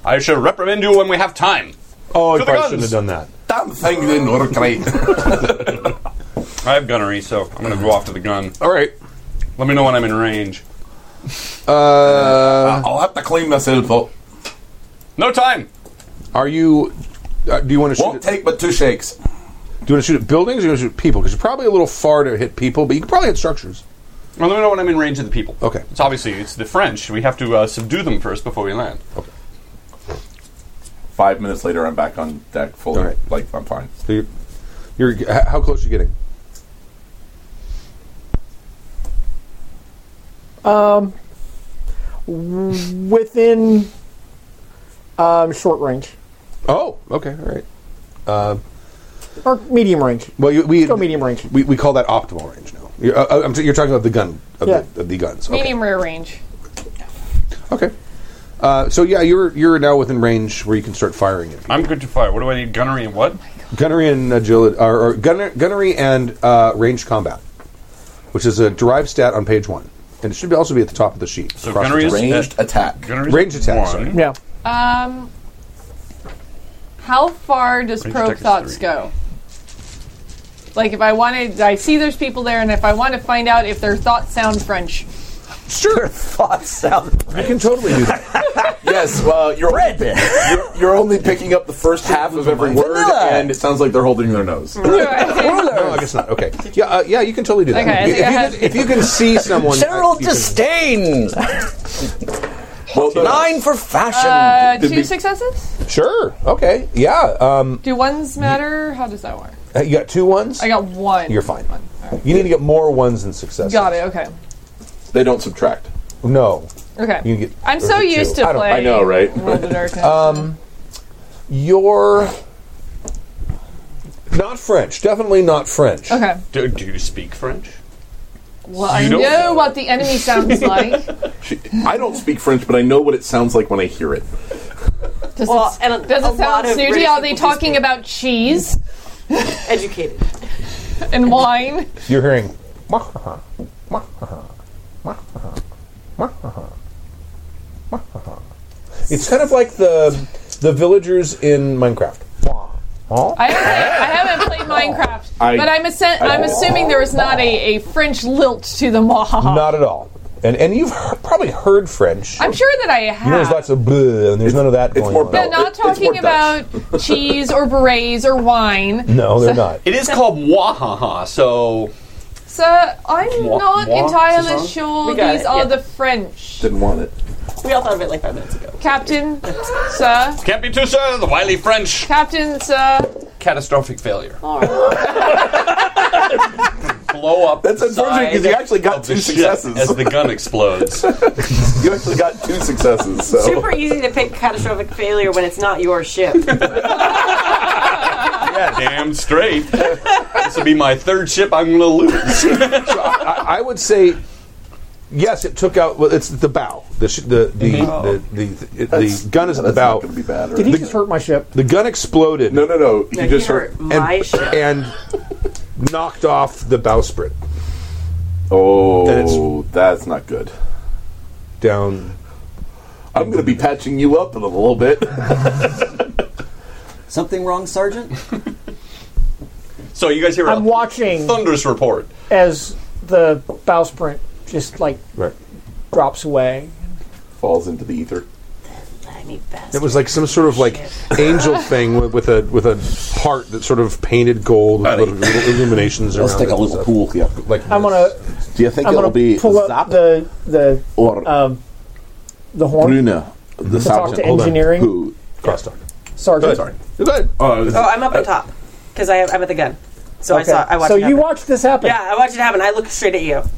I shall reprimand you when we have time. Oh, To I the probably shouldn't guns. have done that. Damn thing didn't work right. <laughs> I have gunnery, so I'm going to go after the gun. Mm. All right. Let me know when I'm in range. Uh, I'll have to clean myself up. No time. are you? Uh, do you want to shoot? Won't At, take but two shakes. do you want to shoot at buildings or do you want to shoot at people? Because you're probably a little far to hit people, but you can probably hit structures. Well, let me know when I'm in range of the people. Okay. It's obviously it's the French. We have to uh, subdue them first before we land. five minutes later, I'm back on deck full. All right. Like I'm fine. So you're, you're h- how close are you getting? within um, short range Oh, okay, all right. or medium range. Well, you, we go medium range. We, we call that optimal range now. You're, uh, uh, I'm t- you're talking about the gun of, Yeah. the, of the guns. Okay. Medium rare range. Okay. Uh, so yeah, you're you're now within range where you can start firing at people. I'm good to fire. What do I need? Gunnery and Oh what? Gunnery and agility, or, or gunner, gunnery and uh, ranged combat, which is a derived stat on page one, and it should be- also be at the top of the sheet. So across the gunnery top. is Ranged attack. Gunnery's Range attack, sorry. One. Yeah. Um, how far does Range probe attack is thoughts three. go? Like, if I wanted, I see there's people there, and if I want to find out if their thoughts sound French, Sure. Thoughts sound. you can totally do that. yes. Well, you're Bread. <laughs> You're, you're only picking up the first half of every word, Vanilla. and it sounds like they're holding their <laughs> nose. no, I guess not. Okay. Yeah, uh, yeah, you can totally do that. Okay, I if, think I you had- can, if you can <laughs> see someone, General uh, you can- disdain. well, the- Nine for fashion. uh, two successes. Sure. Okay. Yeah. Um, Do ones matter? How does that work? you got two ones. I got one. You're fine. One. All right. You need to get more ones than successes. Got it. Okay. they don't subtract. No. Okay. You get- I'm or so is it used two? I to don't- playing. I know, Oh, right? World of Darkness. Um, You're not French. Definitely not French. okay. Do, do you speak French? Well, I know, don't know. what the enemy sounds <laughs> like. She, I don't speak French, but I know what it sounds like when I hear it. Does Well, it, and a- does a it lot sound of snooty? British Are they people do talking speak about cheese Educated. and wine? You're hearing. It's kind of like the the villagers in Minecraft. I haven't, I haven't played <laughs> Minecraft, I- but I'm assen- I- I'm assuming there is not a, a French lilt to the mwahaha. Not at all. And and you've he- probably heard French. I'm sure that I have. you know, there's lots of bleh, and there's none of that it's going more on. They're Bel- not It- it's talking more Dutch. about cheese or berets or wine, No, they're <laughs> not. It is called Mwahaha, so so I'm Moi- not moi, entirely Suzanne? sure We got these it, are yeah. the French. Didn't want it. We all thought of it like five minutes ago. Captain, sir, can't be too sure. The wily French Captain, sir. catastrophic failure. All right. <laughs> Blow up. That's the unfortunate side 'cause you actually got of the two ship successes. as the gun <laughs> explodes. You actually got two successes. So Super easy to pick catastrophic failure when it's not your ship. yeah, damn straight. this will be my third ship. I'm gonna lose. I, I would say yes. It took out. Well, it's the bow. The sh- the the the, the, the, That's- the gun is at the that's bow. not going to be bad. Did he right? just hurt my ship? The gun exploded. no, no, no. He just hurt. my and, ship. and knocked off the bowsprit Then Oh, it's- that's not good. down. I'm going to be patching you up in a little bit. Something wrong, Sergeant? so you guys hear? a I'm watching Thunderous report. as the bowsprit just like Right. drops away. Falls into the ether. It was like some sort of like <laughs> angel thing with, with a with a heart that sort of painted gold with little, little illuminations around it. pool here. Like I'm this. gonna Do you think I'm it'll gonna be pull up Zap the the or um, the horn Bruna, the to talk to sergeant? hold on. engineering Who? crosstalk. sergeant. Sorry. Go ahead. Oh, I'm up at top because I'm at the gun. So I Okay. saw. I watched. so it you happen. watched this happen. Yeah, I watched it happen. I look straight at you. <laughs>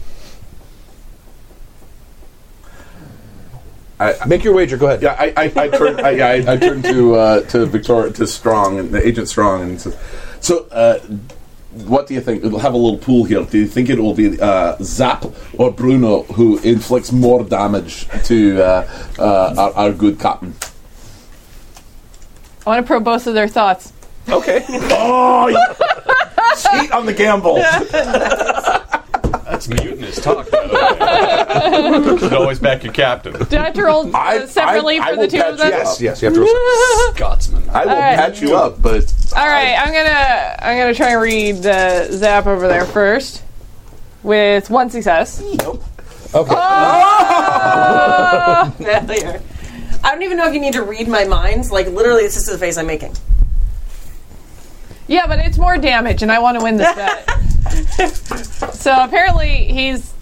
Make your wager. Go ahead. Yeah, I, I, I turned. I, yeah, I, I turned to uh, to Victoria to Strong and the agent Strong and says, "So, uh, what do you think? It'll have a little pool here. Do you think it will be uh, Zap or Bruno who inflicts more damage to uh, uh, our, our good captain?" I want to probe both of their thoughts. Okay. oh, yeah. cheat on the <laughs> gamble. That's mutinous talk. By the way. You should always back your captain, Do I have to roll I- uh, separately I- I for will the two of them? catch- yes. Yes. Yes. You have to. roll Scotsman. I will Alright. patch you up, but All right, I'm gonna I'm gonna try and read the zap over there first with one success. some. Okay. Failure. I don't even know if you need to read my minds. Like literally, this is the face I'm making. Yeah, but it's more damage, and I want to win this bet. so apparently he's,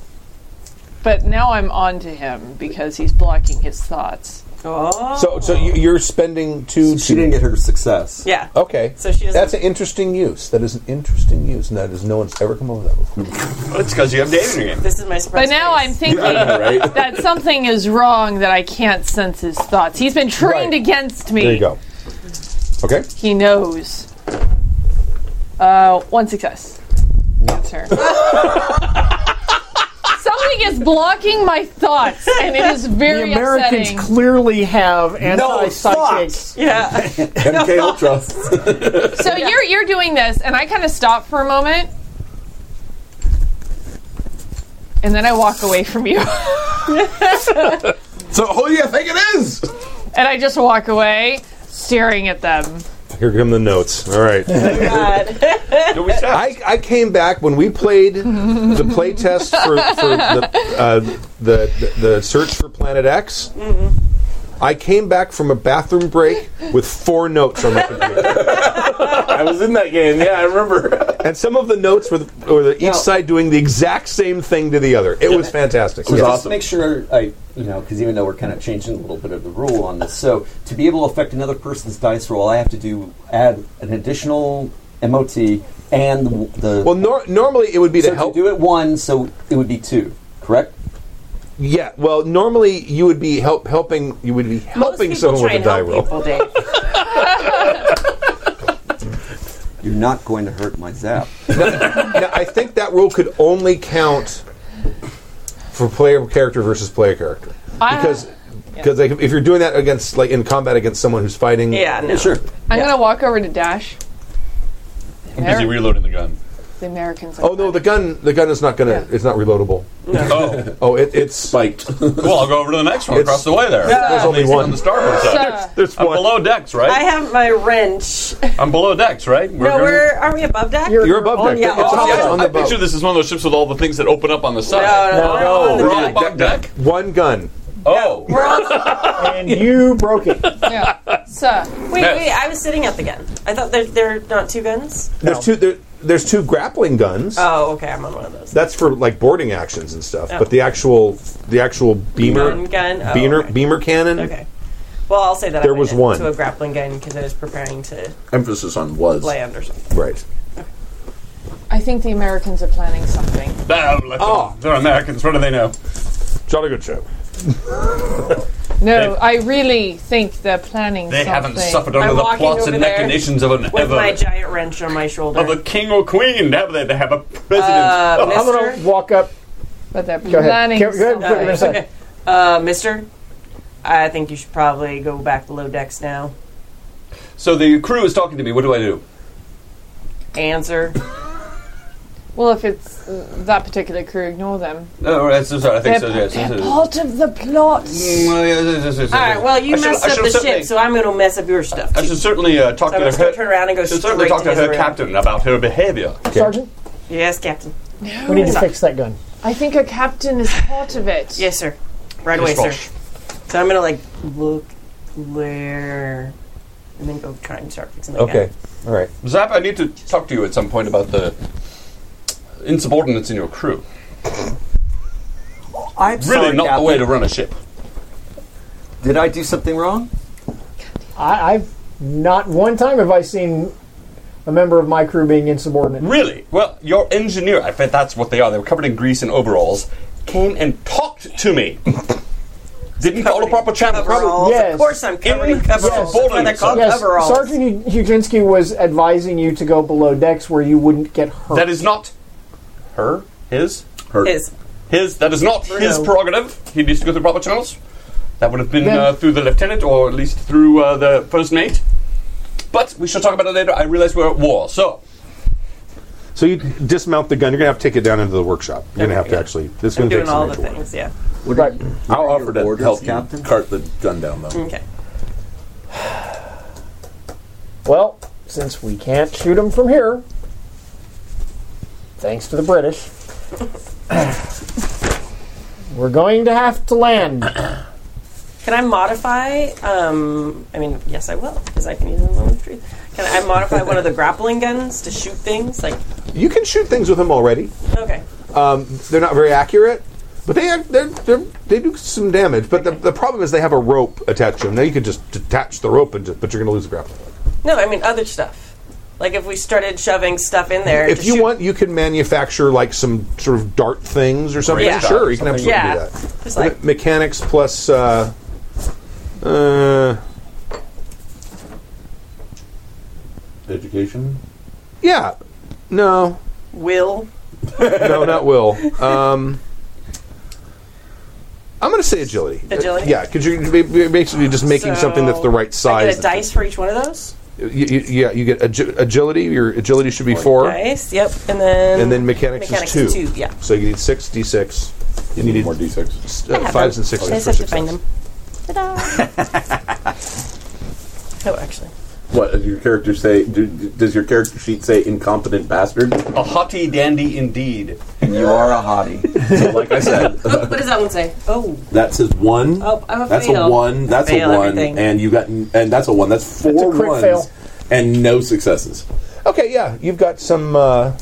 but now I'm on to him because he's blocking his thoughts. Oh. So, so you- you're spending two. <laughs> She didn't get her success. yeah. Okay. So she doesn't- That's an interesting use. That is an interesting use, and that is no one's ever come up with that before. It's because you have Dave in your game. This is my surprise. But now face. I'm thinking <laughs> that something is wrong that I can't sense his thoughts. He's been trained Right. against me. There you go. Okay. He knows. Uh, one success. That's her. <laughs> something is blocking my thoughts, and it is The very Americans upsetting. clearly have anti-psychic. thoughts. Yeah. MK Ultra. so you're you're doing this, and I kind of stop for a moment, and then I walk away from you, <laughs> So who do you think it is? and I just walk away, staring at them. Here come the notes. All right. God. Do we stop? I, I came back when we played the play test for, for the, uh, the the search for Planet X. Mm-hmm. I came back from a bathroom break with four notes on my computer, I was in that game. Yeah, I remember. and some of the notes were, the, were the, each side doing the exact same thing to the other. It was fantastic. was Yeah. awesome. Just make sure I, you know, because even though we're kind of changing a little bit of the rule on this, so to be able to affect another person's dice roll, I have to do add an additional MOT and the. the Well, nor- normally it would be so to help. do it one, so it would be two, correct? yeah. Well, normally you would be help helping. You would be Most helping people someone with try a and die help roll. people, Dave. You're not going to hurt my <laughs> zap. Now, I think that rule could only count for player character versus player character I- Uh, because because like, if you're doing that against like in combat against someone who's fighting, Yeah. No. sure. I'm gonna walk over to Dash. I'm busy reloading the gun. The Americans. Are Oh no, the gun the gun is not gonna Yeah. it's not reloadable. Oh, <laughs> Oh, it, it's like Spiked. well, I'll go over to the next one It's- across the way there. there's only On one. the starboard side. There's I'm one. below decks, I right? have my wrench. I'm below decks, right? We're No, gonna- we're are we above deck? You're above deck. yeah, It's oh, on- yeah. it's on I the boat. picture this is one of those ships with all the things that open up on the side. no, no, no, We're we're on on the above deck. One gun. Oh, We're all, <laughs> and you broke it. <laughs> Yeah. So, wait, No. wait. I was sitting at the gun. I thought there there are not two guns. There's two there, there's two grappling guns. Oh, okay. I'm on one of those. That's for like boarding actions and stuff. Oh. But the actual the actual beamer Gun, gun. Oh, beamer okay. beamer cannon. Okay. Well, I'll say that There I made was it one. to a grappling gun because I was preparing to Emphasis on was. land or something. Right. I think the Americans are planning something. Ah, let them- Oh. they're Americans. What do they know? Jolly good show. No, I really think they're planning They something. haven't suffered I'm under the walking plots and over there machinations of an With ever my giant wrench on my shoulder. of a king or queen, <laughs> have they? They have a president. <laughs> uh, I'm mister, going to walk up. But they're Go ahead. planning Go, go ahead. What something. you're gonna say. Okay. uh, mister, I think you should probably go back below decks now. so the crew is talking to me. What do I do? Answer. Well, if it's uh, that particular crew, ignore them. Oh, right, so sorry. I think They're, so. Yes. they're yes, yes. part of the plot. Mm, well, yes, yes, yes, yes, All yes. right. Well, you I should- messed I up should the certainly- ship, so I'm going to mess up your stuff. I too. should certainly uh, talk So I'm to just her. gonna turn around and go should certainly straight to talk to his her room. captain about her behavior. Sergeant, yes, Captain. we need to fix that gun. I think a captain is part of it. Yes, sir. Right away, sir. So I'm going to like look there, and then go try and start fixing that. Okay. gun. All right. Zap, I need to talk to you at some point about the insubordinates in your crew. I'm Really, sorry, not Captain. the way to run a ship. Did I do something wrong? I, I've not one time have I seen a member of my crew being insubordinate. Really? Well, your engineer, I bet that's what they are. They were covered in grease and overalls. Came and talked to me. Didn't follow proper channel. Overalls. Yes. Of course, I'm covering In- coveralls. Yes. That's why they're called Yes, overalls. Sergeant Huginski was advising you to go below decks where you wouldn't get hurt. That is not her, his, Her. Is- his. That is not his Bruno. prerogative. He needs to go through proper channels. That would have been Then- uh, through the lieutenant, or at least through uh, the first mate. But we shall talk about it later. I realize we're at war, so So you dismount the gun. You're gonna have to take it down into the workshop. You're gonna have to actually. This is I'm gonna doing take some all the actual work. things. Yeah. Right. I'll offer to Orders, help you Captain? cart the gun down, though. Okay. Well, since we can't shoot them from here, thanks to the British, <coughs> we're going to have <coughs> to land. Can I modify? Um, I mean, yes, I will, because I can use them on the truth. Can I modify one of the grappling guns to shoot things? Like, You can shoot things with them already. okay, Um, they're not very accurate, But they are, they're, they're, they do some damage. But the, the problem is they have a rope attached to them. Now you could just detach the rope, and just, but you're going to lose the grappling hook. No, I mean other stuff. Like if we started shoving stuff in there. If to you shoot- want, you can manufacture like some sort of dart things or something. Yeah. Sure, you can absolutely Yeah. do that. Just like- Me- mechanics plus. Uh, uh, Education. yeah. No. will. No, not will. Um, I'm going to say agility. Uh, Agility? Yeah, because you're ba- ba- basically just making something that's the right I get size. a dice for each one of those. You, you, yeah, you get agi- agility. Your agility should be four. Dice. Yep. And then. And then mechanics, Mechanics is is two. two, yeah. So you need six d6. You need more d6. Uh, fives and sixes I just for have to success. find them. Ta-da. <laughs> oh, actually. What does your character say? Do, does your character sheet say incompetent bastard? A haughty dandy indeed. And you are a hottie. So, like I said, Oh, what does that one say? Oh, that's his one. Oh, I'm a that's fail. a one. That's Fail a one. everything. And you got and that's a one. That's four a crit ones fail. and no successes. Okay, yeah, you've got some. Uh,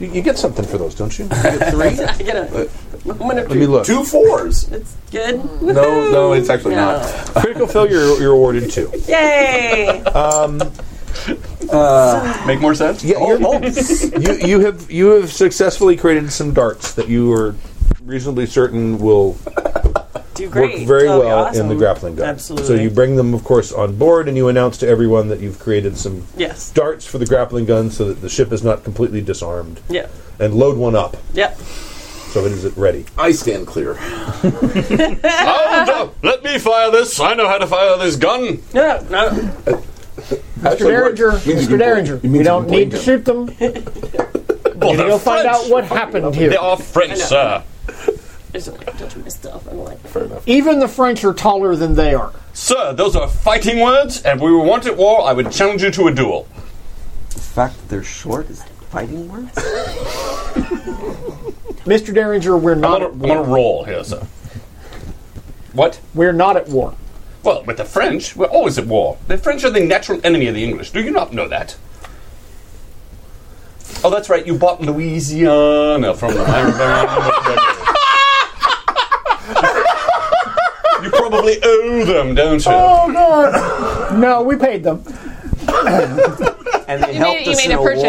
you, you get something for those, <laughs> don't you? you get three. <laughs> I get a. I'm gonna Let me look. Two fours. It's good. No, no, it's actually No. not. Critical failure, you're awarded two. Yay! Make more sense? Yeah, you're- <laughs> you you have you have successfully created some darts that you are reasonably certain will <laughs> Do great. work very That'll be well awesome. in the grappling gun. Absolutely. So you bring them, of course, on board, and you announce to everyone that you've created some Yes. darts for the grappling gun, so that the ship is not completely disarmed. Yeah. And load one up Yep. so it is ready. I stand <laughs> clear. Hold up! Let me fire this. I know how to fire this gun. No, no, no. Mr. Mr. Derringer, Mr. Derringer, we don't need to shoot them. <laughs> You need to go find out what happened here. They are French, sir. It's okay. Don't miss stuff. I'm like. Even the French are taller than they are. Sir, those are fighting words, and if we were wanted war, I would challenge you to a duel. the fact that they're short is fighting words. Mr. Derringer, we're I'm not on a, at I'm on a war. roll here, sir. What? We're not at war. Well, with the French, we're always at war. The French are the natural enemy of the English. Do you not know that? Oh, that's right. You bought Louisiana from them. I <laughs> remember. you probably owe them, don't you? Oh God! <coughs> no, we paid them. <laughs> And they made- helped you us made in a a purchase.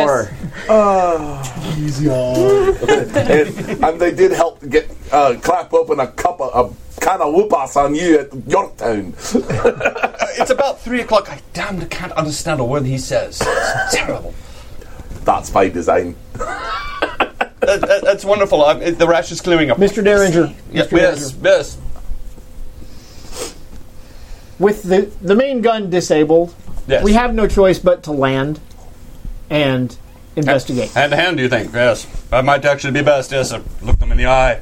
war. and, and they did help get uh, clap open a cup of a kind of whoopas on you at Yorktown. Uh, It's about three o'clock. I damned can't understand a word he says. It's terrible. That's by design. That, that- that's wonderful. I'm, it- the rash is clearing up. Mr. Derringer, Yes, yes, Mr. Derringer, yes. with the the main gun disabled, Yes. we have no choice but to land and investigate. Hand to hand, do you think? Yes. That might actually be best, yes. I look them in the eye.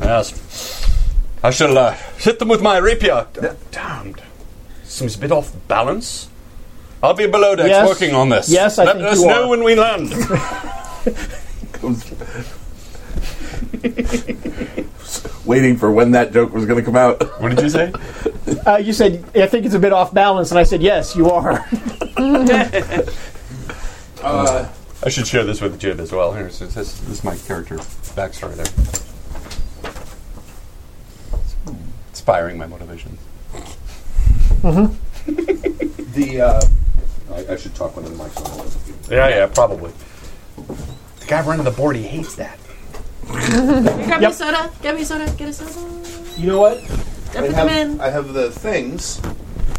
Yes. I shall uh, hit them with my rapier. D- Damned. Seems a bit off balance. I'll be below decks Yes. working on this. Yes, I Let think us you know are. when we land. Waiting for when that joke was going to come out. what did you say? Uh, you said I think it's a bit off balance, and I said yes, you are. I should share this with Jib as well. Here, so this, this is my character backstory there. Inspiring my motivation. The uh, I, I should talk when the mic's on. Yeah, yeah, probably. The guy running the board, he hates that. Grab Yep. me soda. Get me soda. Get a soda. You know what? I put them in. I have the things.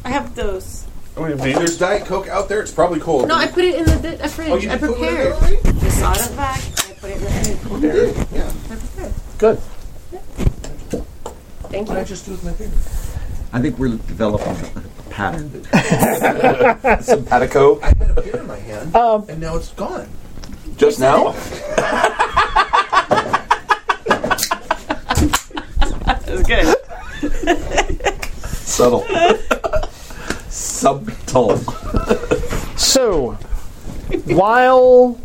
I have those. There's Diet Coke out there. It's probably cold. No, I put it in the, di- a fridge. I prepared. I saw it in the back. I put it in the food. Good. Thank you. I think we're developing a pattern. Simpatico. had a beer in my hand, and now it's gone. Just now. <laughs> It's good. Subtle. <laughs> Subtle. So, while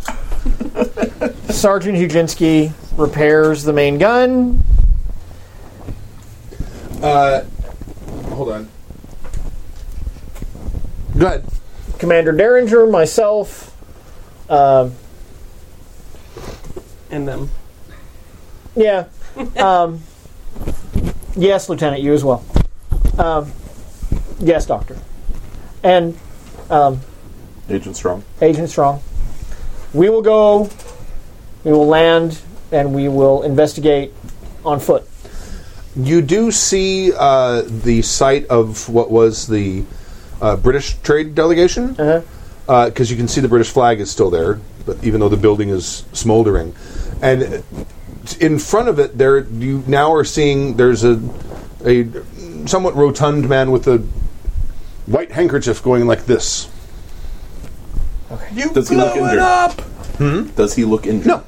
Sergeant Hujinski repairs the main gun, Hold on. Go ahead. Commander Derringer, myself, uh, And them. Yeah. Um, yes, Lieutenant, you as well. Um, yes, Doctor. And um, Agent Strong. Agent Strong. We will go, we will land, and we will investigate on foot. You do see uh, the site of what was the uh, British trade delegation, because you can see the British flag is still there, but even though the building is smoldering, and in front of it, there you now are seeing there's a a somewhat rotund man with a white handkerchief going like this. You Does he look blew it injured? up! Does he look injured? No.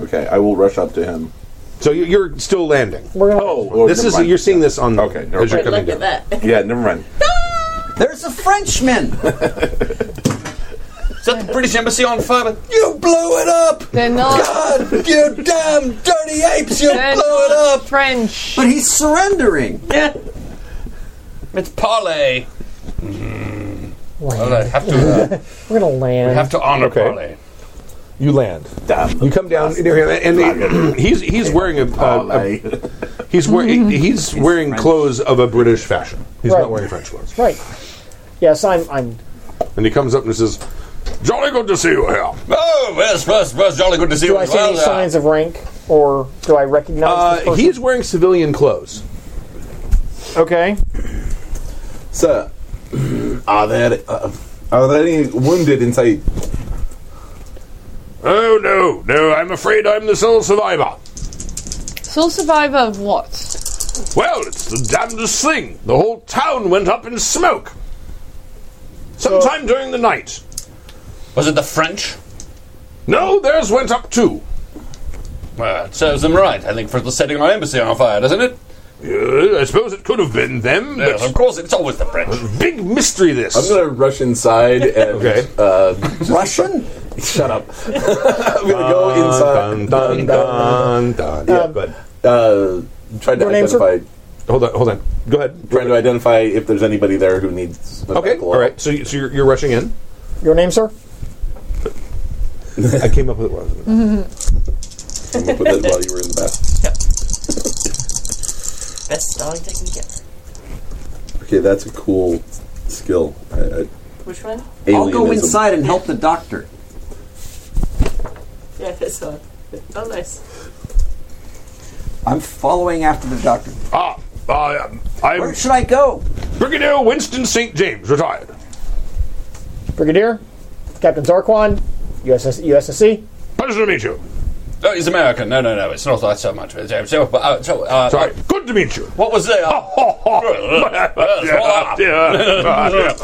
Okay, I will rush up to him. So you- you're still landing. We're gonna, Oh, This never is mind. you're seeing this on Okay, never as you're mind. coming down. Yeah, never mind. There's a Frenchman. Is that the British Embassy on fire? You blew it up! They're not God, you damn dirty apes! You blew They're it not up. French. But he's surrendering. It's parlay. Well, I have to, uh, we're gonna land. have to honor Okay. parlay. You land. Damn. You come down near him, and uh, and <clears throat> he's he's wearing a, Oh, a, a <laughs> He's <laughs> wearing he's, wearing clothes of a British fashion. He's Right. not wearing French clothes. right. Yes, I'm. I'm. And he comes up and says, "Jolly good to see you here." Oh, yes, yes, yes, jolly good to see Do you I as see well. any uh, signs of rank, or do I recognize? this Uh, person? he's wearing civilian clothes. okay. Sir, are there uh, are there any wounded inside? Oh, no, no, I'm afraid I'm the sole survivor. Sole survivor of what? Well, it's the damnedest thing. The whole town went up in smoke. Sometime during the night. Was it the French? No, theirs went up too. Well, it serves them right, I think, for setting our embassy on fire, doesn't it? Uh, I suppose it could have been them, Yes, of but course, it's always the French. big mystery this. Uh, I'm gonna rush inside <laughs> and Okay. uh, Russian? shut up. <laughs> I'm gonna go Dun, inside. dun, dun, dun. Yeah, go ahead. Uh, trying to Your name, sir? identify. Hold on, hold on. Go ahead. Trying to identify if there's anybody there who needs. a Oh. Okay, medical all right. So, you- so you're, you're rushing in. Your name, sir? I came up with it. Wrong. help. I'm gonna put that while you were in the bath. <laughs> Best spelling technique ever. Okay, that's a cool skill. I, I, Which one? <laughs> I'll go alienism. inside and help the doctor. Yeah, this one. Oh, nice. I'm following after the doctor. Ah, I, um, I'm Where should I go? Brigadier Winston St. James, retired. Brigadier? Captain Zarquan? USS, USSC? Pleasure to meet you. Oh, he's American. No, no, no, it's not that so much. It's, uh, So, uh, so, uh, Sorry, good to meet you. <laughs> What was the... Yeah, Uh, yeah,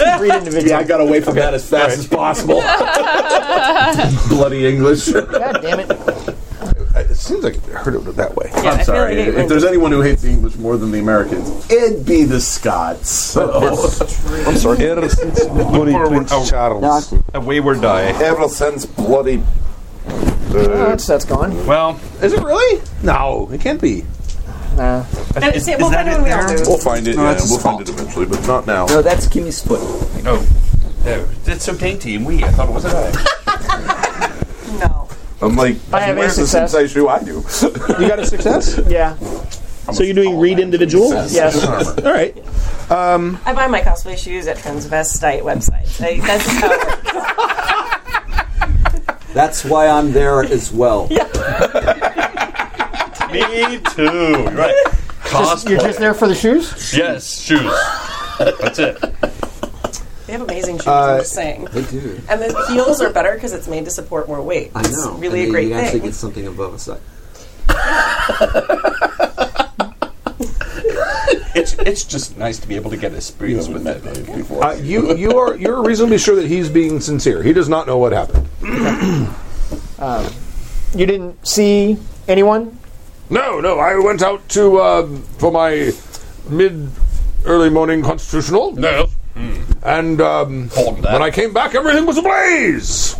yeah. <laughs> Read individual. Yeah, I got away from that as fast as <laughs> possible. Bloody <laughs> English. God damn <laughs> it. It seems like I heard it that way. Yeah, I I'm feel sorry. like it if there's anyone who hates the English more than the Americans, it'd be the Scots. <laughs> So. I'm sorry. Ever since Bloody Prince Charles. a wayward die. Ever since bloody Oh, that's, that's gone. Well, Is it really? No, it can't be. Nah. And see, well, when do we all do? We'll find it. yeah, it's we'll his find it eventually, but not now. No, that's Kimmy's foot. no. There, That's so dainty and wee. I thought it was a die. No. I'm like, I have a where's the success. sensei shoe? I do. You got a success? Yeah. so you're doing read individual? Yes. All right. I buy my cosplay shoes at transvestite websites. I, that's just how <laughs> it works. That's why I'm there as well. Me too. You're Right. Cosplay. You're just there for the shoes? yes, shoes. That's it. They have amazing shoes. I'm just saying. They do. And the heels are better because it's made to support more weight. I know. It's really and a then great you actually thing. get something above us. It's it's just nice to be able to get experience with that. Before. Uh, you you are you're reasonably sure that he's being sincere. He does not know what happened. You didn't see anyone? No, Oh, no, I went out to um, for my mid early morning constitutional. No. And um, Hold that. when I came back, everything was ablaze.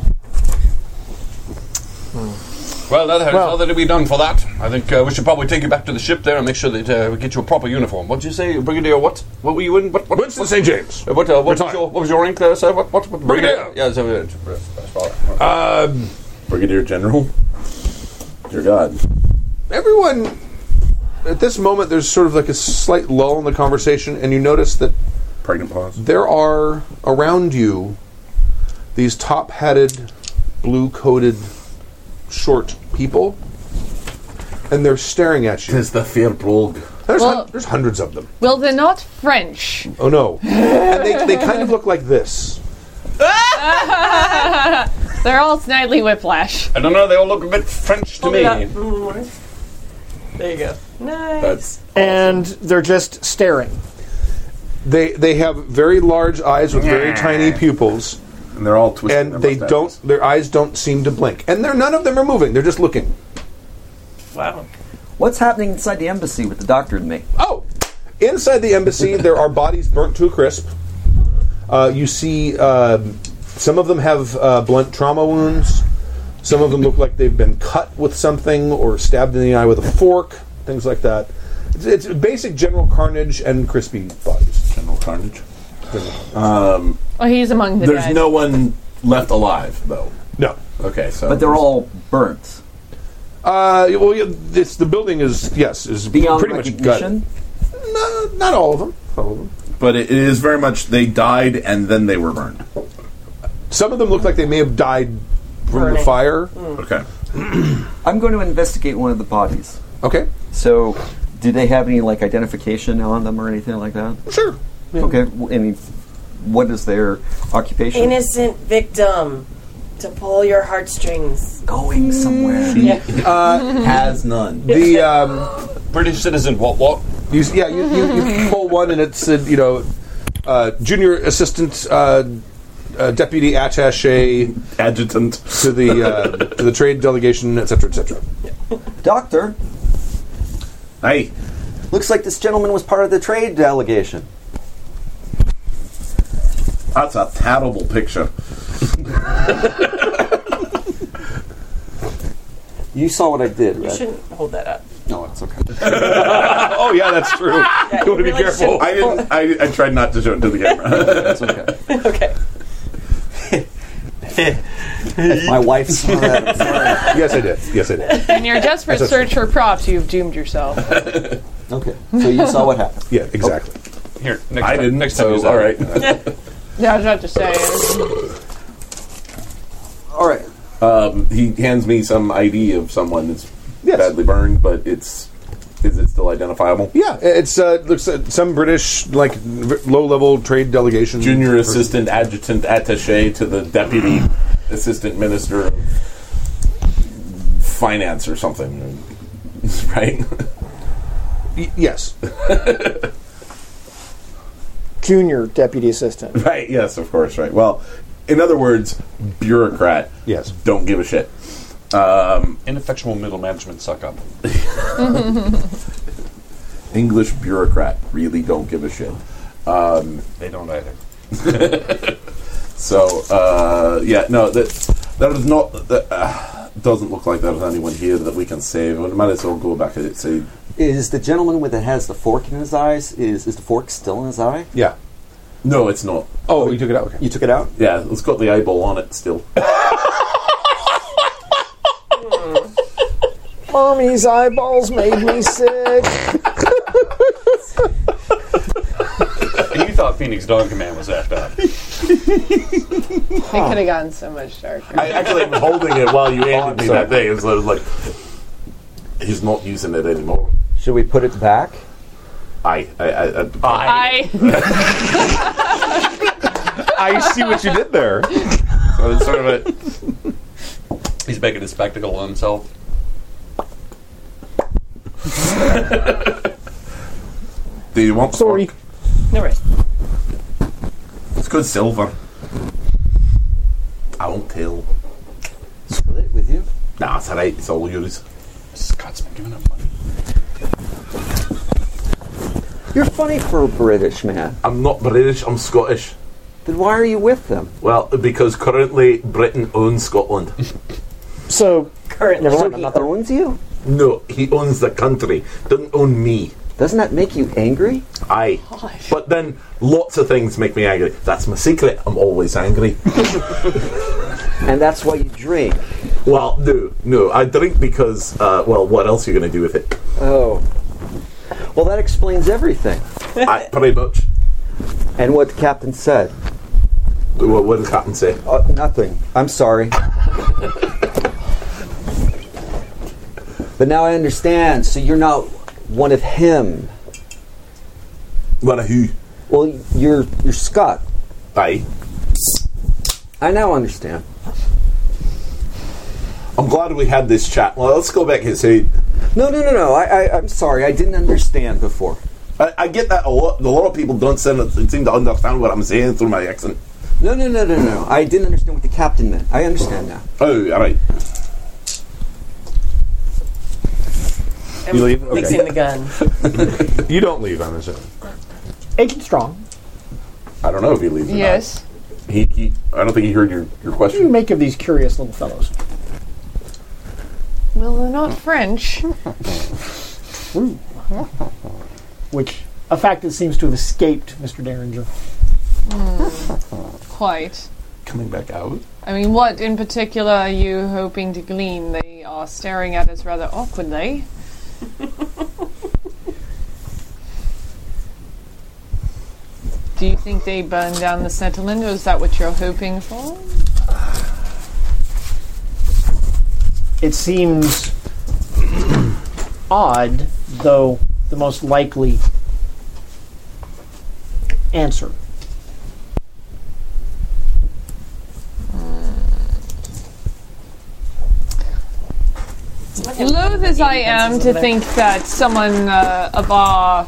Well, that has Well- well, that'll be done for that. I think uh, we should probably take you back to the ship there and make sure that uh, we get you a proper uniform. What did you say, Brigadier? What? What were you in? What? What? Winston St. James. uh, what, uh, what, was Retired. your, what was your rank there, sir? What? What? what Brigadier. uh, Yeah. So, uh, Um, Brigadier General. Dear God. everyone at this moment there's sort of like a slight lull in the conversation and you notice that Pregnant pause. there are around you these top-hatted blue-coated short people and they're staring at you Tis the Firbolg. there's, hun- Well- there's hundreds of them Well, they're not French. oh no and they, they kind of look like this They're all Snidely Whiplash. I don't know. They all look a bit French to me. There you go. Nice. That's and they're just staring. they they have very large eyes with very tiny pupils and they're all twisted. and they don't their eyes don't seem to blink and they're none of them are moving they're just looking Wow. What's happening inside the embassy with the doctor and me? Oh, inside the embassy, there are bodies burnt to a crisp. Uh, you see, um some of them have uh, blunt trauma wounds. Some of them look like they've been cut with something or stabbed in the eye with a fork. Things like that. It's, it's basic general carnage and crispy bodies. General carnage. Oh, he's among the There's dead. no one left alive, though. No. Okay, so. But they're all burnt. Uh, well, yeah, this, the building is yes is Beyond pretty much recognition? gutted. No, not all of them. All of them. But it is very much they died and then they were burned. Some of them look like they may have died from the fire. Okay. I'm going to investigate one of the bodies. Okay. So, do they have any like identification on them or anything like that? Sure. Yeah. Okay. w- Any? What is their occupation? Innocent victim to pull your heartstrings. Going somewhere. uh, Has none. The um, British citizen. What? What? You, s- yeah, you, you, <laughs> you pull one, and it's uh, you know, uh, junior assistant, uh, uh, deputy attaché Adjutant. to the uh, to the trade delegation, etc., cetera, etc. Cetera. Doctor, Hey, looks like this gentleman was part of the trade delegation. that's a terrible picture. You saw what I did, right? You shouldn't hold that up. no, it's <laughs> okay. Oh yeah, that's true. Yeah, you want to be really careful. I didn't. I, I tried not to show it to <laughs> the camera. It's okay. shouldn't. Oh, Okay. My wife <laughs> saw that. I'm sorry. yes, I did. Yes, I did. In your desperate That's a- search for props, you've doomed yourself. Okay. So you saw what happened. Yeah, exactly. Here. Next I time, didn't. Next time. so use that. all right. Yeah, I was about to say. All right. Um, he hands me some ID of someone that's Yes. badly burned, but it's is it still identifiable? Yeah, it's uh, looks uh, some British like low level trade delegation Junior person. assistant adjutant attaché to the deputy assistant minister of finance or something, <laughs> right? Y- yes, Junior deputy <laughs> assistant. right. Yes, of course. Right. Well, in other words, bureaucrat. <laughs> Yes. Don't give a shit. Um, Ineffectual middle management suck up. <laughs> English bureaucrat really don't give a shit. Um, They don't either. <laughs> So uh, yeah, no, that that is not that uh, doesn't look like there's anyone here that we can save. We might as well go back and say <laughs> Is the gentleman with that has the fork in his eyes? Is is the fork still in his eye? yeah. no, it's not. Oh, you took it out. Okay. You took it out. Yeah, it's got the eyeball on it still. Mommy's eyeballs made me sick. you thought Phoenix Dog Command was that uh, bad? It could have gotten so much darker. I actually was holding it while you handed me that thing, and so I was like, he's not using it anymore. Should we put it back? I, I, I, I, I I see what you did there. Well, it's sort of a. He's making a spectacle of himself. do you want? Sorry. No worries. It's good silver. I won't tell. Split it with you. Nah, it's alright. It's all yours. Scott's been giving up money. You're funny for a British man. I'm not British. I'm Scottish. Then why are you with them? Well, because currently Britain <laughs> owns Scotland. So Currently. Never mind. He owns you. No, he owns the country. Doesn't own me. Doesn't that make you angry? Aye. But then lots of things make me angry. That's my secret. I'm <laughs> always angry. And that's why you drink. well, no, no. I drink because, uh, well, what else are you going to do <laughs> with it? Oh. Well, that explains everything. I, pretty much. And what the captain said. What, what did the captain say? Uh, nothing. I'm sorry. <laughs> but now I understand. So you're not one of him. One of who? Well, you're you're Scott. Aye. I now understand. I'm glad we had this chat. Well, let's go back inside. No, no, no, no. I, I I'm sorry. I didn't understand before. I, I get that a lot. A lot of people don't seem to, seem to understand what I'm saying through my accent. No, no, no, no, no. I didn't understand what the captain meant. I understand now. Oh, all right. You leave? Fixing the gun. You don't leave, I'm assuming. Agent Strong, I don't know if he leaves. or not. Yes. He, he. I don't think he heard your, your what do you question. make of these curious little fellows? Well, they're not French. Which a fact that seems to have escaped Mr. Derringer. Quite. Coming back out. I mean, what in particular are you hoping to glean? They are staring at us rather awkwardly. Do you think they burned down the settlement, or is that what you're hoping for? It seems odd, though the most likely answer. Loath as I am to think that someone uh, of our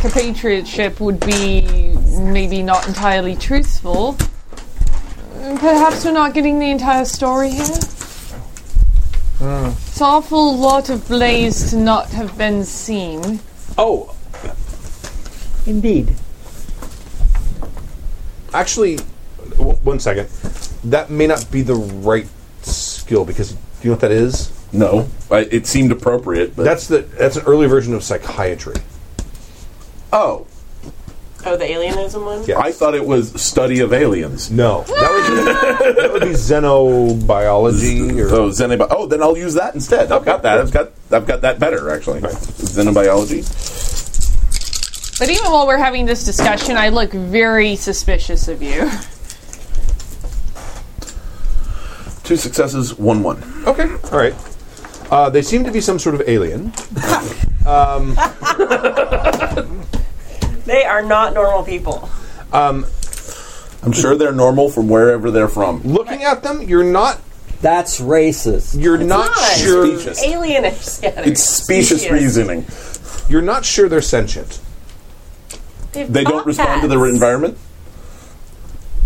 compatriotship would be maybe not entirely truthful, perhaps we're not getting the entire story here. It's an awful lot of blaze to not have been seen. Oh, Indeed. Actually, w- one second. That may not be the right skill because do you know what that is? no. I, it seemed appropriate, but That's the that's an early version of psychiatry. oh. Oh, the alienism one? Yes. I thought it was study of aliens. no, that would be, that would be xenobiology or So xenobi- Oh, then I'll use that instead. I've got that. I've got. I've got that better actually. Xenobiology. But even while we're having this discussion, I look very suspicious of you. <laughs> Two successes. One one. Okay. All right. Uh, they seem to be some sort of alien. They are not normal people. I'm sure they're normal from wherever they're from. Looking at them, you're not That's racist. you're not, not. sure Specious. Alienists. Yeah, they're It's specious reasoning. you're not sure they're sentient. They don't respond to their environment.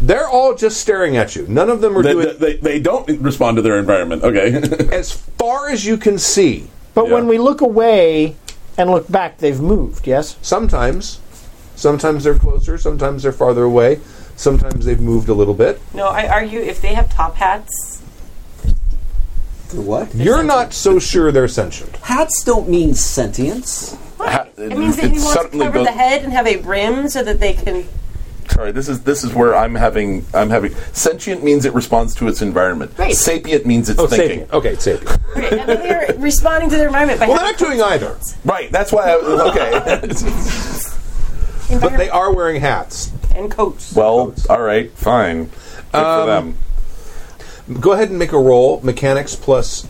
They're all just staring at you. None of them are They, doing they, they, they don't respond to their environment. Okay. as far as you can see. But Yeah. when we look away and look back, they've moved, yes? Sometimes, sometimes they're closer. Sometimes they're farther away. Sometimes they've moved a little bit. No, I argue if they have top hats, What? You're not so sure they're sentient. Hats don't mean sentience. <laughs> it means that It he wants to certainly cover the does- head and have a brim so that they can. Sorry, this is this is where I'm having I'm having sentient means it responds to its environment. Right. Sapient means it's thinking. Oh, sapient. Okay, sapient. Right, and then <laughs> they're responding to their environment by Well, they're having not doing either, Right. That's why. I, <laughs> okay. <laughs> but they are wearing hats. and coats. well, all right, fine. Good Um, for them. Go ahead and make a roll. Mechanics plus.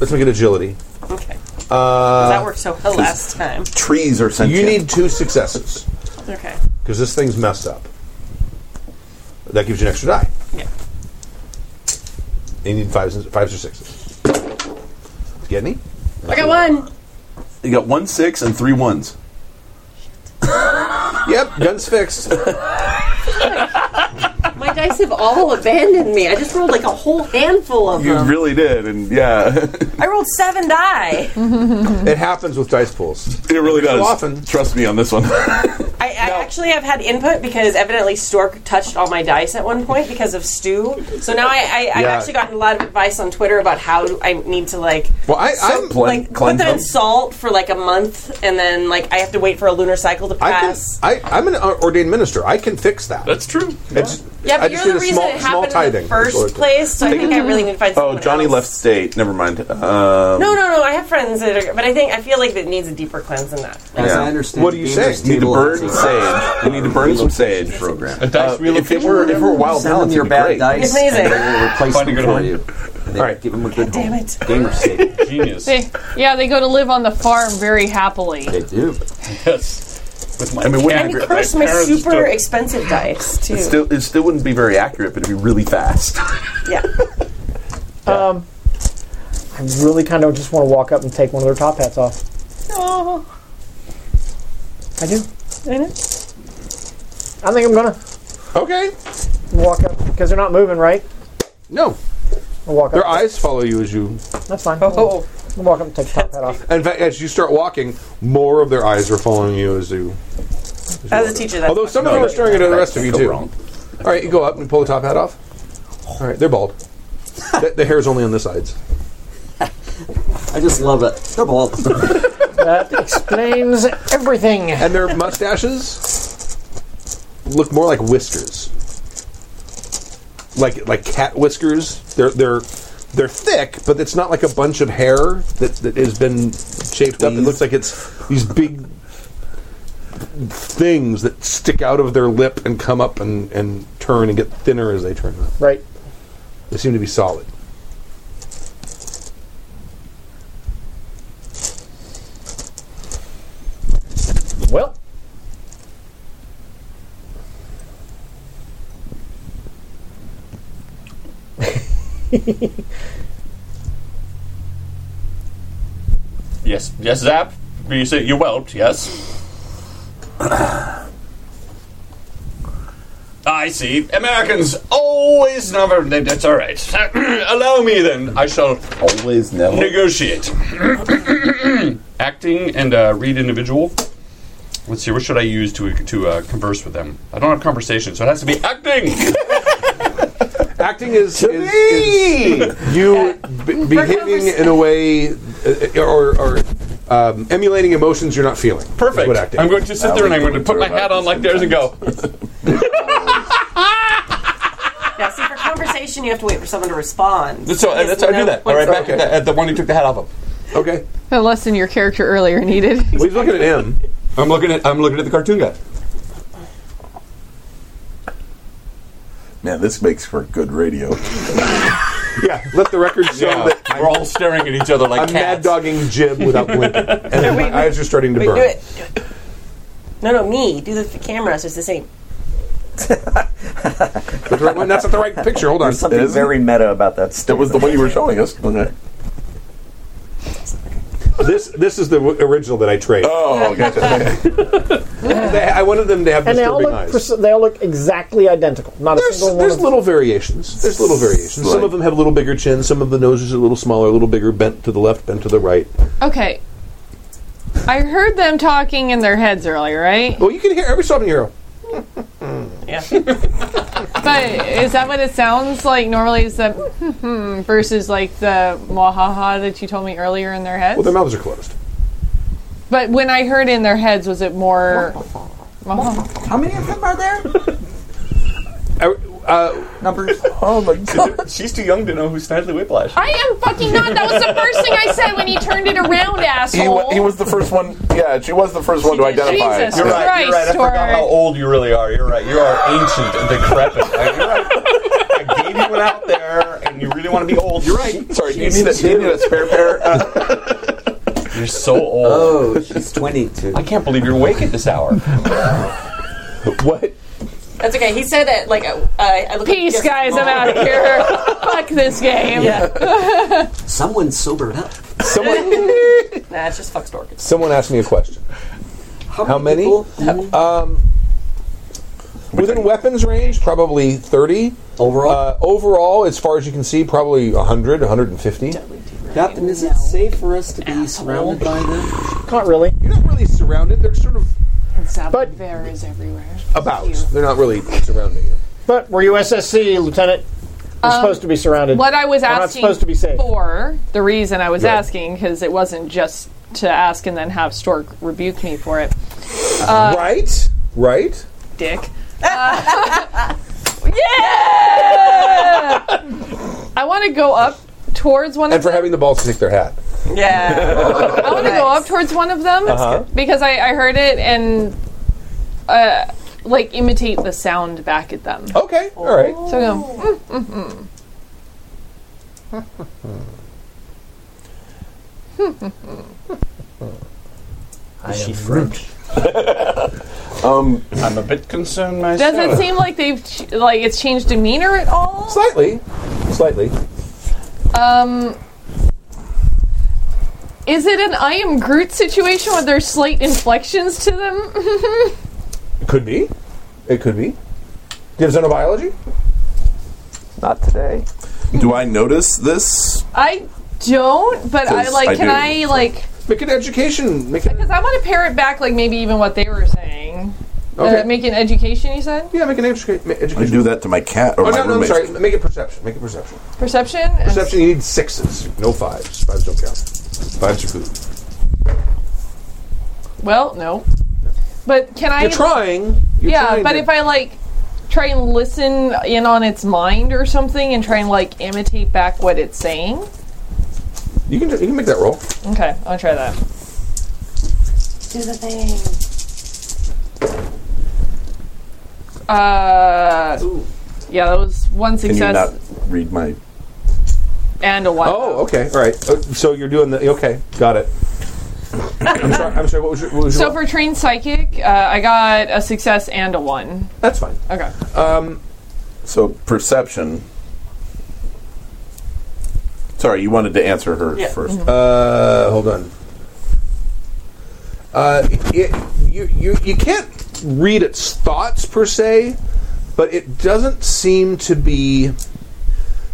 Let's make it agility. Okay. uh, that worked so well last time. Trees are sentient. You need two successes Okay. because this thing's messed up. That gives you an extra die. Yeah. You need fives, fives or sixes. Get any? I got one. You got one six and three ones. Yep, gun's fixed. My dice have all abandoned me. I just rolled like a whole handful of You them. really did, and yeah, <laughs> I rolled seven die. It happens with dice pools. it really does. often. Trust me on this <laughs> one. I, I actually have had input because evidently Stork touched all my dice at one point because of Stu. So now I, I, I've Yeah. actually gotten a lot of advice on Twitter about how do I need to like Well, I, so- I'm Clean- like put cleanse them in them. salt for like a month, and then like I have to wait for a lunar cycle to I can, pass. I, I'm an ordained minister. I can fix that. That's true. It's, yeah, but I just you're the need a reason small, it small happened in tithing. the first place. So I think I really need to find. oh, someone Johnny else. left state. Never mind. Um, No, no, no. I have friends that are, but I think I feel like it needs a deeper cleanse than that. As Yeah. I understand, What do you gamers say? We need to burn stabilize sage. We need to burn some sage. Uh, program. Dice Uh, If it <laughs> were, if it were wild Sell them balance, your bad great. dice, Amazing. and they will replace Find them a good for home. you. And they All right. give them a good Damn home. it. Gamer state. genius. They, yeah, they go to live on the farm very happily. They do. Yes. With my I mean, when I- And he cursed my parents super took- expensive dice too. It still, it still wouldn't be very accurate, but it'd be really fast. yeah. I really kind of just want to walk up and take one of their top hats off. Oh, I do. isn't it? I think I'm gonna Okay. walk up because they're not moving, right? No, I'll walk their up. eyes follow you as you. That's fine. Oh. I'll walk up and take the top hat off. In fact, as you start walking, more of their eyes are following you as you. As a teacher, that's Although some of them are staring at the rest of you too. All right, you go up and pull the top hat off. All right, they're bald. the, the hair's only on the sides. I just love it. <laughs> They're bald. That explains <laughs> everything. and their mustaches look more like whiskers, like like cat whiskers. They're they're they're thick, but it's not like a bunch of hair that, that has been shaped up. It looks like it's these big things that stick out of their lip and come up and, and turn and get thinner as they turn up. Right. They seem to be solid. Well. <laughs> Yes, yes, Zap. You say you whelped, yes. <clears throat> I see. Americans always never. That's all right. <clears throat> Allow me then. I shall Always never. negotiate. <coughs> Acting and uh, read individual. Let's see. What should I use to to uh, converse with them? I don't have conversation, so it has to be acting. Acting is, is, is you b- behaving in a way uh, or, or um, emulating emotions you're not feeling. is Perfect. What acting? I'm going to sit there and I'm going to put my hat on like theirs and go. Yeah, see, for conversation, you have to wait for someone to respond. So uh, that's how I do that. All right, back at the, at the one who took the hat off of. okay. The lesson your character earlier needed. Well, he's looking at him. I'm looking at I'm looking at the cartoon guy. Man, this makes for good radio. <laughs> Yeah. Let the record show Yeah, that I'm, we're all staring at each other like I'm mad cats. dogging Jib without <laughs> blinking, and then my eyes are starting to Wait, burn. do it. Do it. No, no, me. Do the f- camera, so it's the same. That's the right one. That's not the right picture. Hold on. It Something is? very meta about that. That Still, was the one you were showing us. Okay. This this is the w- original that I trade. <laughs> Oh, gotcha. They- I wanted them to have And they all disturbing look eyes. pers- they all look exactly identical. Not a There's, single one. there's of- little variations. There's little variations. Some Right. of them have a little bigger chin. Some of the noses are a little smaller, a little bigger, bent to the left, bent to the right. Okay. I heard them talking in their heads earlier, right? Well, you can hear every song hero. But is that what it sounds like normally? Is the <laughs> versus like the wahaha that you told me earlier in their heads? Well, their mouths are closed. but when I heard in their heads, was it more? How many of them are there? Uh, uh, Numbers. Oh my god. She's too young to know who Snidely Whiplash. I am fucking not. That was the first thing I said when he turned it around, asshole. He, wa- he was the first one. Yeah, she was the first one to identify. Jesus You're right. Christ, you're right. I forgot Torg. how old you really are. You're right. You are ancient and decrepit. I, you're right. I gave you one out there, and you really want to be old. You're right. Sorry, do you need a, do you need a spare pair? Uh, <laughs> You're so old. Oh, she's 22. I can't believe you're awake at this <laughs> hour. what? That's okay. He said it like uh, I I look. Peace, yes, guys. mom. I'm out of <laughs> here. Fuck this game. Someone sobered up. Someone, Nah, it's just fuck stork. someone asked me a question. How uh, many? people? Within weapons range, probably 30. Overall? Uh, overall, as far as you can see, probably 100, 150. Uh, Captain, is it safe for us to be surrounded by them? Not really. You're not really surrounded. They're sort of But- there is everywhere. about. They're not really surrounding you. But we're USSC, Lieutenant. We're supposed to be surrounded. What I was We're not asking supposed to be safe. for, the reason I was asking, because it wasn't just to ask and then have Stork rebuke me for it. Uh, right? Right? dick. Uh, <laughs> yeah! I want to go up towards one And of for them. having the balls to take their hat. Yeah. I want to go up towards one of them because I, I heard it and uh, like imitate the sound back at them. Okay, all right. Oh. So I go, I am French. I'm a bit concerned myself. does it seem like they've ch- like it's changed demeanor at all? Slightly. Slightly. Um, is it an I am Groot situation where there's slight inflections to them? <laughs> It could be. It could be. Do you have xenobiology? Not today. Do I notice this? I don't, but I 'Cause like. I can do. I like? Make an education. Make an, Because I want to parrot back, like maybe even what they were saying. Okay. Uh, make an education. You said yeah, make an educa- ma- education. I do that to my cat or my Oh, no, no, I'm roommate. sorry. Make it perception. Make it perception. perception. Perception, you need sixes, no fives. Fives don't count. Fives are food. Well, no. But can I? You're trying. You're yeah, trying but to- if I like try and listen in on its mind or something, and try and like imitate back what it's saying. You can, you can make that roll. Okay, I'll try that. Do the thing. Uh, yeah, that was one Can you success not read my? and a one. Oh, okay. All right. Uh, So you're doing the. Okay, got it. I'm sorry. I'm sorry. What was your. What was your So for trained psychic, uh, I got a success and a one. That's fine. Okay. So perception. Sorry, you wanted to answer her Yeah. first. Mm-hmm. Uh, hold on. Uh, it, you, you, you can't read its thoughts per se, but it doesn't seem to be.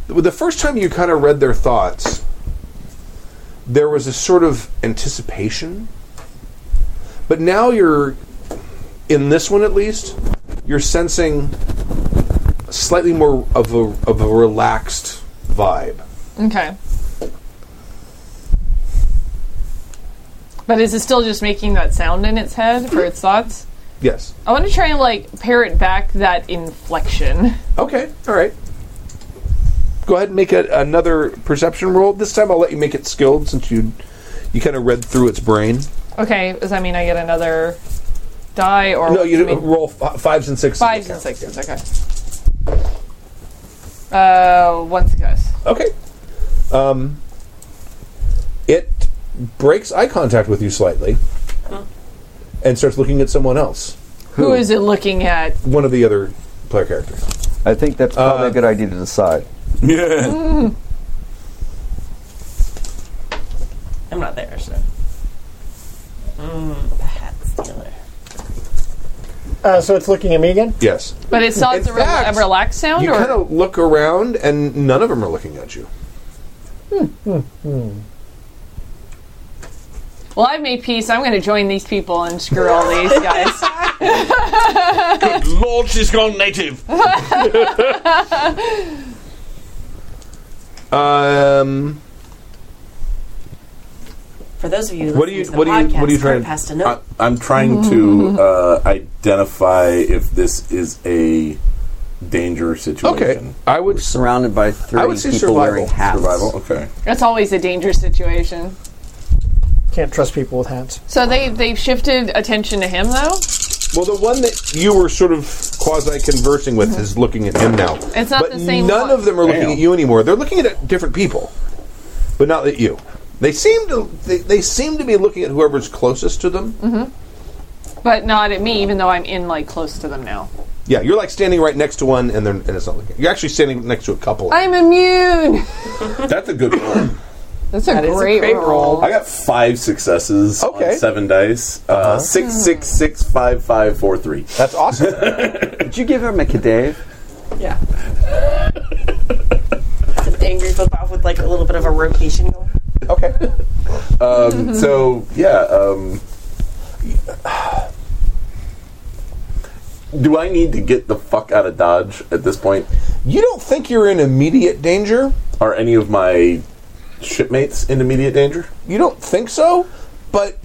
The first time you kind of read their thoughts, there was a sort of anticipation. But now you're, in this one at least, you're sensing slightly more of a, of a relaxed vibe. Okay. But is it still just making that sound in its head for its thoughts? Yes. I want to try and like parrot back that inflection. Okay, all right. Go ahead and make a, another perception roll. This time I'll let you make it skilled since you you kind of read through its brain. Okay, does that mean I get another die or No, you I mean, roll f- fives and sixes. fives and sixes? Okay. Uh, one success. Okay. Um, it breaks eye contact with you slightly and starts looking at someone else. Who is it looking at? One of the other player characters. I think that's Uh, probably a good idea to decide. Yeah. <laughs> I'm not there, so. Mm, the hat stealer. Uh, so it's looking at me again. Yes. But it saw In it's a, re- a fact, relaxed sound, You or kind of look around and none of them are looking at you. well, I've made peace. I'm going to join these people and screw all these guys. Lord, she's gone native. Um, For those of you, What do you- listening to the what do you- podcast, what are you trying Kurt to- has to know. I, I'm trying to uh, identify if this is a danger okay. situation. I would Surrounded by three I would say people survival. wearing hats. Survival. <laughs> Okay. That's always a dangerous situation. Can't trust people with hats. So they they've shifted attention to him though. Well, the one that you were sort of quasi conversing with is looking at him now. It's not but the same None one. of them are looking Damn. at you anymore. They're looking at different people, but not at you. They seem to they, they seem to be looking at whoever's closest to them. Mm-hmm. but not at me, even though I'm in like close to them now. Yeah, you're like standing right next to one, and they're and it's not looking. You're actually standing next to a couple. I'm immune. That's a good one. <laughs> That's a That is a great, great roll. I got five successes Okay. on seven dice. Uh, six, six, six, five, five, four, three. That's awesome. <laughs> Did you give him a cadave? Yeah. <laughs> Just angry flip off with like a little bit of a rotation. going. Okay. Um, so yeah. Um, do I need to get the fuck out of Dodge at this point? you don't think you're in immediate danger? Are any of my shipmates in immediate danger? You don't think so? But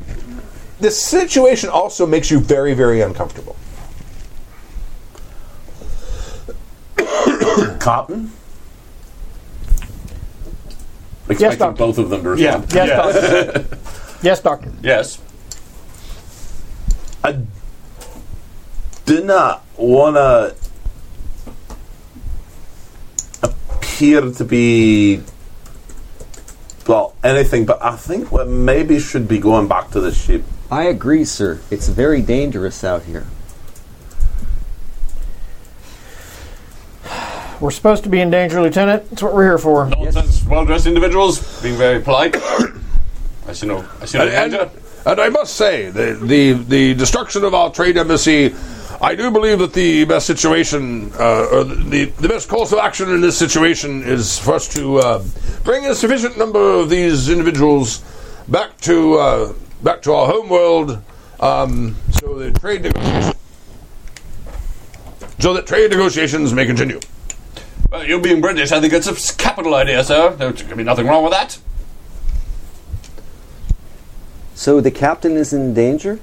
the situation also makes you very, very uncomfortable. Cotton. Expecting Doctor. both of them to respond. Yes, doctor. yes, doctor. Yes. I did not want to appear to be well anything, but I think we maybe should be going back to the ship. I agree, sir. It's very dangerous out here. We're supposed to be in danger, Lieutenant. That's what we're here for. Nonsense, well dressed individuals, being very polite. <coughs> I see no, I see no And, danger. and, and I must say, the, the, the destruction of our trade embassy, I do believe that the best situation, uh, or the, the best course of action in this situation is for us to uh, bring a sufficient number of these individuals back to, uh, back to our home world um, so the trade negotiations. So that trade negotiations may continue. Well, you being British, I think it's a capital idea, sir. There can be nothing wrong with that. So the captain is in danger?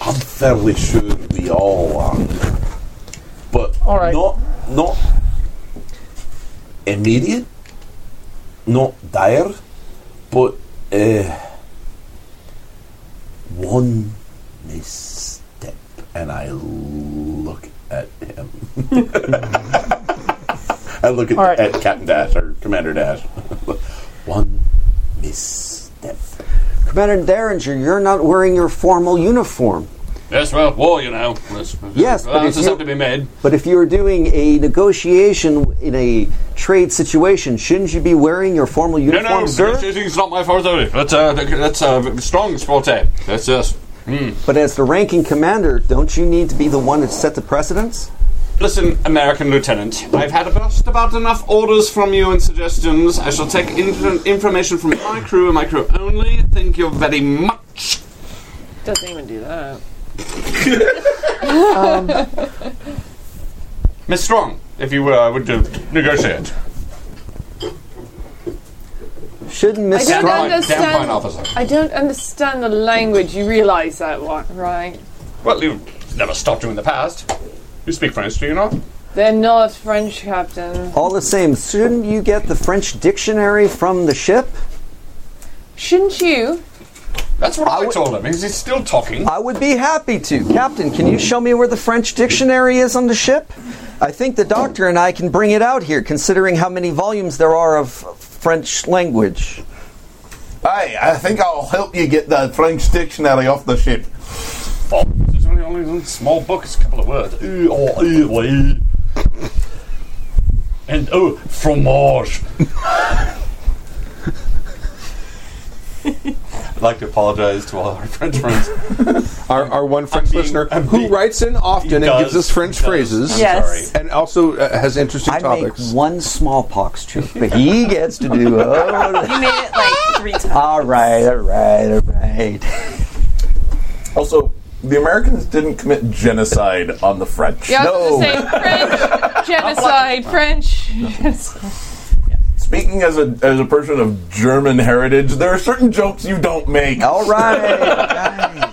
I'm fairly sure we all are, but All right. not not immediate, not dire, but uh, one misstep, and I look at him. <laughs> I look at, All right. at Captain Dash or Commander Dash. <laughs> one misstep. Commander Derringer, you're not wearing your formal uniform. Yes, well, war, you know. Yes, Yes, but if allowances you- have to be made. But if you're doing a negotiation in a trade situation, shouldn't you be wearing your formal No, uniform, no, sir? shooting's not my forte. That's uh, that's uh, Strong's forte. That's us. But as the ranking commander, don't you need to be the one to set the precedence? Listen, American Lieutenant, I've had just about enough orders from you and suggestions. I shall take in- information from my crew and my crew only. Thank you very much. Doesn't even do that. Miss Strong, if you uh, would uh, negotiate. Shouldn't I Miss don't Strong? Damn fine understand. officer. I don't understand the language. You realise that one, right? Well, you've never stopped you in the past. You speak French, do you not? They're not French, Captain. All the same, shouldn't you get the French dictionary from the ship? Shouldn't you? That's what I, told him. Is he still talking? I would be happy to. Captain, can you show me where the French dictionary is on the ship? I think the doctor and I can bring it out here, considering how many volumes there are of French language. Hey, I think I'll help you get the French dictionary off the ship. Oh, There's only, only one small book, it's a couple of words. Ooh, oh, ooh, wee. And oh, fromage. <laughs> I'd like to apologize to all our French friends. Our, our one French being- listener I'm who being- writes in often He and does, gives us French he does. phrases Yes. and also uh, has interesting I topics. make one smallpox joke, but he gets to do. You <laughs> made it like three times. all right, all right, all right. Also, the Americans didn't commit genocide on the French. Yeah, I was no. Oh, going to say <laughs> French genocide. French. Speaking as a as a person of German heritage, there are certain jokes you don't make. All right.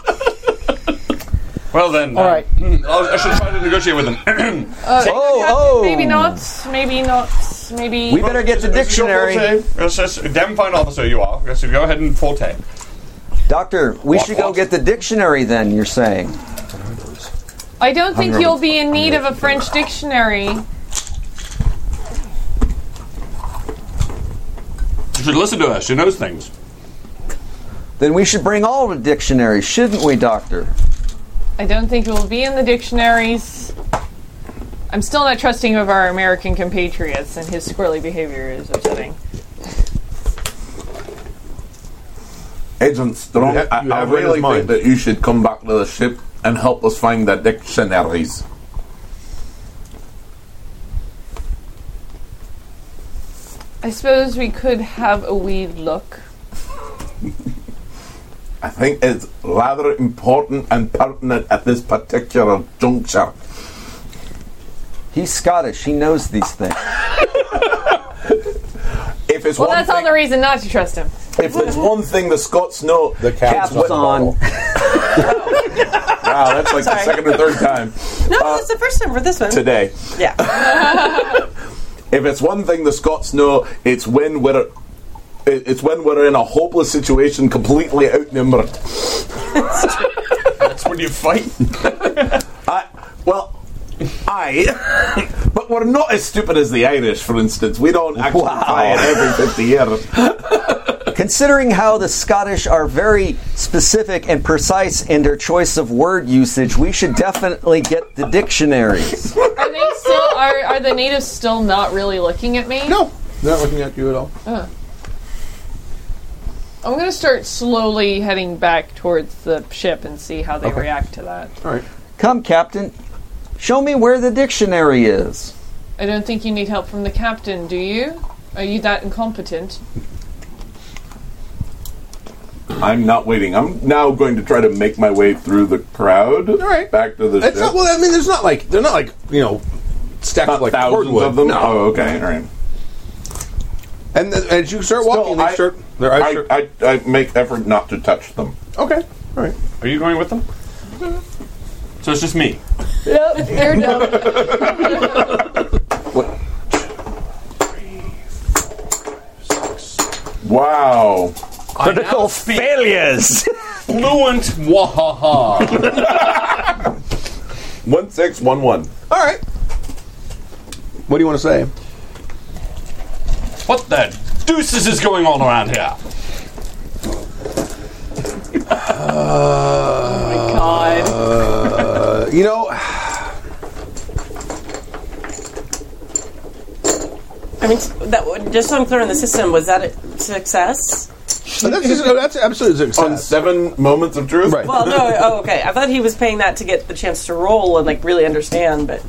Well then, All right. mm, <clears throat> I'll- I should try to negotiate with them. Oh, <clears throat> Captain, oh. Maybe not. Maybe not. Maybe. We better get the Is your eh? dictionary. forte? Yes, yes, damn fine officer you are. Yes, so go ahead and forte. Doctor, we should go get the dictionary then, you're saying. I don't think you'll be in need of a French dictionary. You should listen to her. She knows things. Then we should bring all the dictionaries, shouldn't we, Doctor? I don't think it will be in the dictionaries. I'm still not trusting of our American compatriots, and his squirrely behavior is upsetting. Agent Strong, You ha- you I, I have read his really think mind. that you should come back to the ship and help us find the dictionaries. I suppose we could have a wee look. I think it's rather important and pertinent at this particular juncture. He's Scottish. He knows these things. If it's Well, one that's all thing, the reason not to trust him. if it's one thing the Scots know, The cat's it's what- Caps on. Wow, that's like the second or third time No, that's Oh, the first time for this one. today. Yeah. If it's one thing the Scots know, it's when we're it- it's when we're in a hopeless situation, completely outnumbered. That's when you fight. <laughs> I well, I. <laughs> but we're not as stupid as the Irish, for instance. We don't actually Wow. fire every fifty years. Considering how the Scottish are very specific and precise in their choice of word usage, we should definitely get the dictionaries. Are they still? Are are the natives still not really looking at me? Uh. No, they're not looking at you at all. I'm gonna start slowly heading back towards the ship and see how they react to that. Come, Captain. Show me where the dictionary is. I don't think you need help from the captain, do you? Are you that incompetent? I'm not waiting. I'm now going to try to make my way through the crowd. All right. back to the It's ship. not, well, I mean, there's not like they're not like you know stacked Not like thousands cordwood. of them. No. Oh, okay. All right. And then, as you start walking, Still, they I- start. Their eyes I, start- I, I make effort not to touch them. okay. All right. Are you going with them? So it's just me. Nope, <laughs> they're dumb. Wow. Critical failures. Fluent wahaha. One six one one. All right. What do you want to say? what the deuces is going on around here? God. Uh, you know, <sighs> I mean, that would- just so I'm clear on the system, was that a success? that's just, that's absolutely <laughs> On success. seven moments of truth. Right. Well, <laughs> no. Oh, okay. I thought he was paying that to get the chance to roll and like really understand, but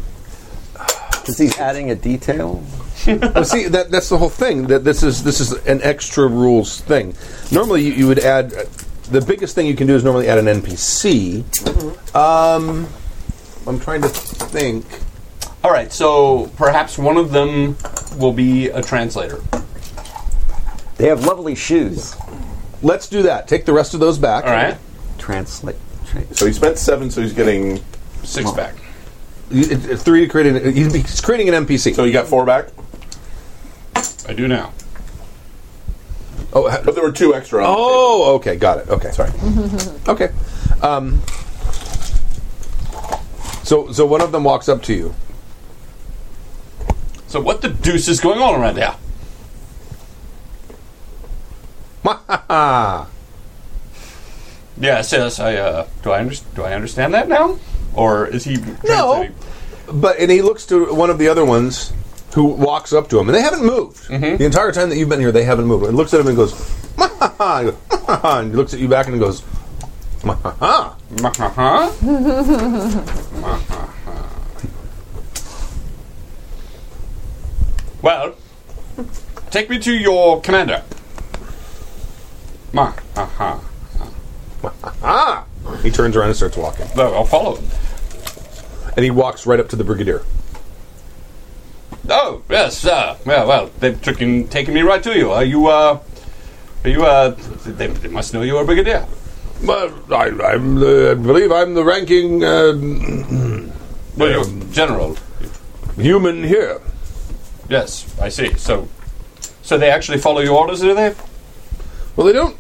Is he adding a detail? Well, see, that, that's the whole thing. That this is this is an extra rules thing. Normally, you, you would add uh, the biggest thing you can do is normally add an NPC. Mm-hmm. Um, I'm trying to think. All right, so perhaps one of them will be a translator. They have lovely shoes. Let's do that. Take the rest of those back. All right, Translate. trans- So he spent seven, so he's getting. six back. You, it- it- three to create an. He's be- he's creating an NPC. So he got four back. I do now. oh, ha- But there were two extra. On the table. oh, okay, got it. Okay, <laughs> sorry. okay. Um, so, so one of them walks up to you. So what the deuce is going on around here? Ah. yes, yes. I uh, do. I under- do. I understand that now, or is he translating? But and he looks to one of the other ones who walks up to him, and they haven't moved the entire time that you've been here. They haven't moved. And looks at him and goes, "Ma ha ha," and, he goes, "Ma ha ha," and he looks at you back and goes, "Ma ha ha." Uh-huh. <laughs> well, take me to your commander. Ma, uh-huh. He turns around and starts walking, Well, I'll follow him. and he walks right up to the brigadier. Oh, yes, uh, well, well, they've taken, taken me right to you. Are you, uh, are you, uh, they, they must know you are a brigadier. Well, I, I'm the, I believe I'm the ranking uh, Well, you're general. human here. Yes, I see. So, so they actually follow your orders, do they? Well, they don't.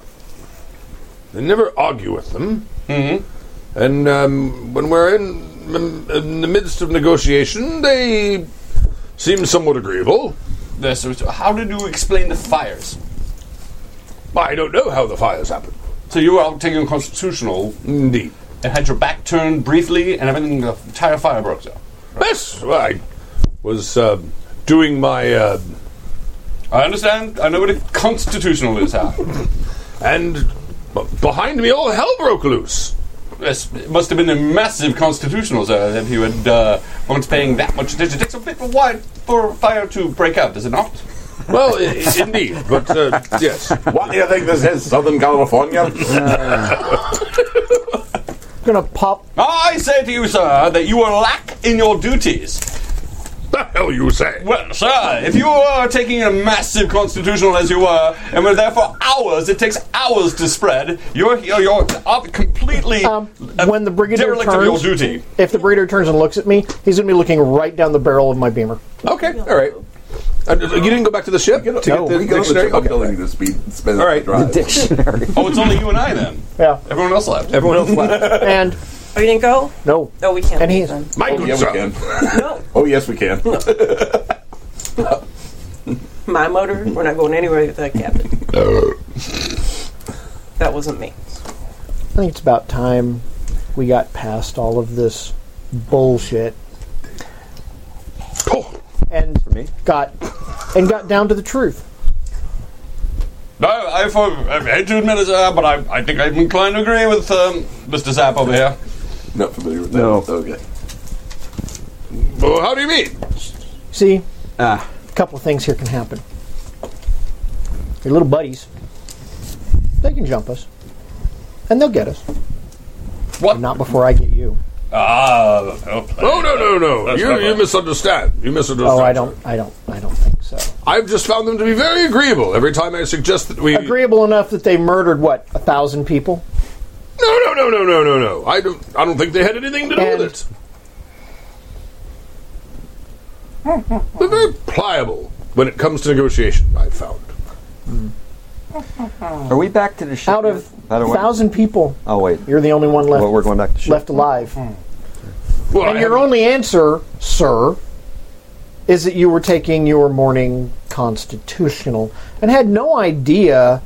They never argue with them. Mm-hmm. And um, when we're in, in in the midst of negotiation, they seem somewhat agreeable. Yes, so- so how did you explain the fires? I don't know how the fires happened. So you were out taking constitutional Indeed. and had your back turned briefly, and everything, the entire fire broke out. Yes, well, I was uh, doing my. Uh, <laughs> I understand. I know what a constitutional is, Hal. and B- behind me, all hell broke loose. This must have been a massive constitutional, sir, if you had uh, weren't paying that much attention. It takes a bit of while for fire to break out, does it not? Well, i- i- indeed, <laughs> but uh, yes. What do you think this is, Southern California? gonna pop. I say to you, sir, that you are lack in your duties. The hell you say? Well, sir, if you are taking a massive constitutional as you were, and were there for hours, it takes hours to spread. You're you're, you're up completely uh, Um, when the brigadier derelict of your turns, duty. if the brigadier turns and looks at me, he's gonna be looking right down the barrel of my beamer. Okay, all right. Uh, you didn't go back to the ship to get No, the we go to the dictionary. ship Okay. building to speed, spend All right. the drive. Dictionary. Oh, it's only you and I then. Yeah, Everyone else left. Everyone else <laughs> left. and Oh, you didn't go? no, No, we can't. and he leave then. My Oh, good yeah, we sir. can. No, Oh, yes, we can. my motor. We're not going anywhere with that <laughs> captain. that wasn't me. I think it's about time we got past all of this bullshit and got and got down to the truth. No, I, for, I hate to admit it, sir, but I, I think I'm inclined to agree with um, Mr. Zapp over here. Not familiar with that. No. Okay. Well, how do you mean? See, Ah. a couple of things here can happen. Your little buddies, they can jump us, and they'll get us. What? Not before I get you. Ah, Oh, no, no, no. That's You, not you right. misunderstand. You misunderstand. Oh, I don't, I don't, I don't think so. I've just found them to be very agreeable every time I suggest that we. Agreeable enough that they murdered what a thousand people. No, no, no, no, no, no, no. I don't, I don't think they had anything to do And- with it. They're very pliable when it comes to negotiation, I've found. Are we back to the ship? Out of yet? I don't a want- thousand people, Oh wait. you're the only one left. Well, we're going back to ship. left alive. Well, And I your haven't- only answer, sir, is that you were taking your morning constitutional and had no idea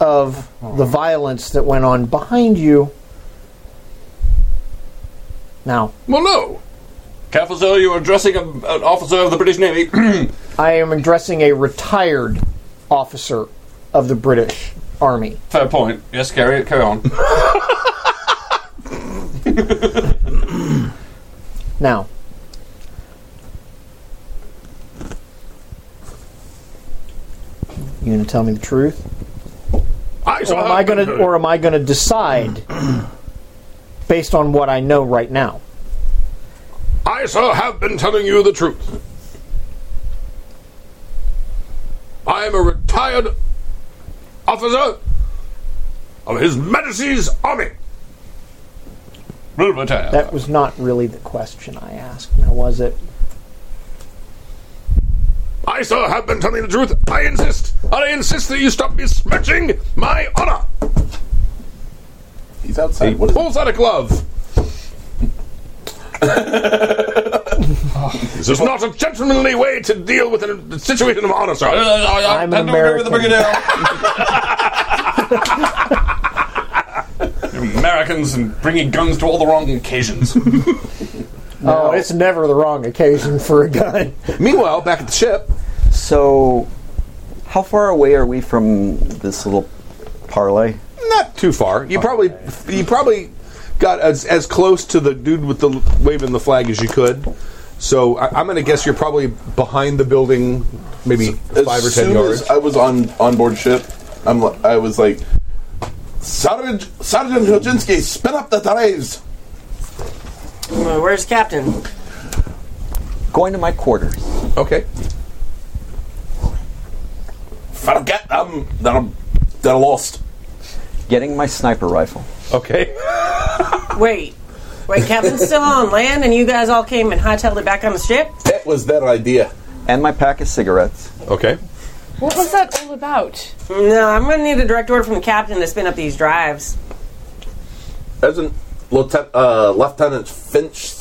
of the violence that went on behind you. Now, Well, no. Careful, sir, you are addressing a, an officer of the British Navy. <clears throat> I am addressing a retired officer of the British Army. Fair point. Yes, carry, carry on. Now, you gonna tell me the truth? I or saw am how I it going to happened. or am I going to decide <clears throat> based on what I know right now? I, sir, have been telling you the truth. I am a retired officer of His Majesty's Army. Rule of attire. That was not really the question I asked, now was it? I, sir, have been telling the truth. I insist. I insist that you stop besmirching my honor. He's outside. What is Pulls out a <laughs> glove. this is not a gentlemanly way to deal with an- a situation of honor, sir. I'm I'm an With the Brigadier. <laughs> Americans and bringing guns to all the wrong occasions. Oh, it's never the wrong occasion <laughs> for a gun. Meanwhile, back at the ship, So, how far away are we from this little parlay? not too far. You probably you probably got as, as close to the dude with the waving the flag as you could. So I, I'm going to guess you're probably behind the building, maybe five or ten soon yards. As I was on on board ship. I'm li- I was like, Sergeant Sergeant Hilginski, spin up the drives. Uh, where's Captain? Going to my quarters. okay. Forget them. They're they're lost. Getting my sniper rifle. Okay. Wait. Wait, Captain's still on land, and you guys all came and hightailed it back on the ship? That was their idea. And my pack of cigarettes. Okay. What was that all about? No, I'm going to need a direct order from the Captain to spin up these drives. Isn't Lieutenant, uh, Lieutenant Finch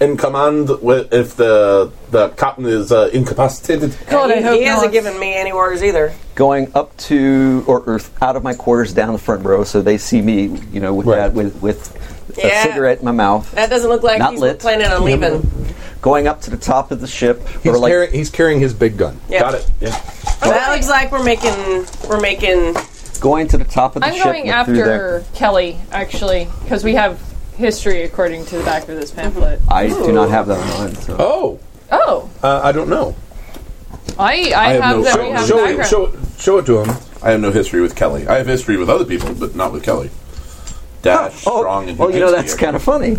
in command wi- if the the captain is uh, incapacitated? God, I he, hope he hasn't not. given me any orders either. Going up to or, or out of my quarters down the front row, so they see me, you know, with that with with Yeah. a cigarette in my Uh, mouth. That doesn't look like Not he's lit. planning on leaving. Going up to the top of the ship, He's, or like carrying, he's carrying his big gun. Yeah. Got it. Yeah. That looks like we're making we're making going to the top of the I'm ship. going look through there. after Kelly, actually, because we have history according to the back of Mm-hmm. this pamphlet. I do not have that on. So. Oh, Oh, uh, I don't know. I, I, have, no- that. show- we have Show it, background. show, it- show it to him. I have no history with Kelly. I have history with other people, but not with Kelly. Dash, strong, and Oh, you know that's Dubinsky. kind of funny.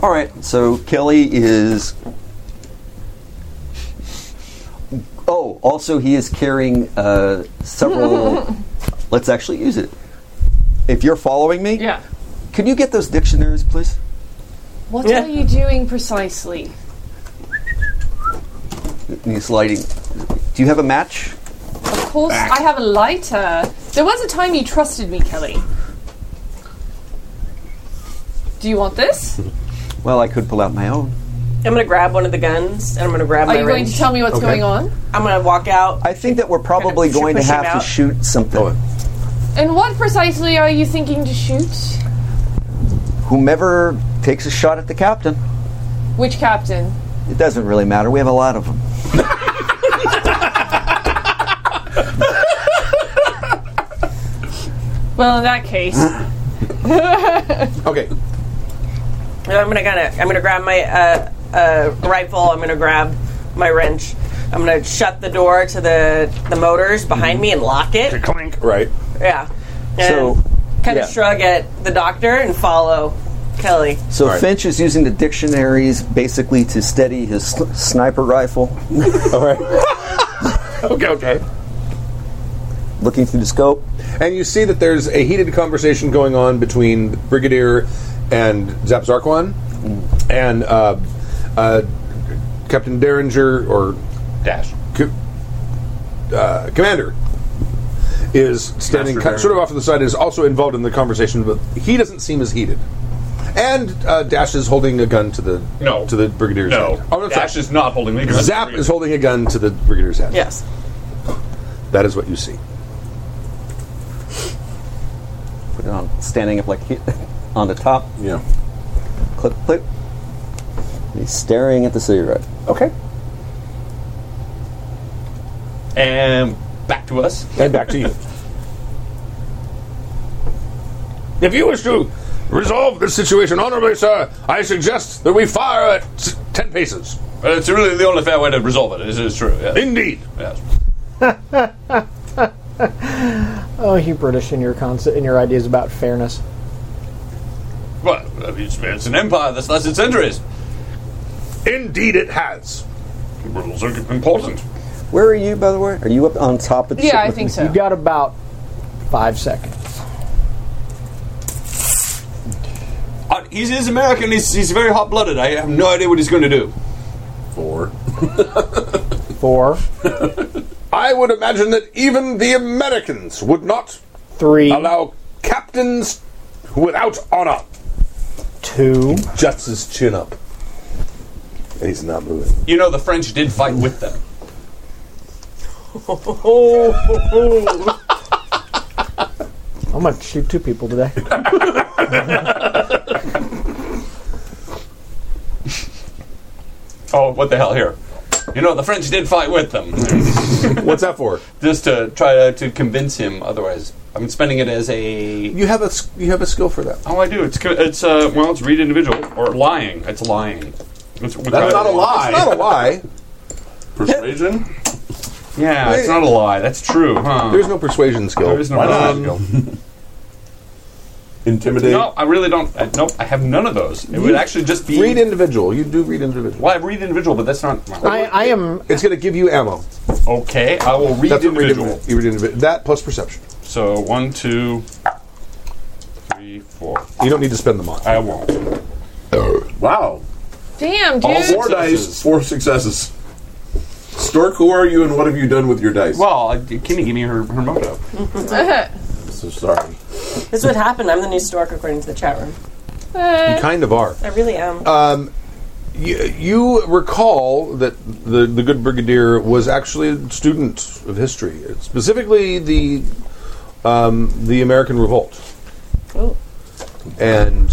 All right, so Kelly is. Oh, also he is carrying uh, <laughs> several. Let's actually use it. If you're following me, Yeah. Could you get those dictionaries, please? What are you doing precisely? He's lighting. Do you have a match? Of course, I have a lighter. There was a time you trusted me, Kelly. Do you want this? Well, I could pull out my own. I'm gonna grab one of the guns and I'm gonna grab Are my you going wrench. to tell me what's Okay. going on? I'm gonna walk out. I think that we're probably Should going to push him have to out? shoot something. And what precisely are you thinking to shoot? Whomever takes a shot at the captain, Which captain? it doesn't really matter. We have a lot of them. Well, in that case, Okay. I'm gonna gonna I'm gonna grab my uh, uh, rifle. I'm gonna grab my wrench. I'm gonna shut the door to the the motors behind me and lock it. Clink. Right. Yeah. And So kind yeah. of shrug at the doctor and follow Kelly. So All right. Finch is using the dictionaries basically to steady his sl- sniper rifle, All right. okay. Okay. looking through the scope. And you see that there's a heated conversation going on between Brigadier and Zap Zarquan Mm. and uh, uh, Captain Derringer or Dash. co- uh, Commander is standing Master ki- sort of off to the side, is also involved in the conversation, but he doesn't seem as heated. And uh, Dash is holding a gun to the No. to the Brigadier's No. head. Oh, no, Dash sorry. is not holding the gun. Zap is holding a gun to the Brigadier's head. Yes. That is what you see. Put it on, standing up like he- <laughs> on the top. Yeah. Clip, clip. He's staring at the cigarette. Okay. And Um, back to us. And back to you. If you wish to resolve this situation honorably, sir, I suggest that we fire at s- ten paces. Uh, It's really the only fair way to resolve it. This is true. Yes. Indeed. Yes. Oh, you British in your concept in your ideas about fairness. Well, I mean, it's, it's an empire that's lasted centuries. Indeed, it has. Rules are important. Where are you, by the way? Are you up on top of the yeah, ship I with think me? so. You got about five seconds. Uh, he's, he's American. He's, he's very hot blooded. I have no idea what he's going to do. Four. Four, <laughs> I would imagine that even the Americans would not three, allow captains without honor. two. Juts his chin up. And he's not moving. You know, the French did fight with them. I'm gonna shoot two people today. Oh, what the hell here? You know, the French did fight with them. What's that for? Just to try to, to convince him otherwise. I'm spending it as a. You have a s- you have a skill for that. Oh, I do. It's, co- it's uh, well, it's read individual. Or lying. It's lying. It's, That's not a It's not lie. a lie. Persuasion? Yeah, it's not a lie. That's true, huh? <laughs> There's no persuasion skill. There is no lying. Intimidate? No, I really don't. I, nope, I have none of those. It would actually just be. Um, Read individual. You do read individual. well, I read individual, but that's not. well, I, I am It's going to give you ammo. okay, I will read That's what read individual. individual. You read individual. That plus perception. So one, two, three, four. You don't need to spend them on. I won't. Wow. Damn, All dude. <laughs> four dice, four successes. Stork, who are you and what have you done with your dice? Well, uh, Kimmy gave me her, her moto. I'm so sorry. This would happen. I'm the new stork according to the chat room. Uh, You kind of are. Uh, I really am. You, you recall that the the good brigadier was actually a student of history, specifically the um, the American Revolt. Oh. and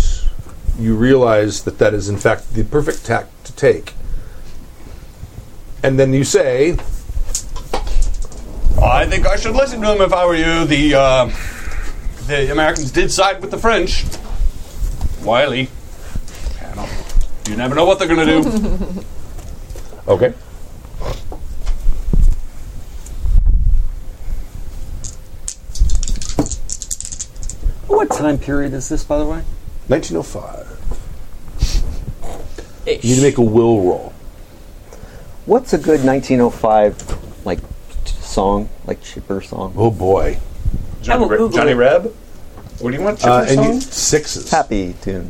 you realize that that is in fact the perfect tack to take. And then you say, I think I should listen to him if I were you. The uh, the Americans did side with the French. Wiley, I don't- you never know what they're gonna do. Okay. What time period is this, by the way? 1905. You need to make a will roll. What's a good 1905 like t- song, like chipper song? Oh boy. I will Google Johnny it. Reb. What do you want? Uh, Chipper and song? you, sixes. Happy tune.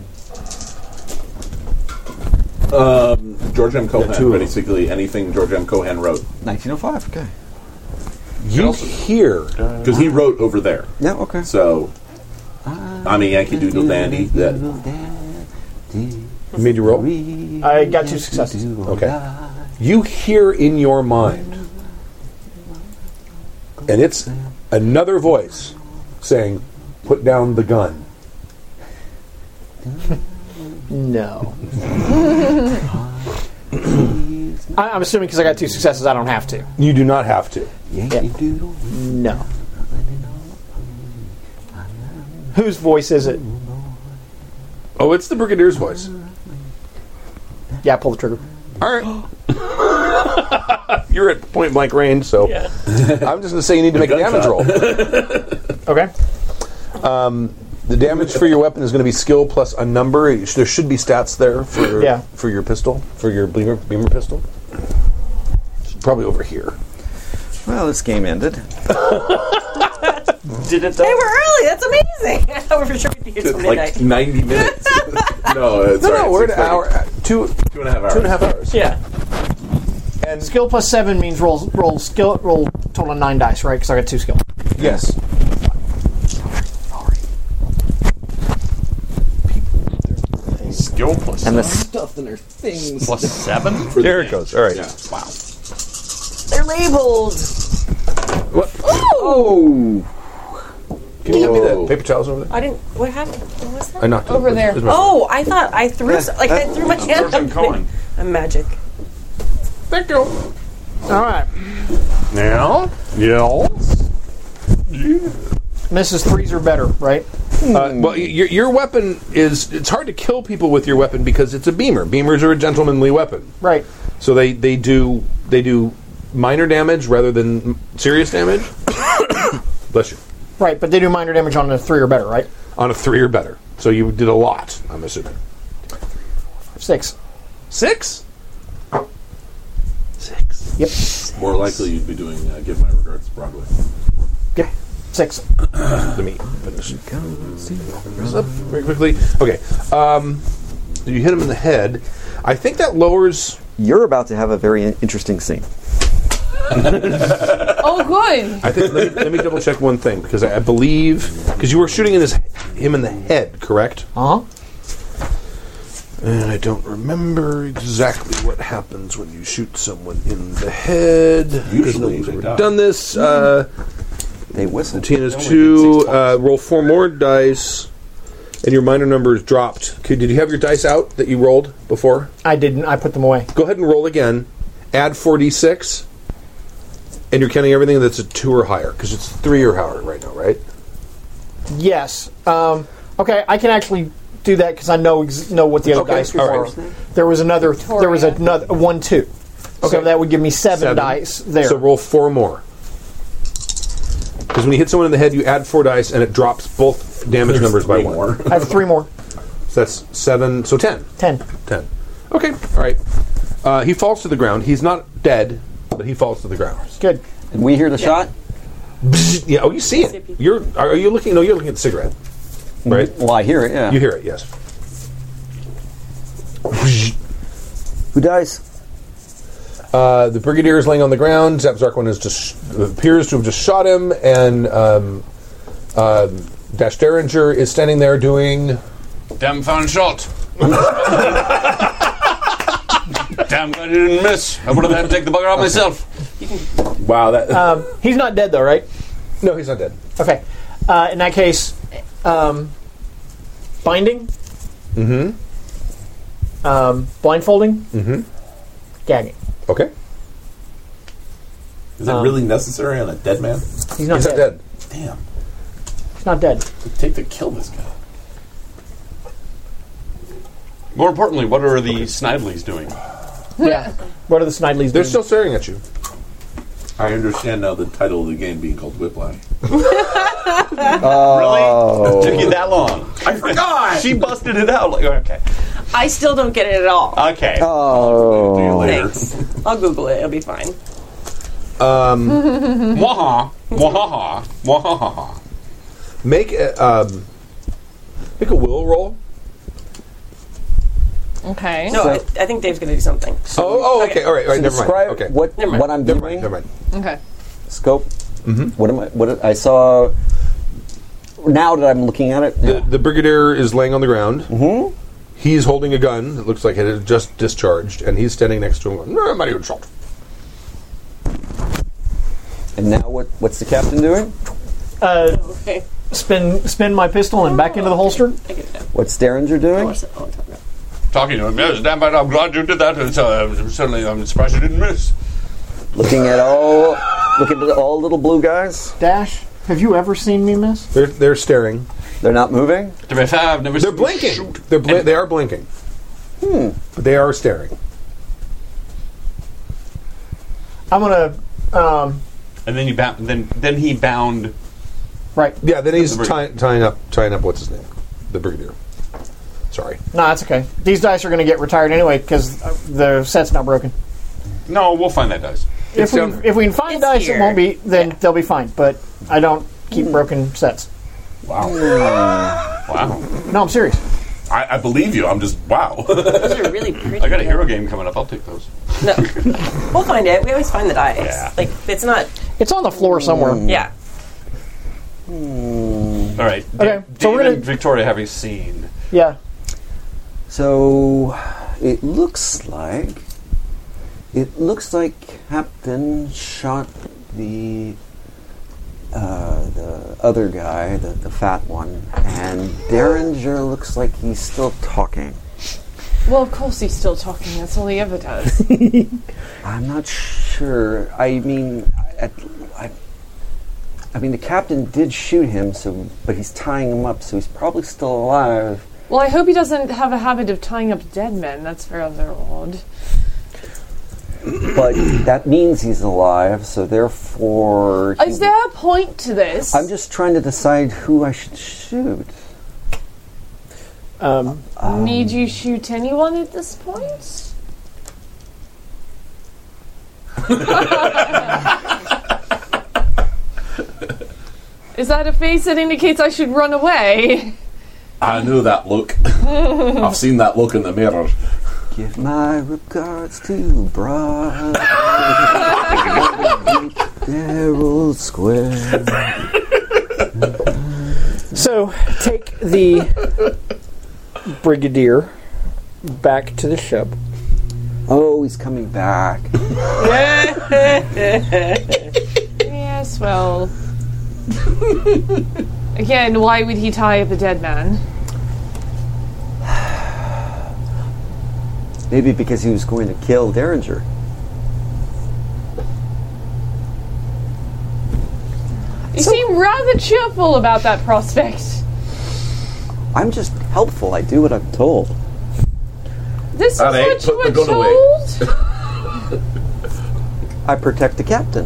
George M. Cohan, two of them. basically anything George M. Cohan wrote. 1905. Okay. You hear Because he wrote over there. Yeah. Okay. So, I'm a Yankee Uh, Doodle Dandy. That, You made your roll. I got two successes. Okay. You hear in your mind, and it's another voice saying, "Put down the gun." <laughs> No. I, I'm assuming because I got two successes, I don't have to. You do not have to. No. Whose voice is it? Oh, it's the brigadier's voice. Yeah, pull the trigger. All right. You're at point blank range, so <laughs> I'm just going to say you need to make a damage roll. Okay. The damage for your weapon is going to be skill plus a number. You sh- There should be stats there for Yeah. for your pistol, for your beamer, beamer pistol. It's probably over here. Well, this game ended. Did it They though? were early. That's amazing. <laughs> I thought we were sure we'd be here till midnight. like 90 minutes. no, it's No, all right, no, we're at it's an hour, two, Two and a half hours. two and a half hours. Yeah. Skill plus seven means roll roll skill roll total of nine dice, right? Because I got two skill. Yes. Skill plus And the plus seven. There it goes. All right. Wow. They're labeled. Can you hand me that Whoa. paper towels over there? I didn't. What happened? What was that? I knocked it Over It's- there. it's my- Oh, I thought I threw s- like I threw my hand. George M. Cohen. <laughs> I'm magic. All right, Now, Mrs. Threes are better, right? Uh, well, your, your weapon is. It's hard to kill people with your weapon because it's a beamer. Beamers are a gentlemanly weapon. Right. So they, they do they do minor damage rather than serious damage. <coughs> Bless you. Right, but they do minor damage on a three or better, right? On a three or better. So you did a lot, I'm assuming. Six. Six? More likely you'd be doing uh, Give My Regards to Broadway. Yep. Six. Let me finish. This up very quickly. Okay. Um, you hit him in the head. I think that lowers. You're about to have a very in- interesting scene. Oh, good. I think. let, me, let me double check one thing because I, I believe because you were shooting in his him in the head, correct? Uh huh. And I don't remember exactly what happens when you shoot someone in the head. Usually Because they we've die. done this. Uh, They whistle. Tina's two. Uh, roll four more dice, and your minor number is dropped. Okay, did you have your dice out that you rolled before? I didn't. I put them away. Go ahead and roll again. Add 4d6, and you're counting everything that's a two or higher because it's three or higher right now, right? Yes. Um, okay, I can actually do that because I know ex- know what the other Okay, dice all were. right. There was another. There was Victoria. another one two. Okay. So that would give me seven, Seven. dice there. So roll four more. Because when you hit someone in the head, you add four dice, and it drops both damage numbers by Three one. more. I have three more. So that's seven. So ten. Ten. Ten. Okay. All right. Uh, he falls to the ground. He's not dead, but he falls to the ground. Good. Did we hear the shot? Yeah. Oh, you see it. You're. Are you looking? No, you're looking at the cigarette. Right. Well, I hear it. Yeah. You hear it. Yes. Who dies? Uh, the brigadier is laying on the ground. Zap Zarkon is just appears to have just shot him, and um, um, Dash Derringer is standing there doing. Damn <laughs> fine shot. Damn glad you didn't miss. I would have had to take the bugger out myself. Wow, that Uh, Um, he's not dead though, right? No, he's not dead. Okay. Uh, in that case, um, binding. Mm-hmm. Mm-hmm. Um, blindfolding. Mm-hmm. Gagging. Okay. is Is um, that really necessary on a dead man? He's not He's not dead. dead. Damn. He's not dead. It'd take to kill this guy. More importantly, what are the Snideleys doing? Yeah. What are the Snideleys They're doing? still staring at you. I understand now the title of the game being called Whiplash. <laughs> Really? Took you that long? I forgot. she busted it out. Like, okay, I still don't get it at all. okay. See you Oh, later. Thanks. I'll Google it. It'll be fine. Waha, waha, waha. Make a um, make a will roll. Okay. No, So- I, I think Dave's going to do something. Oh, oh, okay, Okay. all right, all right, so never mind. describe Okay, what Never mind. what I'm never doing. mind, never mind. Mm-hmm. Okay. Scope. What am I? What I saw. Now that I'm looking at it, The, the brigadier is laying on the ground. Mm-hmm. He's holding a gun that looks like it had just discharged, and he's standing next to him. Going, "No, I'm not even shot." and now what? What's the captain doing? Uh, Okay. spin, spin my pistol and back into the holster. I get it. What's Derringer doing? What's that all talking about? Talking to him. Yes, damn it, I'm glad you did that. It's, uh, I'm certainly, I'm surprised you didn't miss. Looking at all, looking at all little blue guys. Dash, have you ever seen me miss? They're they're staring. They're not moving. To be fair, I've never They're seen blinking. shoot. They're bl- they are blinking. Hmm. But they are staring. I'm gonna. Um, And then you bound. Then then he bound. right. Yeah. Then he's The brigadier. tying, tying up tying up what's his name, the brigadier. Sorry. No, that's okay. These dice are gonna get retired anyway because the set's not broken. No, we'll find that dice. If we, down there. if we can find It's dice, here. it won't be. Then they'll be fine. But I don't keep broken sets. Wow. No, I'm serious. Hmm. I, I believe you. I'm just wow. Those are really pretty. <laughs> I got a hero game coming up. I'll take those. No. we'll find it. We always find the dice. Yeah. Like, it's not. It's on the floor somewhere. Yeah. All right. Okay, so Dave we're gonna- and Victoria having seen. Yeah. So it looks like it looks like Captain shot the uh, the other guy, the, the fat one, and Derringer looks like he's still talking. Well, of course he's still talking. That's all he ever does. I'm not sure. I mean, I, I, I mean, the captain did shoot him, so but he's tying him up, so he's probably still alive. well, I hope he doesn't have a habit of tying up dead men. That's rather odd. But that means he's alive, so therefore, he Is there a point to this? I'm just trying to decide who I should shoot. Um, Need you shoot anyone at this point? Is that a face that indicates I should run away? I knew that look. I've seen that look in the mirror. Give my regards to Broad Daryl Square. so take the <laughs> brigadier back to the ship. Oh, he's coming back. Yes, well. Again, why would he tie up a dead man? Maybe because he was going to kill Derringer. You seem rather cheerful about that prospect. I'm just helpful. I do what I'm told. This is All right, what you put the were gun away. told? I protect the captain.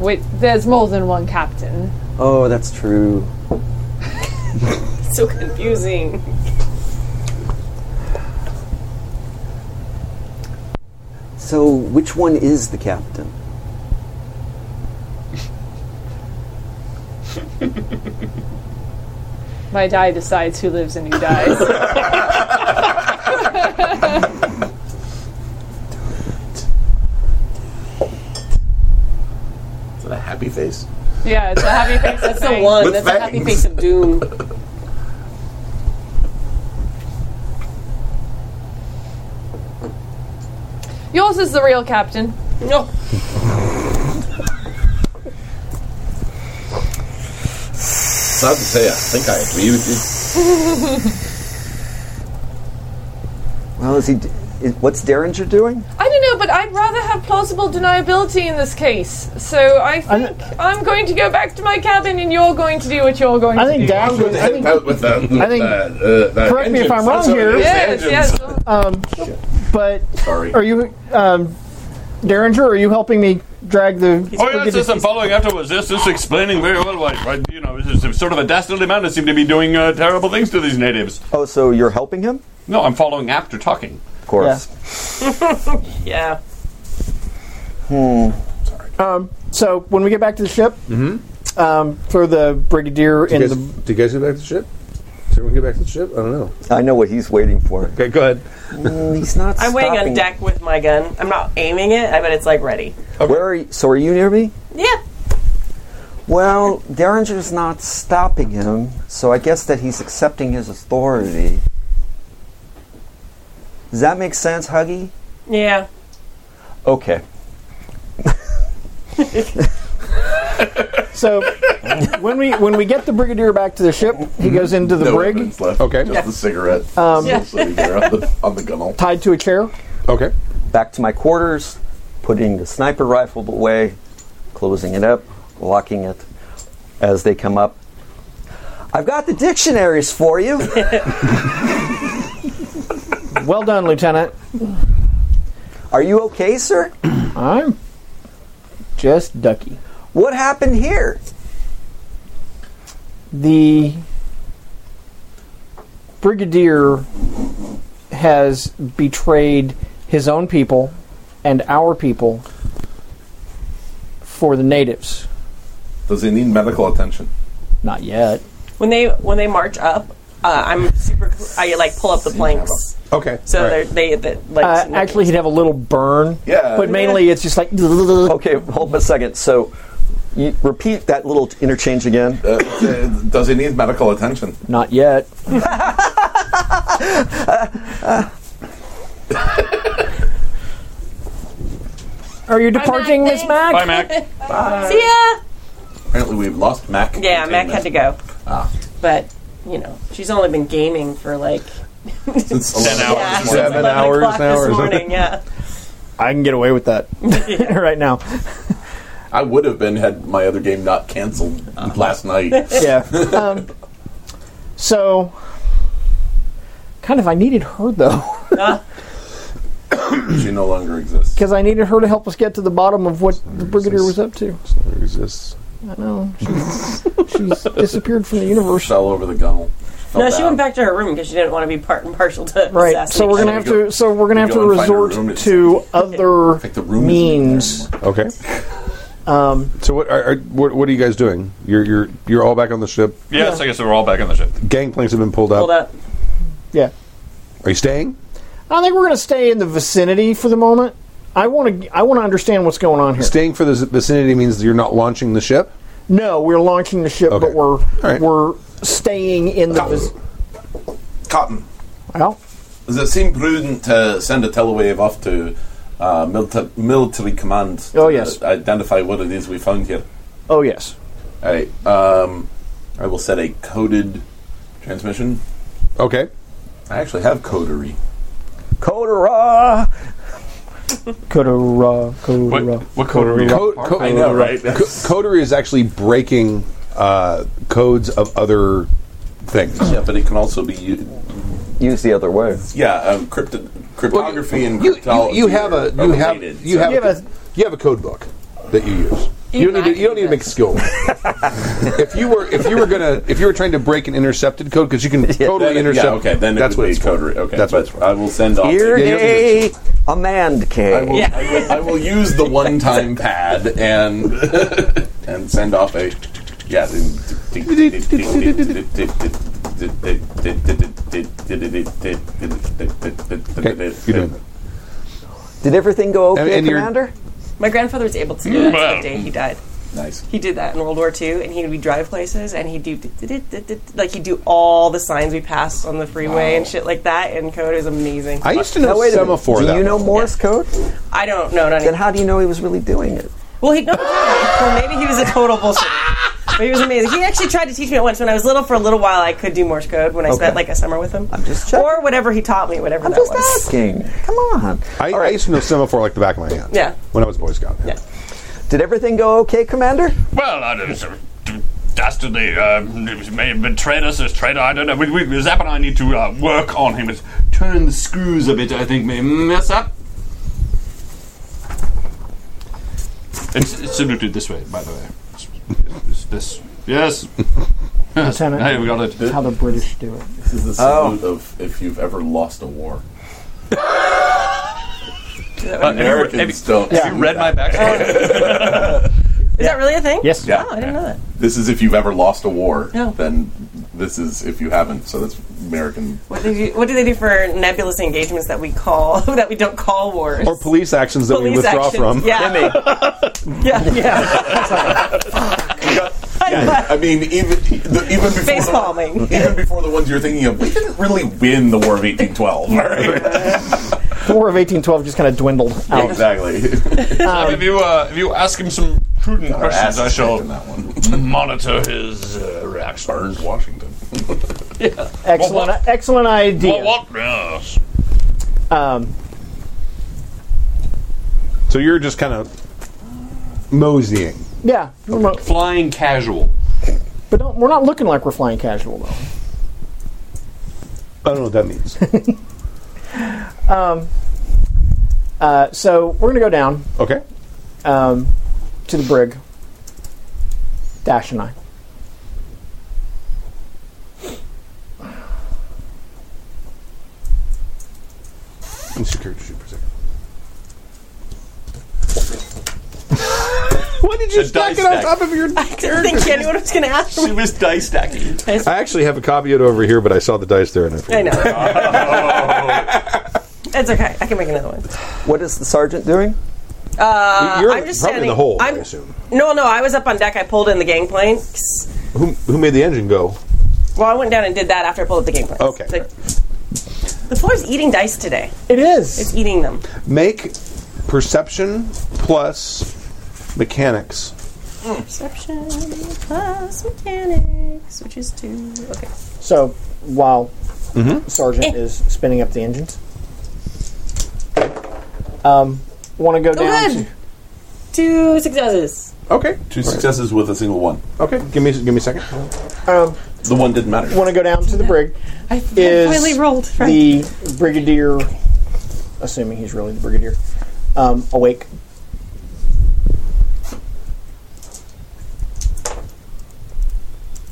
Wait, there's more than one captain. Oh, that's true. It's so confusing. So, which one is the captain? My die decides who lives and who dies. Is that a happy face? yeah, it's a happy <laughs> face. That's the thing. one. With That's a happy fangs. face of doom. Yours is the real captain. No. Sad to say, I think I agree with you. Well, is he? Is, what's Derringer doing? I don't know, but I'd rather have plausible deniability in this case. So I think I'm, going to go back to my cabin, and you're going to do what you're going I to think do. Dash would. I think, with the, with I think- the, uh, the correct me if I'm engines. wrong That's what it here. is, the yes, engines. yes. um, but Sorry. are you, um, Derringer? Are you helping me drag the? Oh yes, yes, I'm following afterwards. Yes, this is explaining very well why, why you know, this is sort of a dastardly man that seemed to be doing uh, terrible things to these natives. Oh, so you're helping him? No, I'm following after talking. Of course. <laughs> Yeah. Um, so when we get back to the ship, um, throw the brigadier in Do you, guys, the. do you guys get back to the ship? Does everyone get back to the ship? I don't know. I know what he's waiting for. Okay, go ahead. He's not. I'm waiting stopping. on deck with my gun. I'm not aiming it, but it's like ready. Where are you? So are you near me? Yeah. Well, Derringer's not stopping him, so I guess that he's accepting his authority. Does that make sense, Huggy? Yeah. Okay. So when we when we get the brigadier back to the ship, he goes into the No brig, evidence left. Okay. Just the cigarette. Um, Still sitting there on the, <laughs> on the gunnel. tied to a chair. Okay. Back to my quarters, putting the sniper rifle away, closing it up, locking it as they come up. I've got the dictionaries for you. Well done, Lieutenant. Are you okay, sir? I'm just ducky. What happened here? The brigadier has betrayed his own people and our people for the natives. Does he need medical attention? Not yet. When they when they march up, uh, I'm super. I like pull up the planks. Okay. So all right. they're, they they like Uh, actually, he'd have a little burn. Yeah. But mainly, it's just like okay. Okay, hold on a second. So, you repeat that little interchange again. Uh, Does he need medical attention? Not <laughs> yet. Are you departing, Miss Mac? Bye, Mac. See ya. Apparently, we've lost Mac. Yeah, Mac containment had to go. Ah. But you know, she's only been gaming for like Since Ten hours. yeah, since Oh, Seven 11 hours o'clock now or this something. <laughs> morning. Yeah. I can get away with <laughs> that right now. I would have been had my other game not canceled Uh-huh. last night. <laughs> Yeah. Um, so, kind of, I needed her though, <laughs> Uh, she no longer exists. because I needed her to help us get to the bottom of what the brigadier was up to. There exists. I know she's, she's disappeared from the universe. Fell over the gunnel. No, she went back to her room because she didn't want to be part and partial to Right. So assassination. we're gonna have to. So we're gonna have to go and find a room, resort it's- to other the room isn't even there means. Okay. Um, so what are, are what, what are you guys doing? You're you're you're all back on the ship. Yes, I guess we're all back on the ship. Gangplanks have been pulled up. Hold up. Yeah. Are you staying? I don't think we're gonna stay in the vicinity for the moment. I want to. I want to understand what's going on here. Staying for this vicinity means you're not launching the ship. no, we're launching the ship, Okay. but we're right. we're staying in the. Vis- Cotton. well, Does it seem prudent to send a telewave off to uh, milita- military command? Oh, to yes. identify what it is we found here. oh yes. All right. Um, I will set a coded transmission. Okay. I actually have codery. Codera! Kodora, What, <laughs> Kodora. what code are we Co- co- I know, right? Co- Coterie is actually breaking uh, codes of other things. Yeah, but it can also be u- Use the other way. yeah um, crypto- cryptography and You, you, cryptology you have are- a are you have related, you so- have You have a, a- you have a code book that you use. You don't need to, you don't need to make a skill. roll. if you were if you were gonna if you were trying to break an intercepted code because you can totally Then it- intercept. Yeah, okay, then that's it would what be it's for. codery. Okay, That's what but it's for. I will send off. Here Yeah, you have to a Amand I will, K. I will, I will use the one-time pad and and send off a yeah. Okay, you're doing that. Did everything go okay, And- and you're- Commander? My grandfather was able to do that till the day he died. Nice. He did that in World War II, and he would drive places, and he'd do like he'd do all the signs we passed on the freeway and shit like that. And code is amazing. I I, used to know Now, wait a minute. semaphore. Do that you know well. Morse code? don't know. Not Then any- how do you know he was really doing it? well, he no, well, maybe he was a total bullshit. But he was amazing. He actually tried to teach me at once when I was little. For a little while, I could do Morse code when I spent like a summer with him. I'm just checking. or whatever he taught me, whatever I'm that just was. asking. Come on. I, I used to know semaphore like the back of my hand. Yeah. When I was a Boy Scout. Yeah. Did everything go okay, Commander? Well, I don't know. Dastardly, uh, may have betrayed us as traitor. I don't know. We, we, Zap and I need to uh, work on him. Turn the screws a bit, I think. May mm, mess up. It's, it's saluted this way, by the way. It's, it's this. Yes. Lieutenant, Hey, we got it. that's how the British do it. This is the Oh. salute of if you've ever lost <laughs> a war. Uh, have you- have you- Americans don't. have you read my backstory? Is that really a thing? Yes. Yeah. Oh, I didn't know that. <laughs> This is if you've ever lost a war. No. Then this is if you haven't. So that's <laughs> American. What do, you, what do they do for nebulous engagements that we call <laughs> that we don't call wars? Or police actions that we Police withdraw actions. from. Yeah. <laughs> yeah. I mean, even the, even before Baseball the, thing. even before the ones you're thinking of, we didn't really win the War of 1812. <laughs> Right? The War of 1812 just kind of dwindled out. exactly. if you uh, if you ask him some prudent questions, I shall in that one. <laughs> monitor his uh, reaction. Burned Washington. Excellent, What- excellent idea. What? What? Yes. Um, So you're just kind of moseying. yeah, we're mo- Flying casual. but don't, we're not looking like we're flying casual though. I don't know what that means. <laughs> Um, Uh, so we're gonna go down okay. um, to the brig. Dash and I. And security shoot for a second. What did you stack it on top of your? I didn't think anyone was going to ask me. She was dice stacking. I actually have a copy of it over here, but I saw the dice there and I I forgot. know. It's okay. I can make another one. What is the sergeant doing? Uh, You're I'm just probably in standing. the hole, I I'm, assume. No, no. I was up on deck. I pulled in the gangplanks. Who, who made the engine go? Well, I went down and did that after I pulled up the gangplanks. Okay. It's like- the floor's eating dice today. It is. It's eating them. Make perception plus mechanics. Perception plus mechanics, which is two. Okay. So while Eh. Sergeant is spinning up the engines, um, want to go down. good. to- Two successes. Okay. Two successes with a single one. Okay. Give me give me a second. um, The one didn't matter. want to go down to the brig. I Is finally rolled. Right. the brigadier, assuming he's really the brigadier, um, awake.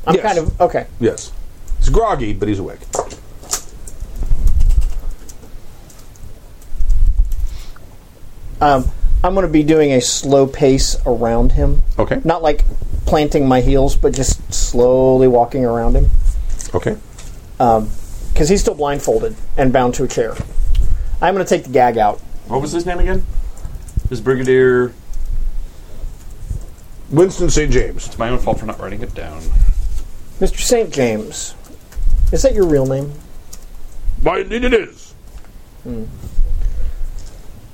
I'm Yes. kind of okay. Yes. He's groggy, but he's awake. Um, I'm going to be doing a slow pace around him, Okay. not like planting my heels, but just slowly walking around him Okay. because he's still blindfolded and bound to a chair. I'm going to take the gag out. What was his name again? His brigadier. Winston St. James. It's my own fault for not writing it down. Mr. St. James, is that your real name? Why indeed it is.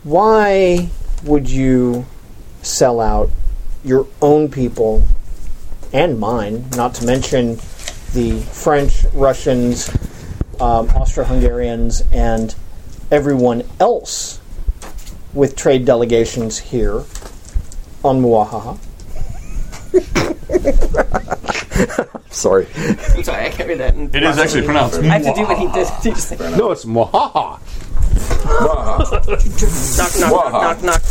why would you sell out your own people and mine, not to mention the French, Russians, um, Austro Hungarians, and everyone else with trade delegations here on Muahaha? Sorry. I'm sorry, I can't read that. It is actually pronounced. I have to do what he did. <laughs> He just like, knock, No, it's Mwahaha. knock, knock, knock, knock,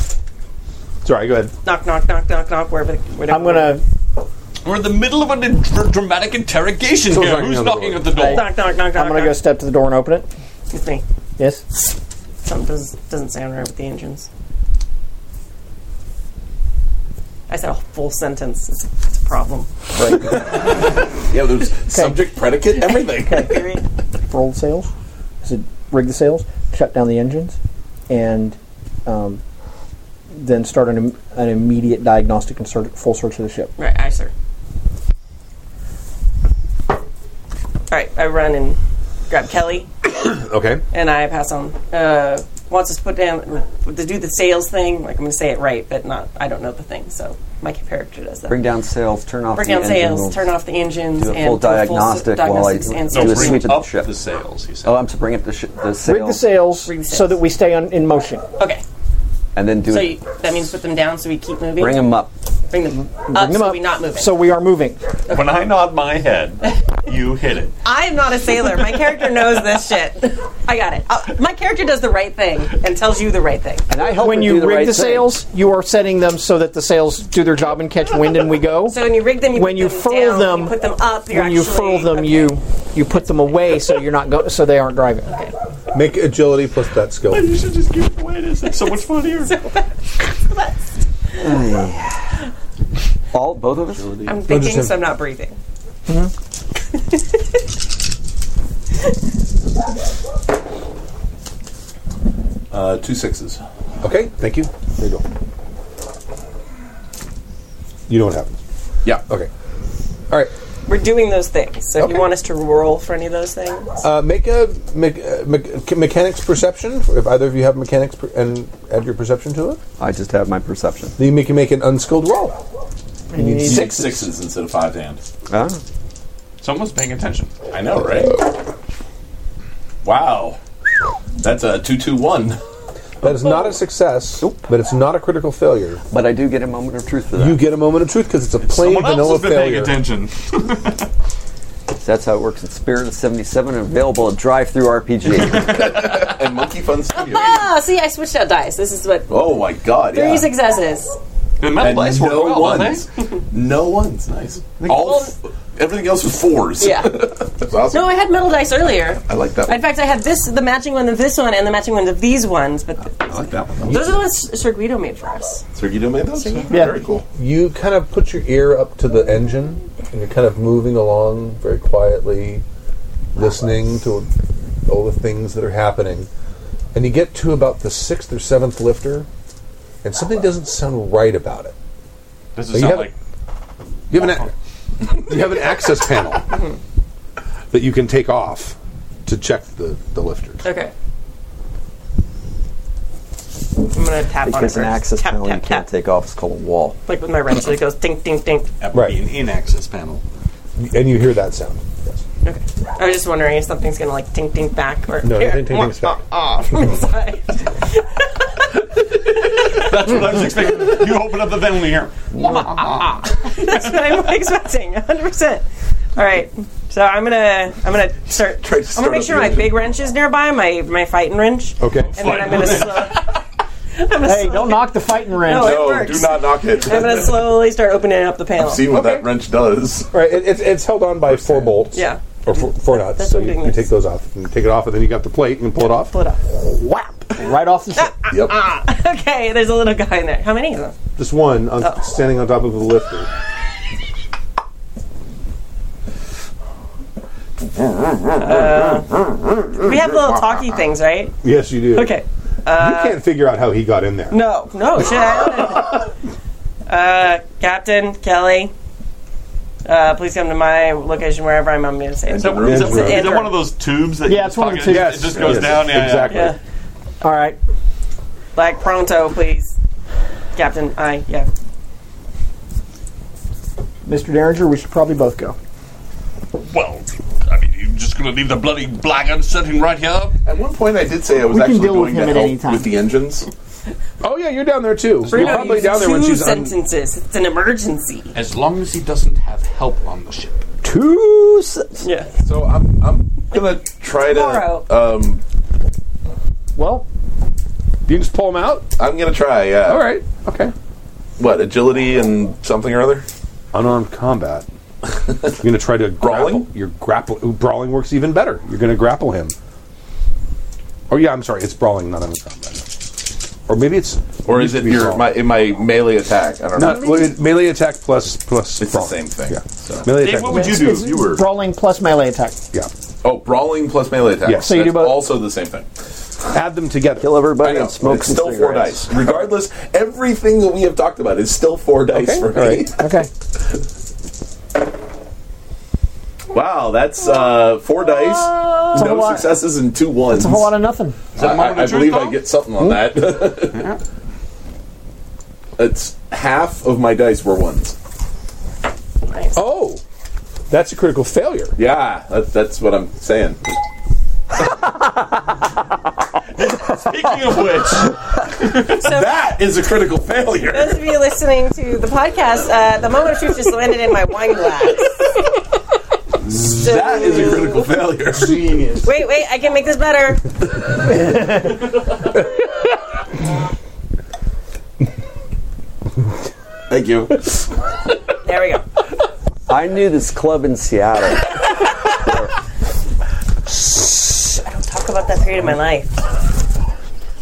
Sorry, go ahead. knock, knock, knock, knock, knock, wherever. whatever. I'm going to We're in the middle of a dr- dramatic interrogation Someone's here. knocking Who's on the knocking door. at the door? knock, knock, knock, knock. I'm going to go knock. step to the door and open it. It's me. Yes. Something does, doesn't sound right with the engines. I said a full sentence. It's, it's a problem. Yeah, there's subject, predicate, everything. Period. Roll the sails. I said rig the sails, shut down the engines, and um, then start an, im- an immediate diagnostic and search, full search of the ship. Right, aye, sir. All right, I run and grab Kelly, Okay. and I pass on. Uh, wants us to put down to do the sales thing. Like I'm going to say it right, but not. I don't know the thing, so my character does that. Bring down sales, turn off Bring the down engine, sales, we'll turn off the engines, do a and full do a s- diagnostic while I diagnostics and do a sales. sweep of the up ship. the sales, he said. Oh, I'm to bring up the, sh- the sails Rig the sails, Rig the so sails. that we stay on, in motion. Okay, and then do so it. you, that means put them down so we keep moving. bring them up. Bring them up. Bring them so up. we not moving. So we are moving. When I nod my head, you hit it. I am not a sailor. My character knows this shit. <laughs> I got it. Uh, my character does the right thing and tells you the right thing. And I help When her you do the rig right the thing. sails, you are setting them so that the sails do their job and catch wind, and we go. <laughs> So when you rig them, you when put you them down, furl them, you put them up. You're when you actually- furl them, okay. you you put them away so you're not go- so they aren't driving. Make agility plus that skill. You should just give it away. It's so much funnier. All both of us. I'm thinking, Understand. so I'm not breathing. Uh, two sixes. Okay, thank you. There you go. You know what happens. yeah. Okay. All right. We're doing those things. So if Okay. you want us to roll for any of those things, Uh, make a make, uh, mech- mechanics perception. If either of you have mechanics per- and add your perception to it, I just have my perception. then you make you make an unskilled roll. You need You need sixes. sixes instead of five to hand. Ah, Someone's paying attention. I know, right? Wow. That's a two two one. That is not a success, but it's not a critical failure. but I do get a moment of truth for that. You get a moment of truth because it's a plain Someone else vanilla has been paying failure. attention. That's how it works in Spirit of 77, available at Drive <laughs> Through RPG. and Monkey Fun Studio. oh, see, I switched out dice. This is what Oh my god, three yeah. successes. The metal And dice work no well, don't they? ones. no ones. Nice. All f- everything else was fours. <laughs> Yeah. That's awesome. No, I had metal dice earlier. I like that In one. fact, I had this, the matching one of this one, and the matching one of these ones. But th- I like that one. those are the ones Sir Guido made for us. Sir Guido made those? Yeah. Very cool. You kind of put your ear up to the engine, and you're kind of moving along very quietly, listening to all the things that are happening. And you get to about the sixth or seventh lifter, and something doesn't sound right about it. This You is not have- like You have an a- you have an access panel that you can take off to check the, the lifter. Okay. I'm gonna tap on it. because an first. access tap, panel you tap, can't tap. take off. It's called a wall. Like with my wrench, so it goes ding, ding, ding. that Right. would be an in-access panel. And you hear that sound. Yes. Okay. I was just wondering if something's gonna like tink tink back or No, Here, nothing tinks back. ah, from the side. That's what I was expecting. You open up the vent and we hear. That's what I'm expecting, 100. percent All right. So I'm gonna I'm gonna start. Try I'm to start gonna make up sure the my engine. big wrench is nearby, my my fighting wrench, Okay. and then I'm gonna. Slow, <laughs> I'm gonna Hey, slow- don't knock the fighting wrench. No, it No, works. do not knock it. I'm gonna slowly start opening up the panel. See what that wrench does. All right, it, it's, it's held on by four bolts. Yeah. Or four, four nuts. That's so what I'm you, doing you this. take those off. And take it off, and then you got the plate. You can pull it off. Pull it off. Whap! <laughs> Right off the ship. Yep. <laughs> Okay, there's a little guy in there. How many of them? Just one on, Oh. standing on top of the lifter. We have little talky things, right? Yes, you do. Okay. you can't figure out how he got in there. No, no, shit. I don't know. uh, Captain Kelly, uh, please come to my location wherever I'm. I'm gonna say. it. So- Is that, is that- is It's that an one of those tubes that Yeah, you it's just one of fucking- the tubes. it just goes Yes, down? Yeah, yeah. exactly. Yeah, All right. like pronto, please, Captain. I yeah. Mr. Derringer, we should probably both go. Well, I mean, you're just going to leave the bloody blackguard sitting right here? At one point, I did say I was We can actually deal with going him to at help any time. with the engines. Oh yeah, you're down there too. no You're probably down there when Two she's on. sentences. it's an emergency. As long as he doesn't have help on the ship. Two. s- Yeah. So I'm I'm gonna try Tomorrow. to um Well, You can just pull them out. I'm gonna try yeah. All right. Okay. uh, What agility and something or other? Unarmed combat. you're gonna try to Brawling? Grapple, your grapple. ooh, Brawling works even better. You're gonna grapple him. Or yeah, I'm sorry. It's brawling, not unarmed combat. Or maybe it's. Or is it used to be your brawling. my in my melee attack? I don't Not know. well, it- melee attack plus plus. It's the brawling. same thing, Yeah. so. Melee Dave, attack. what would you plus- do it's if you were. brawling plus melee attack. Yeah. Oh, brawling plus melee attack. Yes. So you do That's both. Also the same thing. Add them together. Kill everybody I know. and smoke it's some still four cigarettes. dice. Regardless, everything that we have talked about is still four dice for me. all right. Okay. <laughs> Wow, that's uh, four dice, a no lot. successes, and two ones. It's a whole lot of nothing. I, moment I- I of truth, Hmm? believe I though? get something on that. <laughs> it's half of my dice were ones. Oh, that's a critical failure. Yeah, that, that's what I'm saying. <laughs> Speaking of which, That is a critical failure. Those of you listening to the podcast, uh, the moment of truth just landed in my wine glass. That is a critical failure. Wait, wait, I can make this better. Thank you. There we go. I knew this club in Seattle. Talk about that period of my life.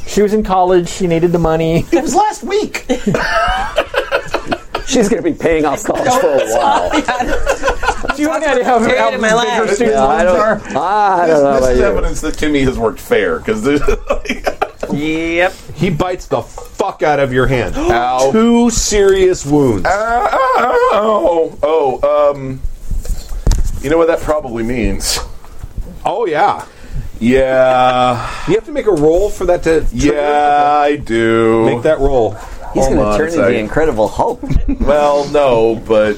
She was in college. She needed <laughs> the money. It was last week. She's going to be paying off college for a while. You don't know how Period of my life. bigger student Yeah, I loans don't- are. I This, don't know this about is you. evidence that Kimmy has worked fair because Yep. He bites the fuck out of your hand. Two serious wounds. oh, oh, um, you know what that probably means? Oh yeah. Yeah, You have to make a roll for that to. yeah, I do. Make that roll. He's Hold going on a to turn into second. the Incredible Hulk. Well, no, but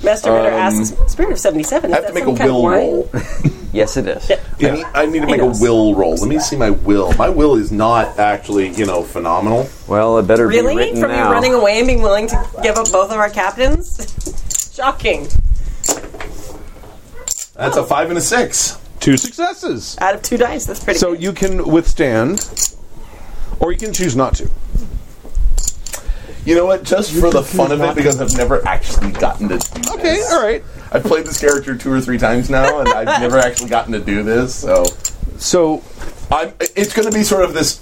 Masturbator Um, asks, Spirit of 77. Is I have that to make some a kind of will wine?" roll. Yes, it is. I, need, I need to make a knows. will roll. Let me see my will. My will is not actually, you know, phenomenal. Well, it better be Really? written From now. you running away and being willing to give up both of our captains? <laughs> Shocking. That's a five and a six. Two successes. Out of two dice, that's pretty So good. you can withstand, or you can choose not to. You know what? Just for the fun of it, because I've never actually gotten to do Okay. this. All right. I've played this character two or three times now, and I've never actually gotten to do this. So So I'm. It's going to be sort of this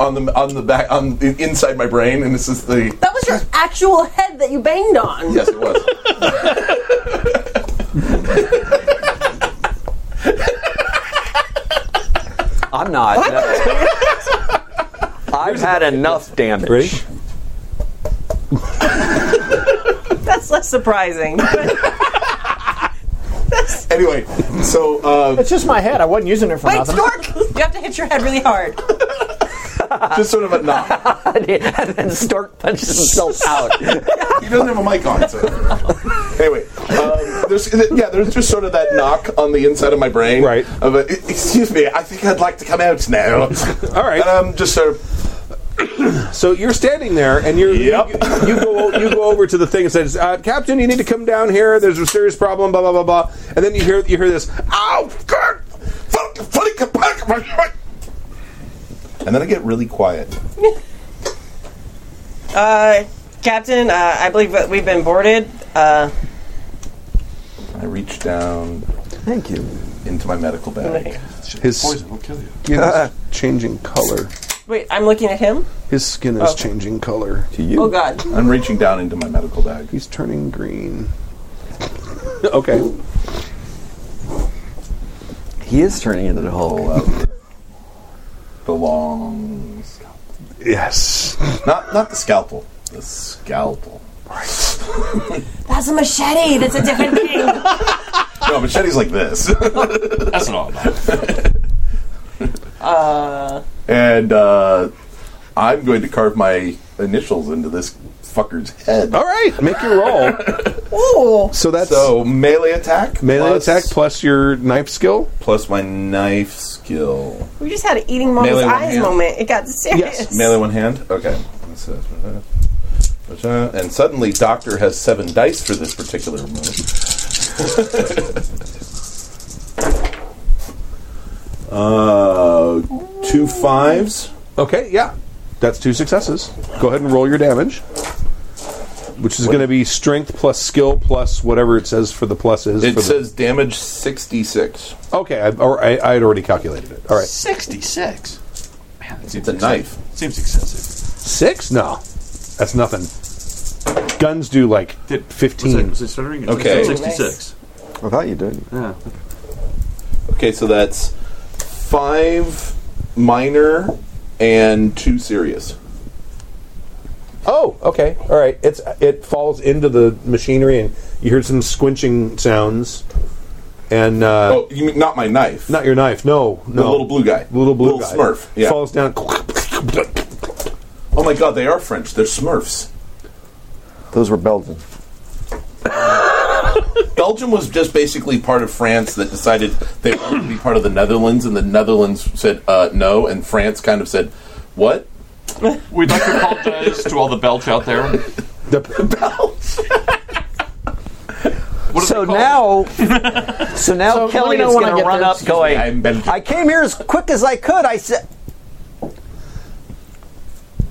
on the on the back on the, inside my brain, and this is the that was your actual head that you banged on. yes, it <laughs> was. I'm not. <laughs> I've had enough damage. Ready? <laughs> That's less surprising. anyway, so uh, It's just my head. I wasn't using it for Wait, nothing. Stork! You have to hit your head really hard. just sort of a knock. and then Stork punches himself out. He doesn't have a mic on, so anyway, um, there's yeah, there's just sort of that knock on the inside of my brain, Right. Of a, Excuse me, I think I'd like to come out now. All right. and I'm just sort of Uh, So you're standing there, and you're Yep. you, you go you go over to the thing and says, uh, "Captain, you need to come down here. There's a serious problem." Blah blah blah uh, blah. And then you hear you hear this. ow, God, fuck, fuck, fuck, fuck, fuck." and then I get really quiet. Uh, Captain, uh, I believe that we've been boarded. Uh, I reach down Thank you. into my medical bag. His skin will kill you. is Ah, changing color. wait, I'm looking at him? His skin Oh. is changing color. To you. Oh, God. I'm reaching down into my medical bag. He's turning green. okay. He is turning into the Hulk. Pull out the long scalpel. Yes. Not not the scalpel. The scalpel. That's a machete. That's a <laughs> different thing. No, machete's like this. <laughs> that's not and uh, I'm going to carve my initials into this fucker's head. All right. Make your roll. Ooh. So that's So melee attack, melee plus- attack plus your knife skill. plus my knife skill. We just had an eating mama's Melee one eyes hand. moment. It got serious. Melee one hand. Okay. And suddenly, Doctor has seven dice for this particular move. <laughs> uh, two fives. Okay. Yeah. That's two successes. Go ahead and roll your damage. Which is going to be strength plus skill plus whatever it says for the plus is. for It the, says damage sixty-six. Okay, I, or I, I had already calculated it. All right, 66. Man, that seems It's a knife. Seems excessive. six? No, that's nothing. Guns do like fifteen. Was it stuttering? It Okay. 66. I thought you did. Yeah. Okay, so that's five minor and two serious. Oh, okay, all right. It's it falls into the machinery, and You heard some squinching sounds, and uh, Oh, you mean not my knife? not your knife. No, no. the little blue guy. Little blue guy. little Smurf. Yeah. Falls down. Oh my god, they are French. They're Smurfs. Those were Belgian. Belgium was just basically part of France that decided they wanted to be part of the Netherlands, and the Netherlands said uh, no, and France kind of said, "What? We'd like to apologize to all the Belch out there. The- What are So they called? now, so now So let Kelly me know is when I going to get run there. up, going, I'm Belgium." I came here as quick as I could. I said,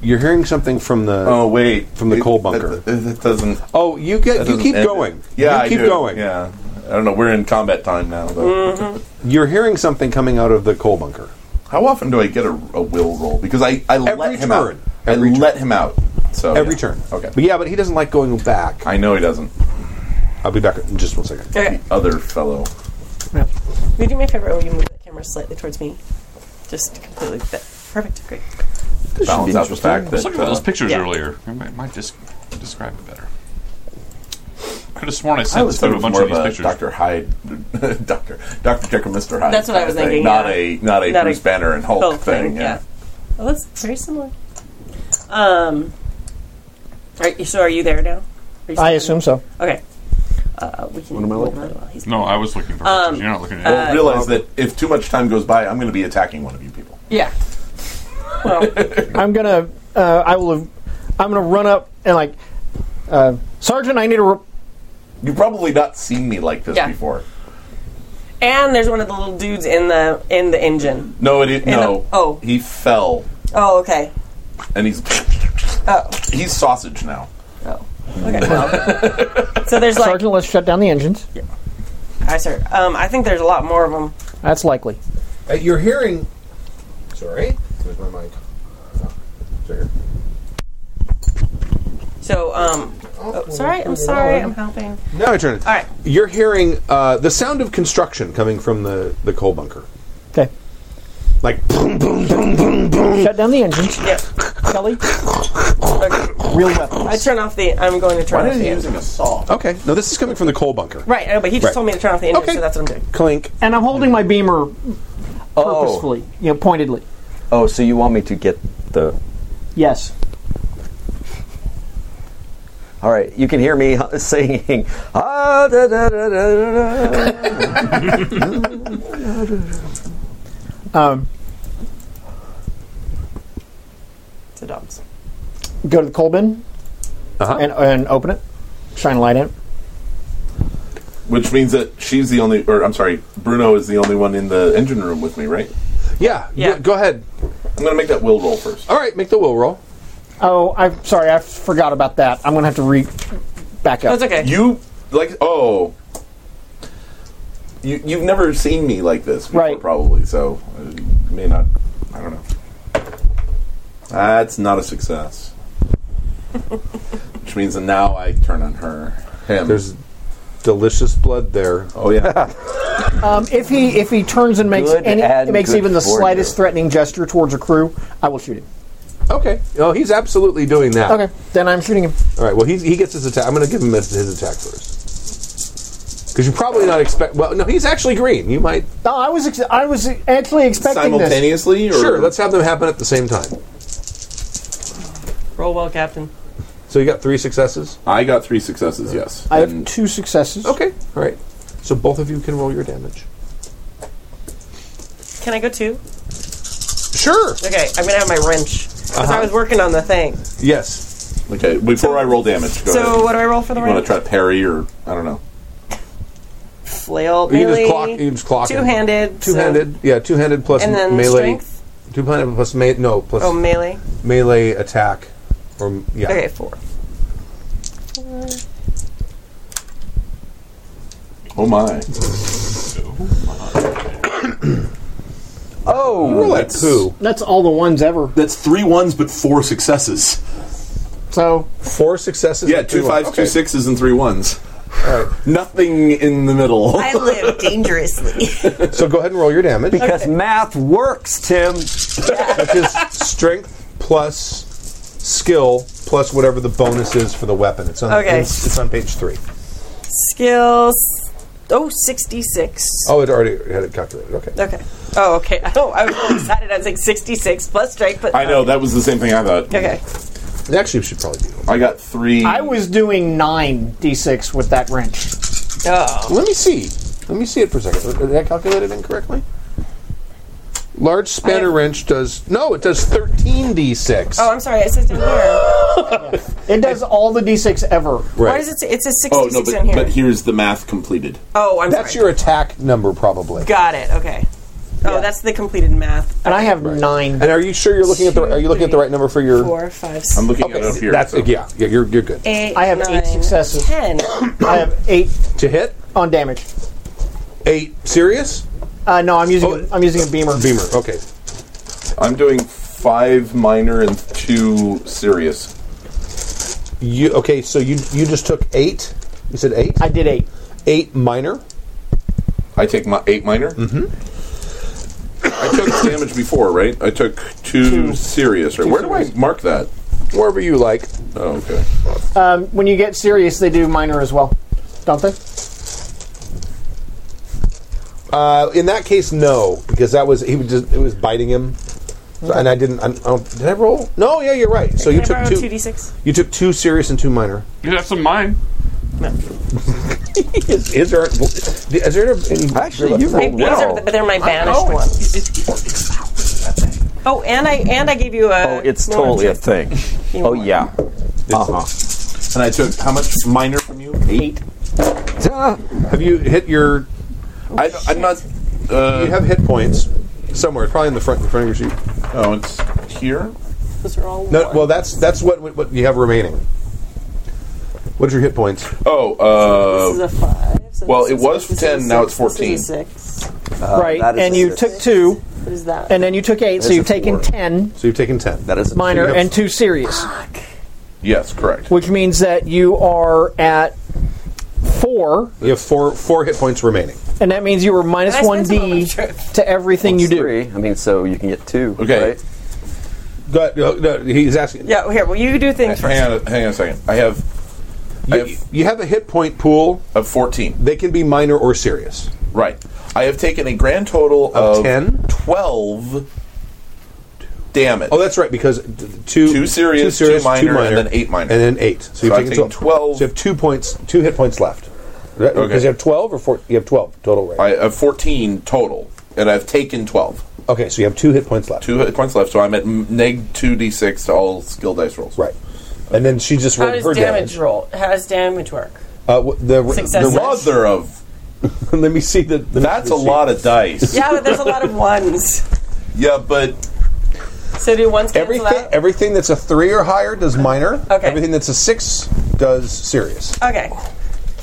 You're hearing something from the. oh wait, From the It- coal bunker. That, that doesn't. Oh, you that get you doesn't keep end it. going. Yeah, you I keep do. going. Yeah, I don't know. We're in combat time now. Though. You're hearing something coming out of the coal bunker. How often do I get a, a will roll? Because I, I let Every him out. turn. Every I turn. let him out. So Every yeah. turn. Okay. But yeah, but he doesn't like going back. I know he doesn't. I'll be back in just one second. Okay. Other fellow. Will you do me a favor? Will you move the camera slightly towards me? Just completely. that- Perfect. Great. Balance out the fact I was that looking at those uh, pictures yeah. earlier. I might, might just describe it better. I could have sworn I I sent was through thinking a it bunch was more of of these pictures. a Doctor Hyde, <laughs> Doctor Doctor Jekyll, Mister Hyde. That's what I kind was of thing. thinking, Not yeah. a not a Not a Bruce Banner and Hulk, Both thing. Yeah. Well, that's very similar. Um. Are you, so are you there now? Are you I still- assume so. Okay. Uh, we can. What am I roll looking that while he's- No, I was looking for pictures. You're not looking at Well, realize that if too much time goes by, I'm going to be attacking one of you people. Yeah. Well, I'm gonna. Uh, I will. I'm gonna run up and like, uh, Sergeant. I need a. Re- You've probably not seen me like this Yeah. before. and there's one of the little dudes in the in the engine. No, it is, no. a- oh. he fell, Oh, okay. and he's Oh. he's sausage now. Oh. Okay. <laughs> Well. so there's like. Sergeant, let's shut down the engines. Hi, sir. Um, I think there's a lot more of them. That's likely. Uh, you're hearing. Sorry, where's my mic? Sorry. So, um, oh, sorry. I'm sorry. I'm helping. Now I turn it. All right. You're hearing uh, the sound of construction coming from the, the coal bunker. Okay. Like, boom, boom, boom, boom, boom. Shut down the engines. Yeah. Kelly, Okay. real weapons. I turn off the. I'm going to turn Why off are the you engine. using a saw? Okay, no, this is coming from the coal bunker. Right. No, but he just Right. told me to turn off the engine, Okay. so that's what I'm doing. Clink. And I'm holding my beamer Oh. purposefully, you know, pointedly. Oh, so you want me to get the? Yes. All right, you can hear me <laughs> hu- <laughs> singing. Ah, da, da, da, da, da, da. Um, It's a dogs. go to the coal bin Uh-huh. and, and open it. Shine a light in. it. Which means that she's the only, or I'm sorry, Bruno is the only one in the engine room with me, right? Yeah, Yeah. Go, go ahead. I'm going to make that will roll first. All right, make the will roll. Oh, I'm sorry. I forgot about that. I'm gonna have to re back up. That's okay. You like oh. You you've never seen me like this before, Right. probably. So uh, you may not. I don't know. That's not a success. Which means that now I turn on her. Him. There's delicious blood there. oh yeah. Um, if he if he turns and makes Good any, and makes good even the for you. slightest threatening gesture towards a crew, I will shoot him. Okay. No, he's absolutely doing that. Okay, then I'm shooting him. All right. Well, he, he gets his attack. I'm going to give him his, his attack first. Because you're probably not expect. Well, no, he's actually green. You might. No, Oh, I was ex- I was actually expecting this. Simultaneously, or Sure. Let's have them happen at the same time. Roll well, Captain. So you got three successes. I got three successes. Yes. I have And two successes. Okay. All right. So both of you can roll your damage. Can I go too? Sure. Okay. I'm gonna have my wrench because Uh-huh. I was working on the thing. Yes. okay. Before I roll damage, go so uh, ahead. what do I roll for the you want to wrench? try to parry or I don't know. Flail. You just melee, clock. You just clock. him. Two-handed. so- Two-handed. Yeah. Two-handed plus and then melee. strength. Two-handed plus ma- no plus Oh, melee. melee attack. Or yeah. Okay, four. Oh my. Roll at That's- two. That's all the ones ever. That's three ones, but four successes. So Four successes. Yeah, and three two fives, ones. Okay. two sixes, and three ones. Nothing in the middle. I live <laughs> dangerously. So go ahead and roll your damage. because math works, Tim. which is strength plus skill plus whatever the bonus is for the weapon. It's on Okay. it's, it's on page three. skills. Oh, 66. Oh, it already had it calculated. Okay. Okay. Oh, okay. <laughs> Oh, I was really excited. I was like 66 plus strike, but I know that was the same thing I thought. Okay. Actually, we should probably do. I got three. I was doing nine d6 with that wrench. Oh. Let me see. Let me see it for a second. Did I calculate it incorrectly? Large spanner wrench does no. It does thirteen d6. Oh, I'm sorry. It says down here. It does all the d6 ever. Why does it say it says Oh 66 no, down but, here? but here's the math completed. oh, I'm That's sorry. your attack number probably. Got it. Okay. Oh, that's the completed math. And I have nine. And are you sure you're looking at the are you looking at the right number for your? Four, five, six, I'm looking at it up here. That's so- yeah. Yeah, you're you're good eight, I have eight nine, successes. Ten. I have eight to hit on damage. eight. Serious Uh, no, I'm using Oh. I'm using a beamer. beamer. Okay. I'm doing five minor and two serious. You okay? So you you just took eight. You said eight. I did eight. Eight minor. I take my eight minor. Mm-hmm. I took damage before, right? I took two, serious. Right? Where do I mark that? Wherever you like. Oh, okay. Um, when you get serious, they do minor as well, don't they? Uh, in that case, no, because that was he was just it was biting him, so, and I didn't. I, I don't, did I roll? No. Yeah, you're right. So you Can I took borrow two. two d6? You took two serious and two minor. You have some mine. Is, is there? Is there any? Actually, you Wait, rolled these are, well. the- but they're my banished ones. Oh, and I and I gave you a. Oh, it's normal totally a check. thing. <laughs> You Oh want yeah. Uh huh. And I took how much minor from you? Eight. Have you hit your? I, I'm not. You Uh, have hit points somewhere. Probably in the front in front of your sheet. oh, it's here. Those are all No. one. Well, that's that's what what you have remaining. What's your hit points? Oh, uh, This is a five. So well, this it is was a- this 10, is a now six, it's 14. This is a six. right. Uh, that is And a you six. took two, What is that? and then you took eight, so That's you've a taken four. ten So you've taken ten. That is a minor have- and two serious, yes, correct. which means that you are at four, You have four four hit points remaining. and that means you were minus And I one spent some on d my trip. to everything you do. Three. I mean, so you can get two. Okay. Right? But uh, no, he's asking. Yeah, here. Well, you do things first. Hang on, a- hang on a second. I have, I You, have, you have a hit point pool. a 14. They can be minor or serious. Right. I have taken a grand total Of of 10? 12 damage. Oh, that's right. Because t- two Two serious, two minor, and then eight minor. and then eight. So, So you've I've taken taken 12. So you have two points, two hit points left. Because Okay. you have twelve or four, you have twelve total. Right? I have 14 total, and I've taken 12. okay, so you have two hit points left. Two hit points left, so I'm at m- neg 2d6 to all skill dice rolls. Right. And then she just How rolled does her damage, damage. roll? How does damage work? Uh, wh- the, Successes. the raw- Mother of. let me see the. the That's a sheet. lot <laughs> of dice. Yeah, but there's a lot of ones. yeah, but So do ones cancel Everything, out? everything that's a three or higher does minor. Okay. Everything that's a six does serious. okay.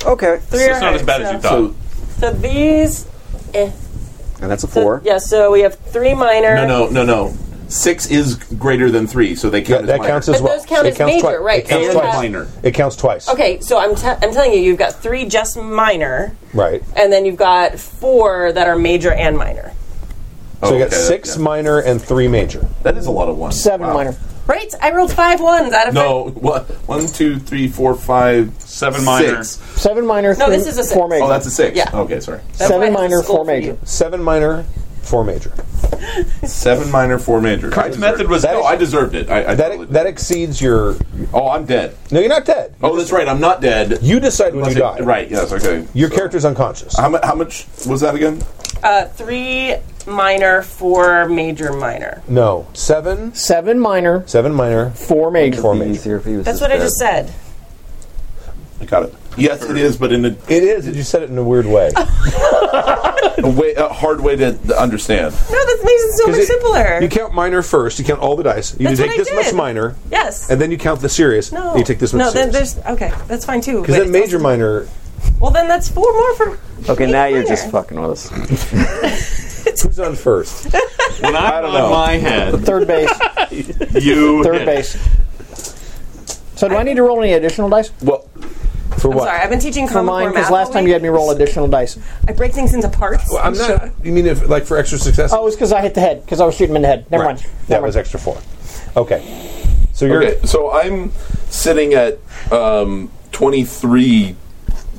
Okay. Three It's not as bad as you thought. So these. Eh, And that's a so- four. Yeah, so we have three minor. No, no, no, no. Six is greater than three, so they Yeah, count. as that minor. counts as But well. those count It as counts twi- major, right, It counts and twice. minor. It counts twice. Okay, so I'm, te- I'm telling you, you've got three just minor, Right. and then you've got four that are major and minor. Oh, So you got okay, that- six yeah. minor and three major. That is a lot of ones. Seven Wow. minor. Right? I rolled five ones out of No, what? One, two, three, four, five, Seven minor. six. Seven minor. No, three- this is a six. four major. Oh, that's a six. Yeah. Okay, sorry. five. That's why seven it's a minor, school four for you. major. Seven minor, four major. Seven minor, four major. Card's method was- no. I deserved it. I, I totally That did. that exceeds your. Oh, I'm dead. No, you're not dead. Oh, that's right. I'm not dead. You decide when you die. Unless it- Right. Yes. Okay. Your So- character's unconscious. How, mu- how much was that again? Uh, three minor, four major, minor. No, seven, Seven minor, seven minor, four major. four Be major. easier if he was That's what I dead. just said. I got it. Yes, it is, but in a, It is. You said it in a weird way. a way, a hard way to to understand. No, that makes it so 'Cause much it- simpler. You count minor first. You count all the dice. You That's take what I this much did. minor, yes. and then you count the serious. no. and you take this much. No, then serious. there's. Okay, that's fine too. because but then it's major also- minor. Well, then that's four more for. Okay, now you're minor. just fucking with us. Who's on first? When I, nod <laughs> my head, Third base. <laughs> you Third hit. base. So do I need to roll any additional dice? Well, For I'm what? sorry, I've been teaching For Common mine, Core math. because last all time week. you had me roll additional dice. I break things into parts. Well, I'm not. <laughs> You mean if like for extra success? Oh, it's because I hit the head, because I was shooting him in the head. Never mind. that Never was mind. extra four. Okay. So you're okay. So I'm sitting at um, 23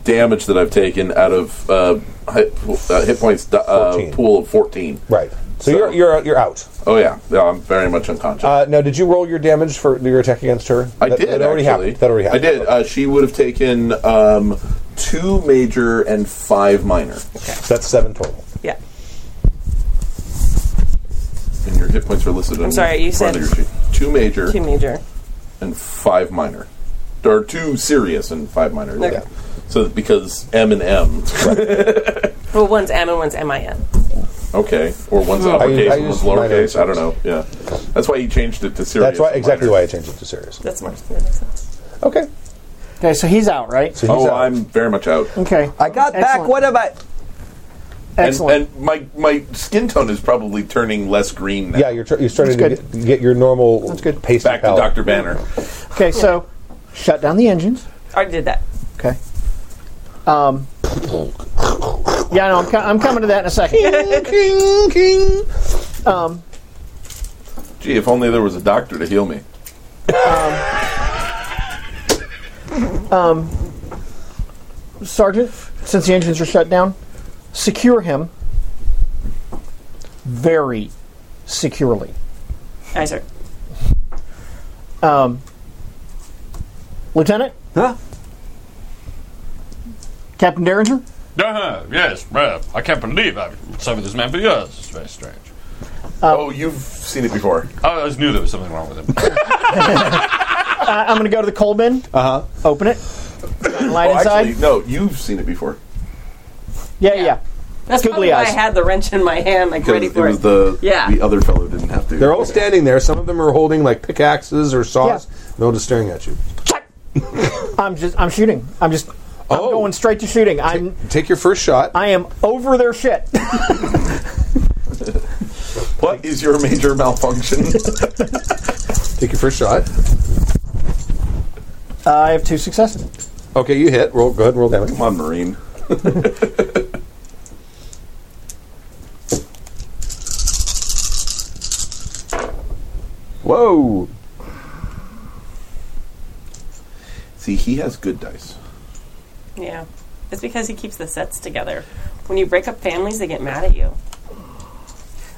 damage that I've taken out of uh, hit, uh, hit points di- uh, 14. pool of fourteen. Right. So, you're you're you're out. Oh yeah, yeah I'm very much unconscious. Uh, now, did you roll your damage for your attack against her? I That- did. That already actually. happened. That already happened. I did. Uh, she would have taken um, two major and five minor. So that's seven total. Yeah. And your hit points are listed. on I'm sorry, the you front said of your sheet. two major, Two major. and five minor, or two serious and five minor. Okay. Yeah. So because M and M, Well, one's M and one's M I N. okay, or one's Oh. I- uppercase, I and one's used minor lowercase. I don't know. Yeah, that's why you changed it to serious. That's why and exactly minor. why I changed it to serious. That's smart. That makes sense. Okay. Okay, so he's out, right? So he's Oh, out. I'm very much out. Okay. I got back. Excellent. What about? And, Excellent. and my my skin tone is probably turning less green now. yeah, you're, tr- you're starting to That's get, get your normal That's good. pace back to palette. Doctor Banner. okay, so shut down the engines. Already did that. Okay. Um, yeah, no, I'm, co- I'm coming to that in <laughs> a second. Um, Gee, if only there was a doctor to heal me. Sergeant, since the engines are shut down, secure him very securely. Aye, sir. Um, Lieutenant, Huh? Captain Derringer, Uh-huh, yes, well, I can't believe I've suffered this man for years. It's very strange. oh, you've seen it before. Oh, I always knew there was something wrong with him. I- I'm going to go to the coal bin. Uh Uh-huh. huh. <coughs> Open it. Light Oh, inside. actually, no, you've seen it before. yeah, yeah. That's Googly probably why I eyes. had the wrench in my hand, like 'Cause ready it for was it. the Yeah. the other fellow didn't have to. They're all standing there. Some of them are holding like pickaxes or saws. They're all just staring at you. I'm just. I'm shooting. I'm just. Oh. I'm going straight to shooting. I'm. Take your first shot. I am over their <laughs> shit. What is your <laughs> major malfunction? Take your first shot. I have two successes. Okay, you hit. Roll. Go ahead and roll damage. Come on, Marine. <laughs> Whoa! See, he has good dice. Yeah. It's because he keeps the sets together. When you break up families, they get mad at you.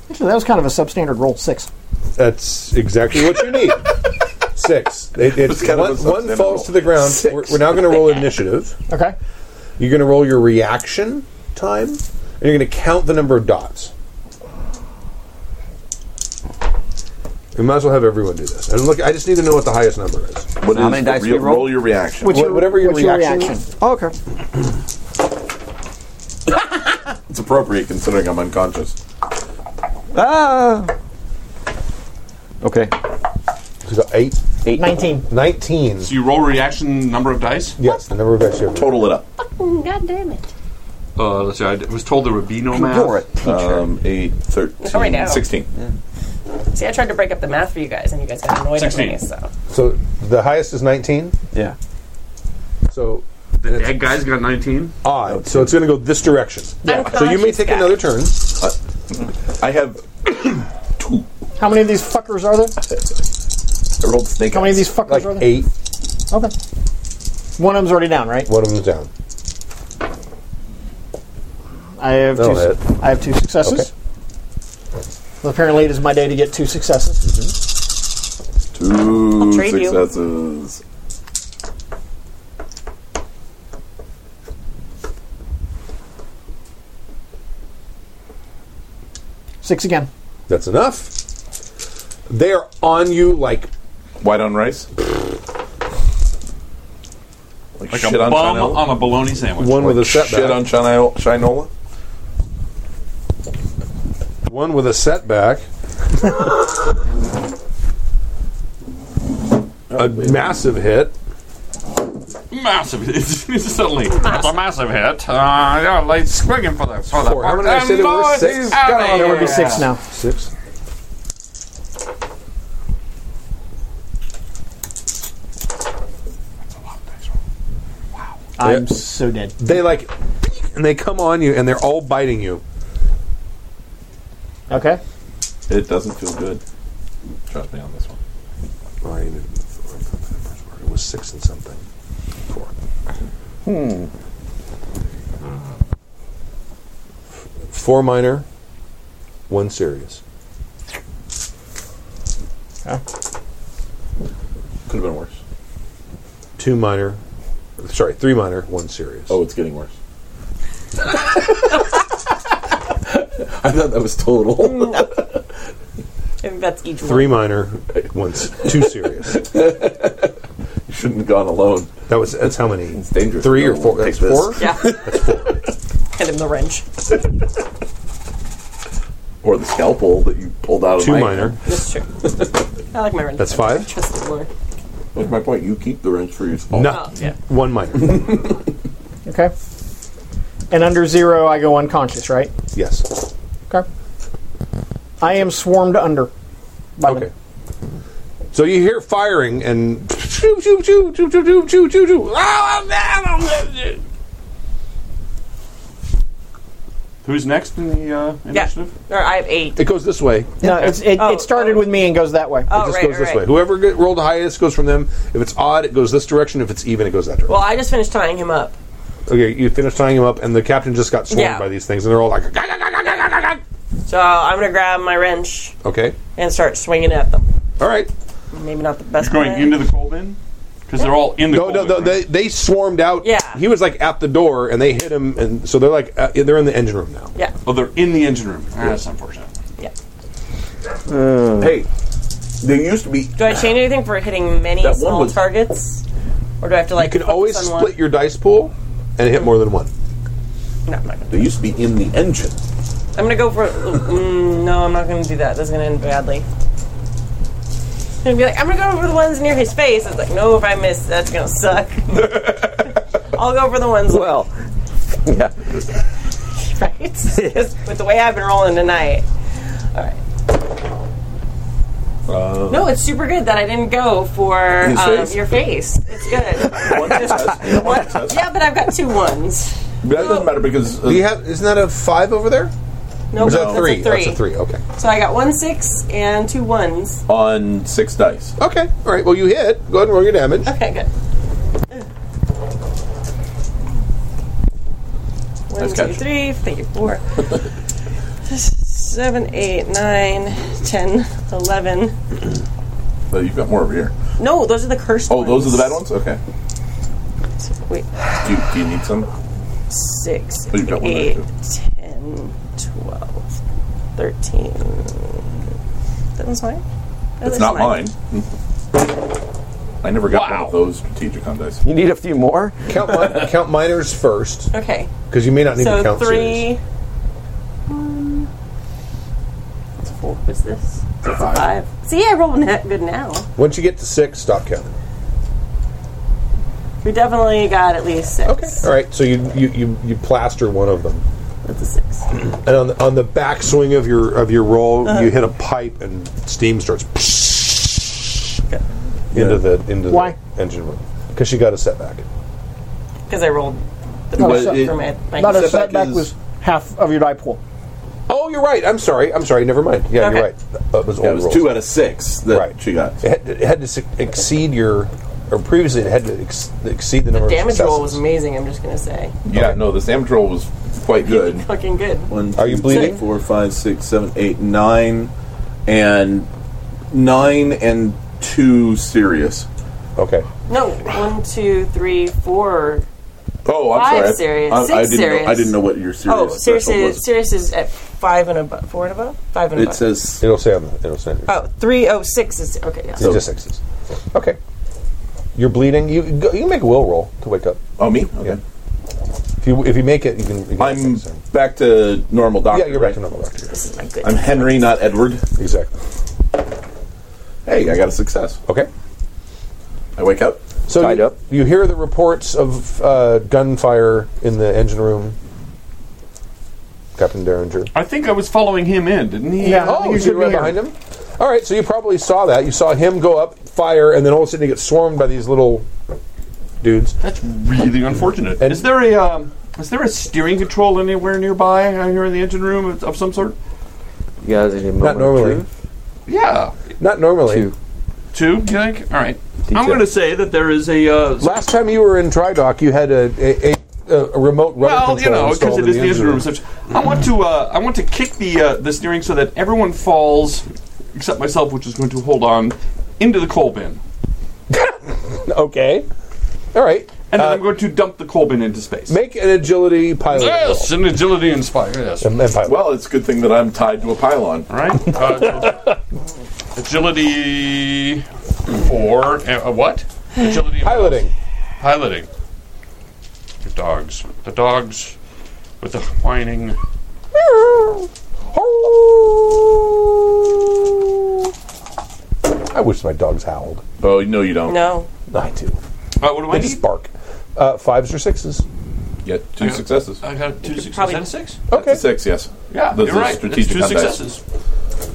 Actually, that was kind of a substandard roll. Six. That's exactly what you <laughs> need. Six. It, it's kind one, of a one substandard falls roll. to the ground. We're, we're now going to roll initiative. Okay. You're going to roll your reaction time, and you're going to count the number of dots. We might as well have everyone do this. And look, I just need to know what the highest number is. What How is many the dice do real- you roll? your reaction. Wha- whatever your what's reaction- Oh, okay. It's appropriate considering I'm unconscious. Ah. Okay. So eight, Nineteen. nineteen. So you roll reaction number of dice? Yes, the number of dice you have. Total it up. God damn it. Uh, let's see, I d- was told there would be no math. You're a teacher. Um, 8, 13, Sorry, no. 16. See, I tried to break up the math for you guys, and you guys got annoyed at me. 16. So So the highest is nineteen. yeah. So The dead guy's got 19. odd. So it's going to go this direction. So you may Unconscious take guy. another turn. I have. How many of these fuckers are there? I rolled snake How many of eyes. these fuckers Like are there? eight. Okay. One of them's already down, right? One of them's down. I have That'll two. su- hit. I have two successes. Okay. Well, apparently, it is my day to get two successes. Two trade you. successes. Mm-hmm. Six again. That's enough. They are on you like White on rice? Like, Like shit a on bum Chinola? on a bologna sandwich. one with a Shit setback. on Chino- Shinola? one with a <laughs> setback. a massive hit. Massive. <laughs> It's, it's suddenly it's a massive hit. Uh, yeah, like squigging for the for the Four. How many did I say there were? And Six? Lord, God, out of There would be here. six now. Six. I'm Yeah. so dead. They like, and they come on you, and they're all biting you. Okay. It doesn't feel good. Trust me on this one. I needed- Hmm. It was six and something. Four. four minor, one serious. Could have been worse. Two minor, sorry, three minor, one serious. Oh, it's getting worse. I thought that was total. And that's <laughs> each Three one. minor, one s- two serious. <laughs> you shouldn't have gone alone. That was that's how many? It's dangerous. Three No or four? one will That's take this. four. <laughs> Yeah. Hit him the wrench. Or the scalpel that you pulled out of Two my minor. hand. That's true. I like my wrench. That's five? Trust it more. What's my point? You keep the wrench for yourself. No, Oh, yeah. one minor. Okay. And under zero, I go unconscious, right? yes. Okay. I am swarmed under. By Okay. Them. So you hear firing and choo, choo, choo, choo, choo, choo, choo, choo, choo. Ah, ah, ah, ah, ah. Who's next in the uh, initiative? Or I have eight. it goes this way. No, it's, it, Oh, it started oh. with me and goes that way. Oh, It just right, goes this right. way. Whoever get, rolled the highest goes from them. If it's odd, it goes this direction. If it's even, it goes that direction. Well, I just finished tying him up. okay, you finish tying him up, and the captain just got swarmed Yeah. by these things, and they're all like, "Gah, gah, gah, gah, gah, gah, gah." So I'm going to grab my wrench okay, and start swinging at them. all right. Maybe not the best Going plan. into the coal bin? Because they're all in the No, coal no, bin. no right? they, they swarmed out. Yeah. he was like at the door, and they hit him, and so they're like, uh, they're in the engine room now. Yeah. oh, they're in the engine room. Ah, that's unfortunate. Yeah. Hey, there used to be. Do I change anything for hitting many That one small was- targets? Or do I have to You like can focus always on split one? your dice pool and hit more than one. No, I'm not gonna. There used to be in the engine. I'm gonna go for. Mm, no, I'm not gonna do that. That's gonna end badly. I'm gonna be like, I'm gonna go for the ones near his face. It's like, no, if I miss, that's <laughs> gonna suck. I'll go for the ones Well, yeah. <laughs> right. Just with the way I've been rolling tonight. All right. no, it's super good that I didn't go for Uh, His um, face? your face. It's good. <laughs> One test. One test. yeah, but I've got two ones. That doesn't matter because uh, Do you have? Isn't that a five over there? No, Or is that's that a three? a three. That's a three. Okay. So I got one six and two ones. Oh. on six dice. Okay. All right. Well, you hit. Go ahead and roll your damage. Okay, good. One, Nice two, catch. three, three, <laughs> four, seven, eight, nine, ten, eleven. But Oh, you've got more over here. No, those are the cursed Oh, ones. those are the bad ones. Okay. Wait, Do you, do you need some? six, Oh, you've got one there, eight, too. ten, twelve, thirteen. That one's mine? That one's It's not mine. I never got one of those strategic on dice. You need a few more? Count mi- count minors first Okay, because you may not need to so count series. three. One. That's a four. What's this? That's a five. See, I rolled na- good now. Once you get to six, stop counting. We definitely got at least six. Okay. All right. So you you, you, you plaster one of them, That's a six. and on the, on the back swing of your of your roll, Uh-huh. you hit a pipe, and steam starts into the into Why? the engine room because you got a setback. Because I rolled the Not a first set- one from it. Like, Not a Setback setback is- was half of your die pool. Oh, you're right. I'm sorry. I'm sorry. Never mind. Yeah, you're Okay. right. That was Yeah, old it was rules. two out of six that Right. she got. It had, it had to suc- exceed your, or previously it had to ex- exceed the number of damage successes. roll was amazing, I'm just going to say. Yeah, no, the damage roll was quite good. Fucking good. One, Are you two, bleeding? three, four, five, six, seven, eight, nine, and nine and two serious. Okay. No, one, two, three, four. Oh, I'm Five sorry. I- serious, I, I six didn't serious. Know, I didn't know what your serious. Oh, serious threshold is, serious is at five and above. Four and above? Five and was. It above. says It'll say on the, it'll say on your, Oh, three oh six is okay. Yeah. it's just sixes. Okay. You're bleeding. You go, you can make a will roll to wake up. Oh, me? Okay. Yeah. If you if you make it, you can. You can I'm six, so. back to normal doctor. Yeah, you're back right? to normal, doctor. this is my good. I'm Henry, not Edward. Exactly. Hey, I got a success. Okay. I wake up. So Tied you, up. you hear the reports of uh, gunfire in the engine room. Captain Derringer. I think I was following him in, didn't he? Yeah. I Oh, think you he see should right be here. behind him. All right, so you probably saw that. You saw him go up, fire, and then all of a sudden he gets swarmed by these little dudes. That's really unfortunate. And- is there a um, is there a steering control anywhere nearby out here in the engine room of, of some sort? You guys need a moment Not of normally. truth? Yeah, Not normally. Two. two. You think? All right. Detail. I'm going to say that there is a uh, Last time you were in Tridoc, you had a, a, a a, a remote rudder well, you control know, because installed it in is the the engine room. So Such I want to, uh, I want to kick the uh, the steering so that everyone falls, except myself, which is going to hold on, into the coal bin. okay, all right. Uh, And then I'm going to dump the coal bin into space. Make an agility pilot. Yes, an agility inspired. Yes. roll. And pilot. Well, it's a good thing that I'm tied to a pylon. All right. Uh, agility four. Uh, uh, what? Agility. and what else? piloting. Piloting. The dogs. The dogs with the whining. Uh, I wish my dogs howled. Oh, no, you don't. No. I do. Uh, what do They I just need? bark. Uh, fives or sixes. Yet two successes. I got two sixes. Probably- Is that a Uh, six? Okay. Six, yes. Yeah, Those you're are right. That's strategic two on dice. successes.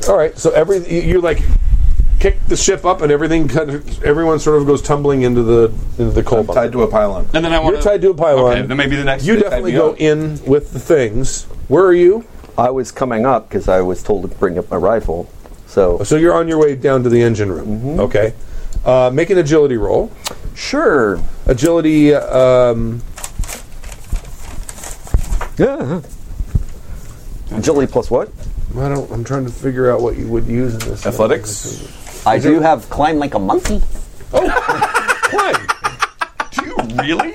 All right. So every you you, like kick the ship up and everything kind of everyone sort of goes tumbling into the into the coal Tied bunker. to a pylon. And then I want You're tied to a pylon. Okay, then maybe the next. You bit. definitely me go up. in with the things. Where are you? I was coming up because I was told to bring up my rifle. So So you're on your way down to the engine room. Mm-hmm. Okay. Uh, make an agility roll. sure. Agility. Um, Yeah. Agility plus what? I don't. I'm trying to figure out what you would use in this. Athletics. I do have climb like a monkey. Climb. Do you really?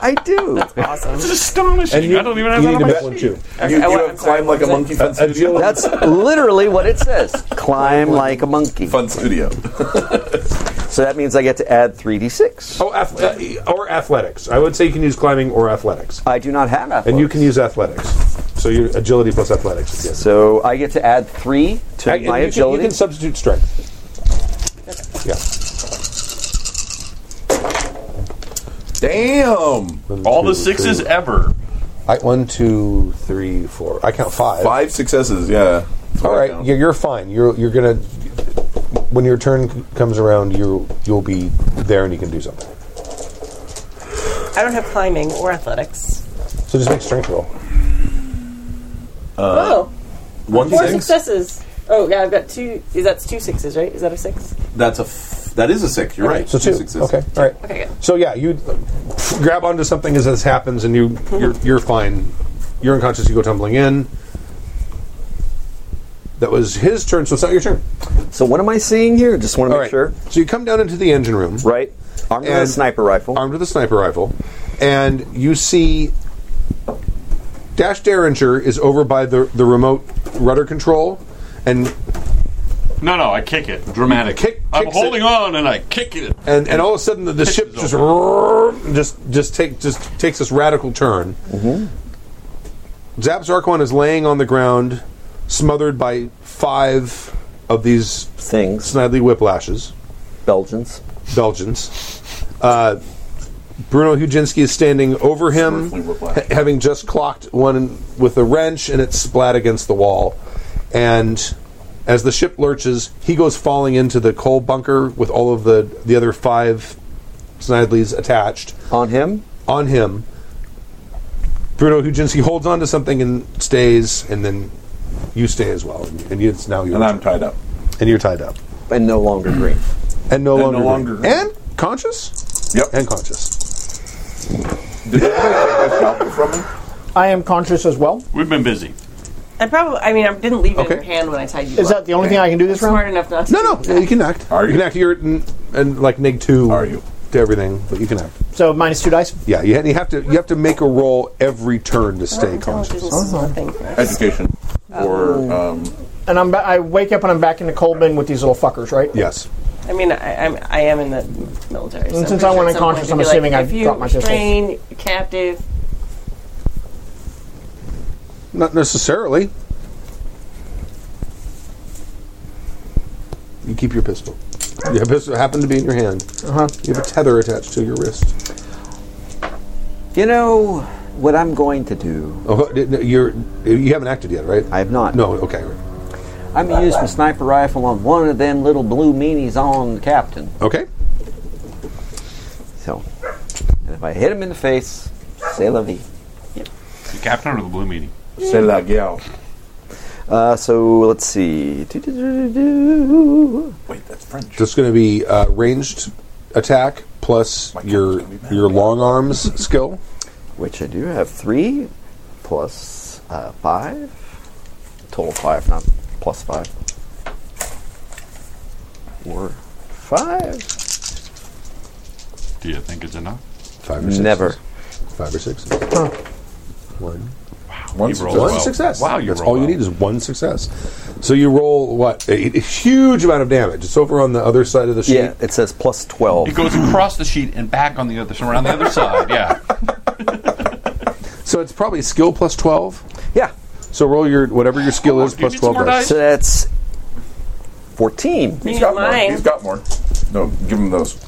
I do. That's astonishing. And you- I don't even have you need that on to my make one sheet. too. You, you have climbed like a monkey. Fun, Agility. <laughs> That's literally what it says. Climb like a monkey. fun studio. So that means I get to add 3d6. Oh, ath- uh, or athletics. I would say you can use climbing or athletics, I do not have athletics. and you can use athletics. So your agility plus athletics. Yes. So I get to add 3 to And my you can- agility. you can substitute strength. Yeah. Damn. All the sixes ever. I, one, two, three, four. I count five. Five successes, yeah. All right, you're, you're fine. You're you're gonna when your turn c- comes around, you you'll be there and you can do something. I don't have climbing or athletics. So just make strength roll. oh, One four six. successes. Oh yeah, I've got two. Is that's two sixes, right? Is that a six? That's a. F- that is a six. You're right. So two. Okay. All right. Okay, good. So yeah, you grab onto something as this happens, and you you're, you're fine. You're unconscious. You go tumbling in. That was his turn, so it's not your turn. so what am I seeing here? Just want to All make right. sure. So you come down into the engine room, Right? Armed with a And- sniper rifle. armed with a sniper rifle, and you see Dash Derringer is over by the the remote rudder control, and No, no, I kick it. Dramatic. Kick- I'm kicks holding it. on and I kick it. and and all of a sudden the, the ship Pitches just roar- just just take just takes this radical turn. Zap Zarkon is laying on the ground, smothered by five of these Things. Snidely whiplashes, Belgians. Belgians. Uh, Bruno Hujinski is standing over him, Snidely whiplash. ha- having just clocked one with a wrench, and it splat against the wall. And as the ship lurches, he goes falling into the coal bunker with all of the the other five Snidleys attached On him? on him. Bruno Hujinski holds on to something and stays, and then you stay as well. And, and it's now you're And I'm tied up. and you're tied up And no longer green. and no And longer no longer green. and conscious Yep. and conscious. Did anybody take a shot from me? I am conscious as well. We've been busy. I probably. I mean, I didn't leave it Okay. in your hand when I tied you. Is up. that the only thing I can do this smart round? enough not to? No, no, do that. you can act. Are can you? act? You're at n- and like neg two. Are you? to everything? But you can act. So minus two dice. Yeah, you, ha- you have to. You have to make a roll every turn to stay conscious. This is one thing for us. Education. Or uh, um, And I'm ba- I wake up and I'm back in the coal bin with these little fuckers, right? Yes. I mean, I, I'm, I am in the military. So And I'm since pretty I went sure at some unconscious, point I'm they'd be assuming like, I've dropped my If you pistols. train captive, Not necessarily. You keep your pistol. Your pistol happened to be in your hand. Uh-huh. You have a tether attached to your wrist. You know what I'm going to do? Oh, d- no, you're you haven't acted yet, right? I have not. No. Okay. I'm going to use my sniper rifle on one of them little blue meanies on the captain. Okay. So, and if I hit him in the face, say la vie. The captain or the blue meeting? say la gal. Uh, so let's see. Wait, that's French. Just going to be uh, ranged attack plus My cat's your gonna be mad. your long arms skill. which I do have three plus uh, five. Total five, not plus five. Four, five. Do you think it's enough? Five or six. Never. Five or six. One. you One, success. rolled One well. success. Wow, you That's rolled all you well. need is one success. So you roll what a, a huge amount of damage. It's over on the other side of the sheet. Yeah, it says plus twelve. <laughs> It goes across the sheet and back on the other, around the other side. Yeah. So it's probably skill plus twelve. Yeah. So roll your whatever your skill is plus twelve. dice. So that's fourteen. He's got more. Mine. He's got more. No, give him those.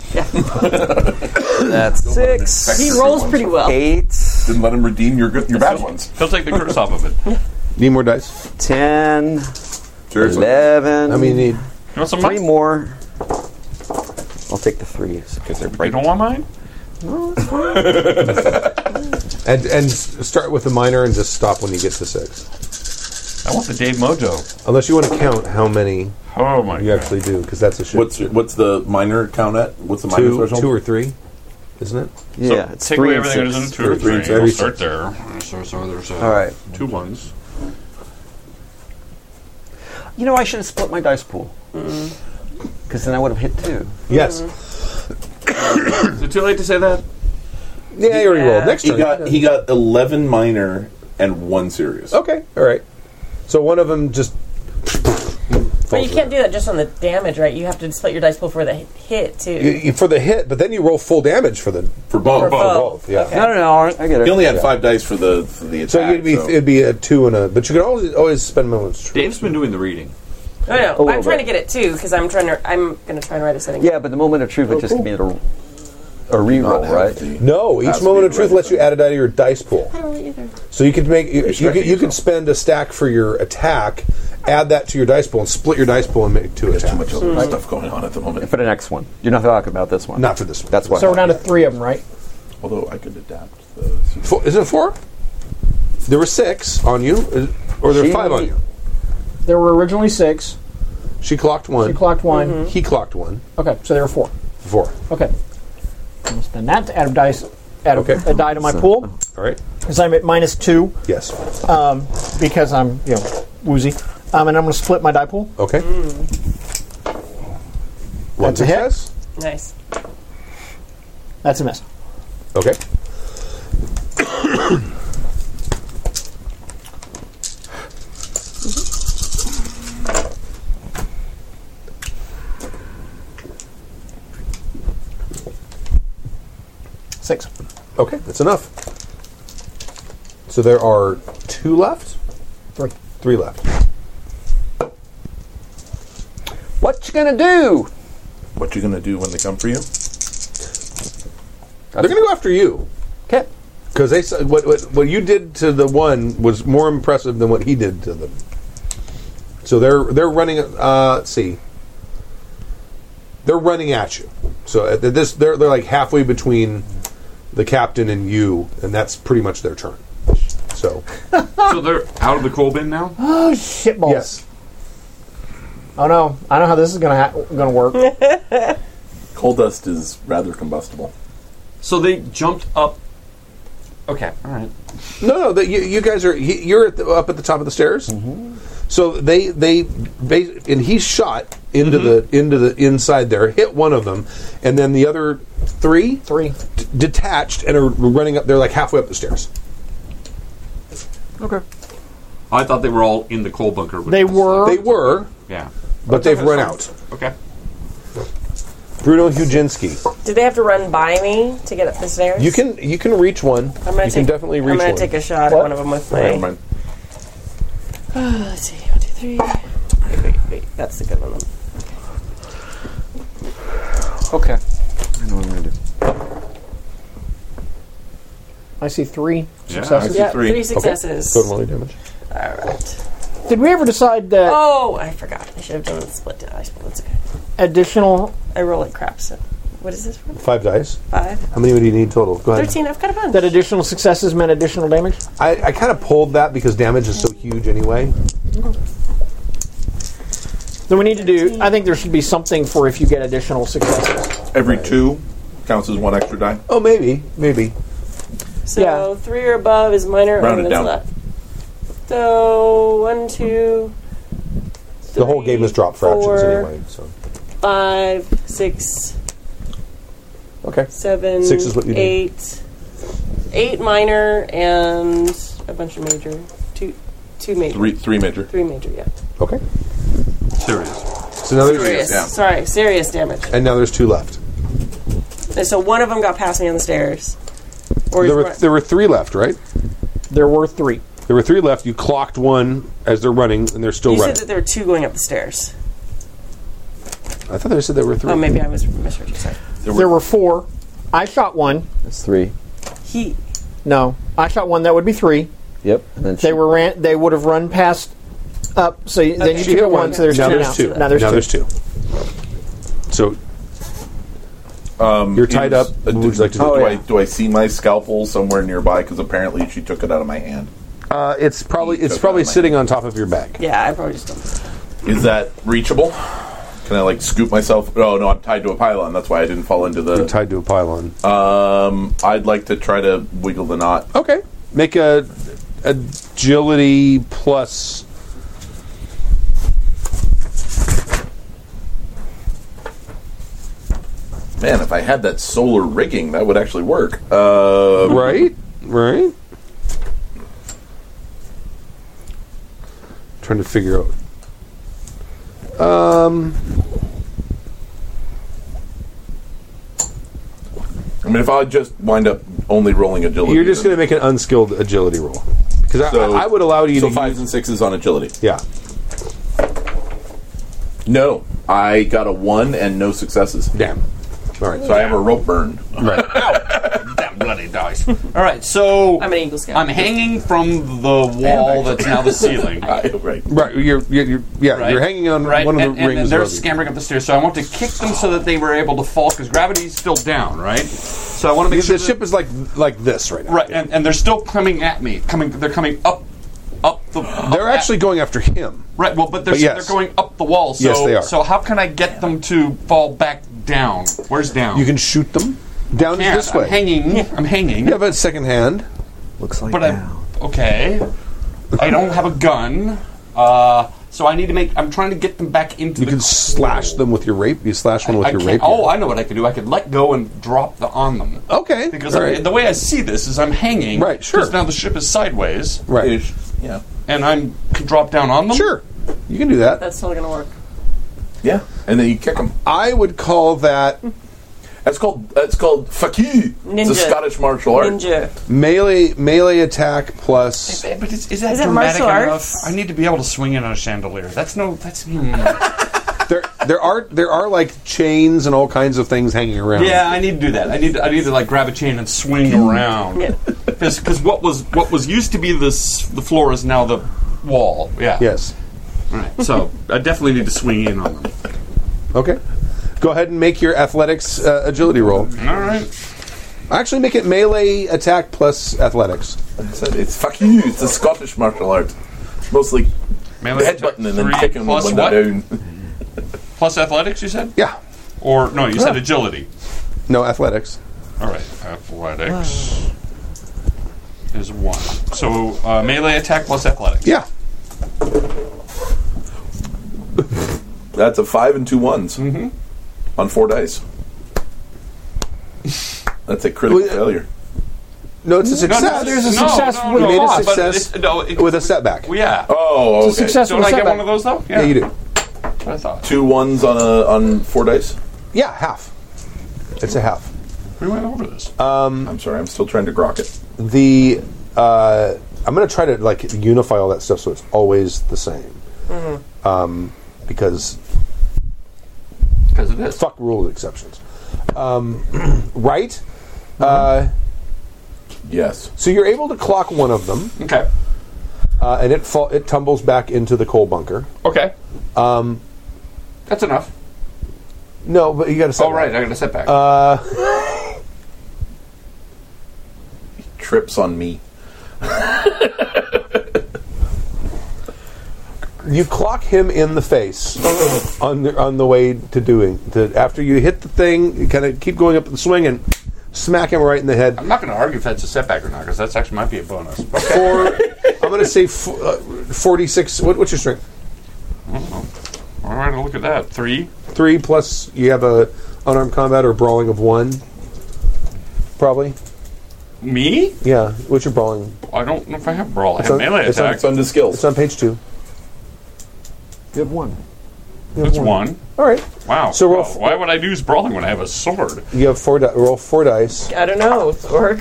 That's six. He rolls pretty well. Eight. Didn't let him redeem your good, your bad ones. He'll take the curse off of it. You Need more dice. Ten. Seriously. Eleven. I mean, you need want some? three Mine? more. I'll take the three because they're You bright. don't want mine? and and s- start with the minor and just stop when you get to six. I want the Dave Mojo. Unless you want to count how many Oh my you god. actually do, because that's a shit. What's what's the minor count at? What's the minor two, threshold? Mm-hmm. two or three, isn't it? Yeah, it's take three away and everything that six. isn't two or Three three. and We'll six. start there. So, so there's uh, All right. two ones. You know, I should have split my dice pool. Because then I would have hit two. Yes. Is it too late to say that? Yeah, you already rolled. Next He turn. got he got eleven minor and one serious. okay. All right. So one of them just. But you can't do that just on the damage, right? You have to split your dice pool for the hit too. You- you- for the hit, but then you roll full damage for the For both. For both. both. Yeah. No, no, no. I- I get it. He only had five dice for the for the attack. So you'd be it'd be a two and a, but you could always always spend moments. Dave's been doing the reading. no, no, little Oh, I'm trying bit. to get it too because I'm trying to. I'm going to try and write a setting. Yeah, but the moment of Oh, truth would just give me a, a reroll, right? No, each That's moment of the truth lets you add it out of your dice pool. I don't either. So you could make you, you, could, you could spend a stack for your attack, add that to your dice pool, and split your dice pool and make two There's too attacks. much other stuff going on at the moment. For the next one. You're not talking about this one. Not for this one. That's why. So we're down to three of them, right? Although I could adapt the Four, is it four? There were six on you, is- or there were She- five on you. There were originally six. She clocked one. You clocked one. He clocked one. Okay, so there were four. Four. Okay. I'm gonna spend that to add a dice, add Okay. a, a die to my pool All right. because I'm at minus two Yes. because I'm you know woozy, um, and I'm gonna split my die pool. Okay. One That's a hit. success. Nice. That's a miss. Okay. Six. Okay. That's enough. So there are two left. Three. Three left. What you gonna do? What you gonna do when they come for you? They're going to go after you. Okay. Because they said what, what what you did to the one was more impressive than what he did to them. So they're they're running. Uh, let's see. They're running at you. So at this they're they're like halfway between the captain and you, and that's pretty much their turn. So so they're out of the coal bin now? Oh shit balls. yes, Oh no, I know how this is gonna ha- gonna <laughs> work. Coal dust is rather combustible. So they jumped up. Okay, all right. no, no. That you, you guys are he, you're at the, up at the top of the stairs. So they they ba- and he shot into Mm-hmm. the into the inside there, hit one of them, and then the other three Three. d- detached and are running up. They're like halfway up the stairs. I thought they were all in the coal bunker. which They was- were. They were, Yeah. but they've run out. Okay. Bruno Hujinski. Did they have to run by me to get up the stairs? You can you can reach one. I'm gonna you take, can definitely reach I'm gonna one. take a shot What? at one of them with Never my. mind. <sighs> Let's see, one, two, three. Wait, wait, wait. That's the good one. Okay. I know what I'm gonna do. I see three Yeah. successes. Yeah, three. three, Okay. successes. Go to rolling damage. All right. Did we ever decide that Oh, I forgot. I should have done the split dice, but that's okay. additional? I roll like crap. So, what is this one? Five dice. Five, How many would you need total? Go ahead. thirteen. I've got a bunch. That additional successes meant additional damage. I, I kind of pulled that because damage is so huge anyway. Then we need to do. I think there should be something for if you get additional successes. Every two counts as one extra die. Oh, maybe, maybe. So Yeah. three or above is minor Round it and it's down. left. So one, two, the whole game is drop fractions four, anyway. So five, six, okay, seven, Six is what you need. eight, eight minor and a bunch of major. Two, two major. Three- three major. Three major. Yeah. okay. Serious. So now there's Serious. Sorry, serious damage. and now there's two left. So one of them got past me on the stairs. Or there were one- there were three left, right? There were three. There were three left. You clocked one as they're running, and they're still you running. said that there were two going up the stairs. I thought they said there were three. Oh, maybe I was misheard you. Sorry. There were, four. I shot one. That's three. He. No, I shot one. That would be three. Yep. And then They were ran. They would have run past up. So you, then you She shoot hit one, So there's now two there's now. two. Now there's two. So Um, You're tied up. Would you like to do, do- do Oh, I, do I see my scalpel somewhere nearby? Because apparently she took it out of my hand. uh, it's probably it's took probably that, like- sitting on top of your bag. Yeah, I probably just don't. Is that reachable? Can I like scoop myself? Oh no, I'm tied to a pylon. That's why I didn't fall into You're the. tied to a pylon. Um, I'd like to try to wiggle the knot. Oh, Okay, make a agility plus. Man, if I had that solar rigging, that would actually work. Uh, Right, right. Trying to figure out. Um, I mean, if I just wind up only rolling agility, you're just going then- to make an unskilled agility roll because So- I, I would allow you so to. fives and sixes on agility. yeah, No, I got a one and no successes. damn. All right, So I have a rope burn. right. Damn bloody dice. All right, so I'm an Eagle Scout. I'm hanging from the wall that's now the ceiling. I, <laughs> right. Right, you're, you're, you're yeah, Right. you're hanging on right? one of and, the rings. And of they're the- scampering up the stairs, so I want to kick them so that they were able to fall because gravity's still down, right? So I want to The make sure that- ship is like like this right now. right, and, and they're still coming at me. Coming, they're coming up, up the. They're up at- actually going after him. right. Well, but they're But yes. they're going up the wall. So, Yes, they are. So how can I get them to fall back down? Where's down? You can shoot them down Can't. this way. I'm hanging. I'm hanging. You have a second hand. Looks like but I now. okay. I don't have a gun, uh, so I need to make. I'm trying to get them back into. You the can slash them with your rape. You slash one with I your can't- rape. Oh, I know what I could do. I could let go and drop the on them. okay. Because all I- Oh, right. the way I see this is I'm hanging. Right, sure. Because now the ship is sideways, right. Ish. Yeah. and I'm could drop down on them. Sure, you can do that. That's still gonna work. Yeah. And then you kick them. I would call that That's called that's called fuck you. It's Ninja. a Scottish martial art. Ninja. melee melee attack plus. Eh, But is, is that Is it dramatic martial enough? arts? I need to be able to swing it on a chandelier. That's no. That's hmm. there there are there are like chains and all kinds of things hanging around. yeah. I need to do that. I need. To, I need to like grab a chain and swing around. Yeah. Because what was what was used to be this the floor is now the wall. Yeah. Yes. All right. So I definitely need to swing in on them. Okay. Go ahead and make your athletics uh, agility roll. All right. Actually, make it melee attack plus athletics. I said It's fuck you. It's a Scottish martial art. It's mostly Melee attack headbutting and then three kicking them plus when what? they're down. Plus athletics, you said? Yeah. Or no, you said Yeah. agility. No athletics. All right, athletics is one. So uh, melee attack plus athletics. Yeah. That's a five and two ones on four dice. That's a critical Well, yeah. failure. No, it's a success. a no, success No, with- no, You made a but success it- no, it- with a setback. Yeah. Oh, okay. It's a successful Don't I get setback. one of those though? Yeah, you do. That's what I thought. Two ones on a on four dice. Yeah, half. It's a half. We went over this. Uh, I'm sorry. I'm still trying to grok it. The uh, I'm going to try to like unify all that stuff so it's always the same. Um, because Because it is. fuck rule of exceptions. Um, <clears throat> right. Uh, Yes. so you're able to clock one of them, Okay. uh, and it fall, it tumbles back into the coal bunker. Okay. Um, that's enough. No, but you got to. All Oh, right, I got a setback. Uh, Trips on me. you clock him in the face on the on the way to doing to after you hit the thing you kind of keep going up the swing and smack him right in the head. I'm not going to argue if that's a setback or not, because that's actually might be a bonus. Okay. For I'm going to say f- uh, 46. What, what's your strength? All right, look at that. Three. Three plus you have a unarmed combat or brawling of one, probably. Me? Yeah, what's your brawling? I don't know if I have brawl. I It's have on- melee it's on- attack. it's on the skills. It's on page two. You have one. You have That's one. All right. Wow. So roll Well, f- why would I use brawling when I have a sword? You have four. Di- roll four dice. I don't know, Zorg.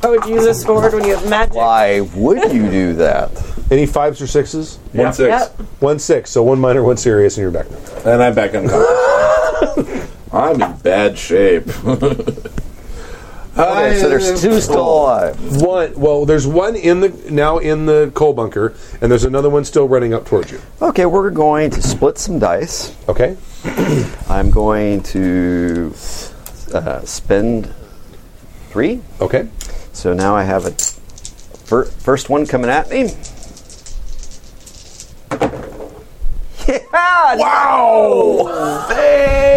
Why would you use a sword when you have magic? Why would you do that? Any fives or sixes? One six. Yep. One six. So one minor, one serious, and you're back. And I'm back unconscious. <laughs> I'm in bad shape. Okay, so there's two still alive. One. Well, there's one in the now in the coal bunker, and there's another one still running up towards you. Okay, we're going to split some dice. Okay. I'm going to uh, spend three. Okay. So now I have a fir- first one coming at me. Yeah! Wow!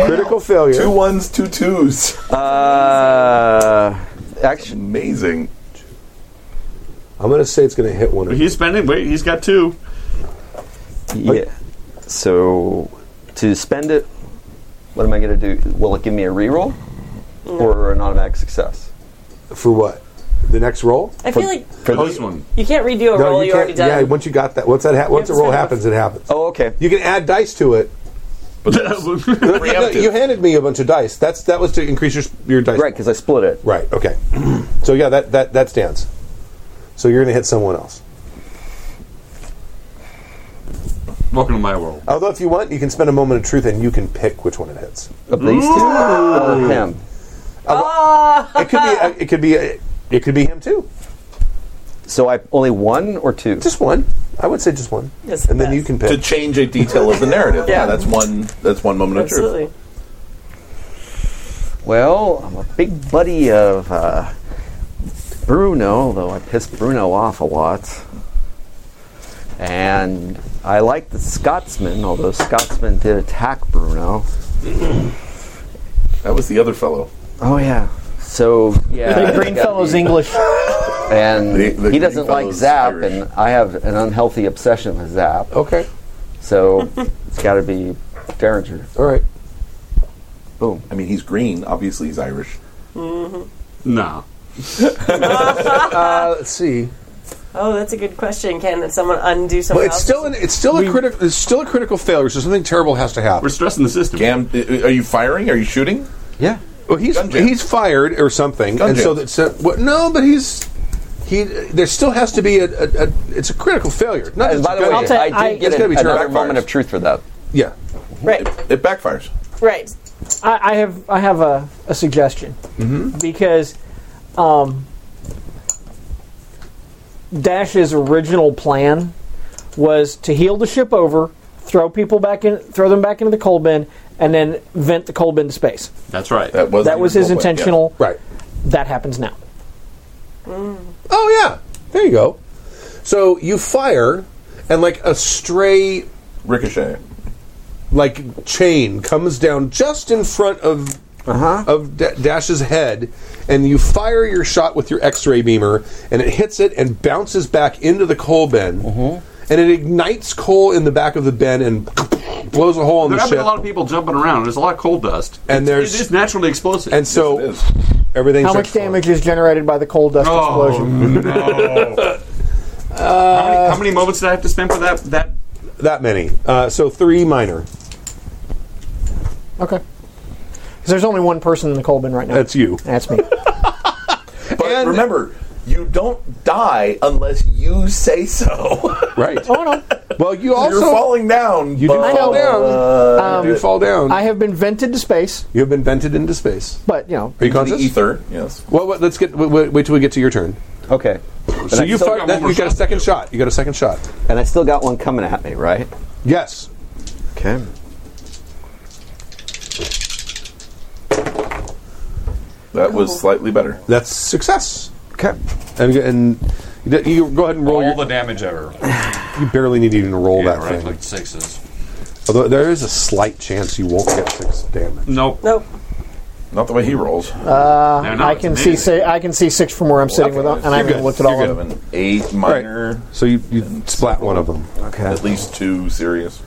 Critical failure. Two ones, two twos. Uh, actually, Amazing. I'm going to say it's going to hit one. Of you. He's spending. Wait, he's got two. yeah. So to spend it, what am I going to do? Will it give me a reroll or an automatic success? For what? The next roll? I feel like For this one. <laughs> you can't redo a roll you, already done. Yeah, once you got that, once that ha- once to the roll set it up. happens, it happens. Oh, okay. You can add dice to <laughs> it. But No, you handed me a bunch of dice. That's that was to increase your your dice. Right, because I split it. Right. Okay. <clears throat> so yeah, that that that stands. So you're going to hit someone else. Welcome to my world. Although, if you want, you can spend a moment of truth and you can pick which one it hits. Of these two? Or him? It could be. uh, It could be. It could be him too. So I only one or two? Just one. I would say just one. That's the and then best. you can To pick. change a detail of the narrative. yeah. that's one. That's one moment Absolutely. of Well, I'm a big buddy of uh, Bruno, though I piss Bruno off a lot. And I like the Scotsman, although Scotsman did attack Bruno. truth. That was the other fellow. Oh, yeah. So, yeah. Big Greenfellow's English. And The- the he doesn't like Greenfellow's Zap, Irish. and I have an unhealthy obsession with Zap. Okay. So it's got to be Derringer. All right. Boom. I mean, he's green. Obviously, he's Irish. No. Uh, let's see. Oh, that's a good question. Can someone undo Well, someone it's else? still an, it's still a critical it's still a critical failure. So something terrible has to We're happen. stressing the system. Gam, are you firing? Are you shooting? Yeah. Well, he's Gun jam. he's fired or something, Gun and so jam. that's uh, what, no, but he's. He, there still has to be a, a, a it's a critical failure. Not just And by a the way, gun I jam. did I- get It's gotta an, be another terrifiers. moment of truth for that. yeah. right, It backfires. right. I, I have I have a, a suggestion because um, Dash's original plan was to heal the ship over, throw people back in, throw them back into the coal bin, and then vent the coal bin to space. That's right. Uh, That was that the was his original plan, intentional. Right. That happens now. Oh yeah, there you go. So you fire, and like a stray yeah. Ricochet. like chain comes down just in front of Uh-huh. of Da- Dash's head, and you fire your shot with your X-ray beamer, and it hits it and bounces back into the coal bin, Mm-hmm. and it ignites coal in the back of the bin and <laughs> blows a hole in There the have been a lot ship, of people jumping around. There's a lot of coal dust. And It's- there's- it is naturally explosive. and so It is. everything's How much damage is generated by the coal dust oh explosion? no! <laughs> Uh, how, many, how many moments did I have to spend for that? That That many. Uh, so three minor. Okay. 'Cause there's only one person in the coal bin right now. That's you. That's <laughs> me. But remember, you don't die unless you say so. <laughs> Right. oh no. <laughs> Well, you also You're falling down. you do but- uh, fall down. you do fall down. uh, I have been vented to space, you have been vented into space. but you know, Are you Into the conscious? ether. Yes. Well, wait, let's get. Wait, wait till we get to your turn. Okay. And So I you still fire, got that, one more you got a shot. second shot. You got a second shot. And I still got one coming at me, right? Yes. Okay. That was slightly better. That's success. Okay. And and you you go ahead and roll. all Your, the damage ever. you barely need to even roll yeah, that right, thing. like sixes. Although there is a slight chance you won't get six damage. Nope. Nope. Not the way he rolls. Uh, No, no, I it's can me. see say, I can see six from where I'm sitting without, and I You're haven't good. looked at all You're of them. good. An eight minor. So you, you splat one of them. Okay. At least two serious.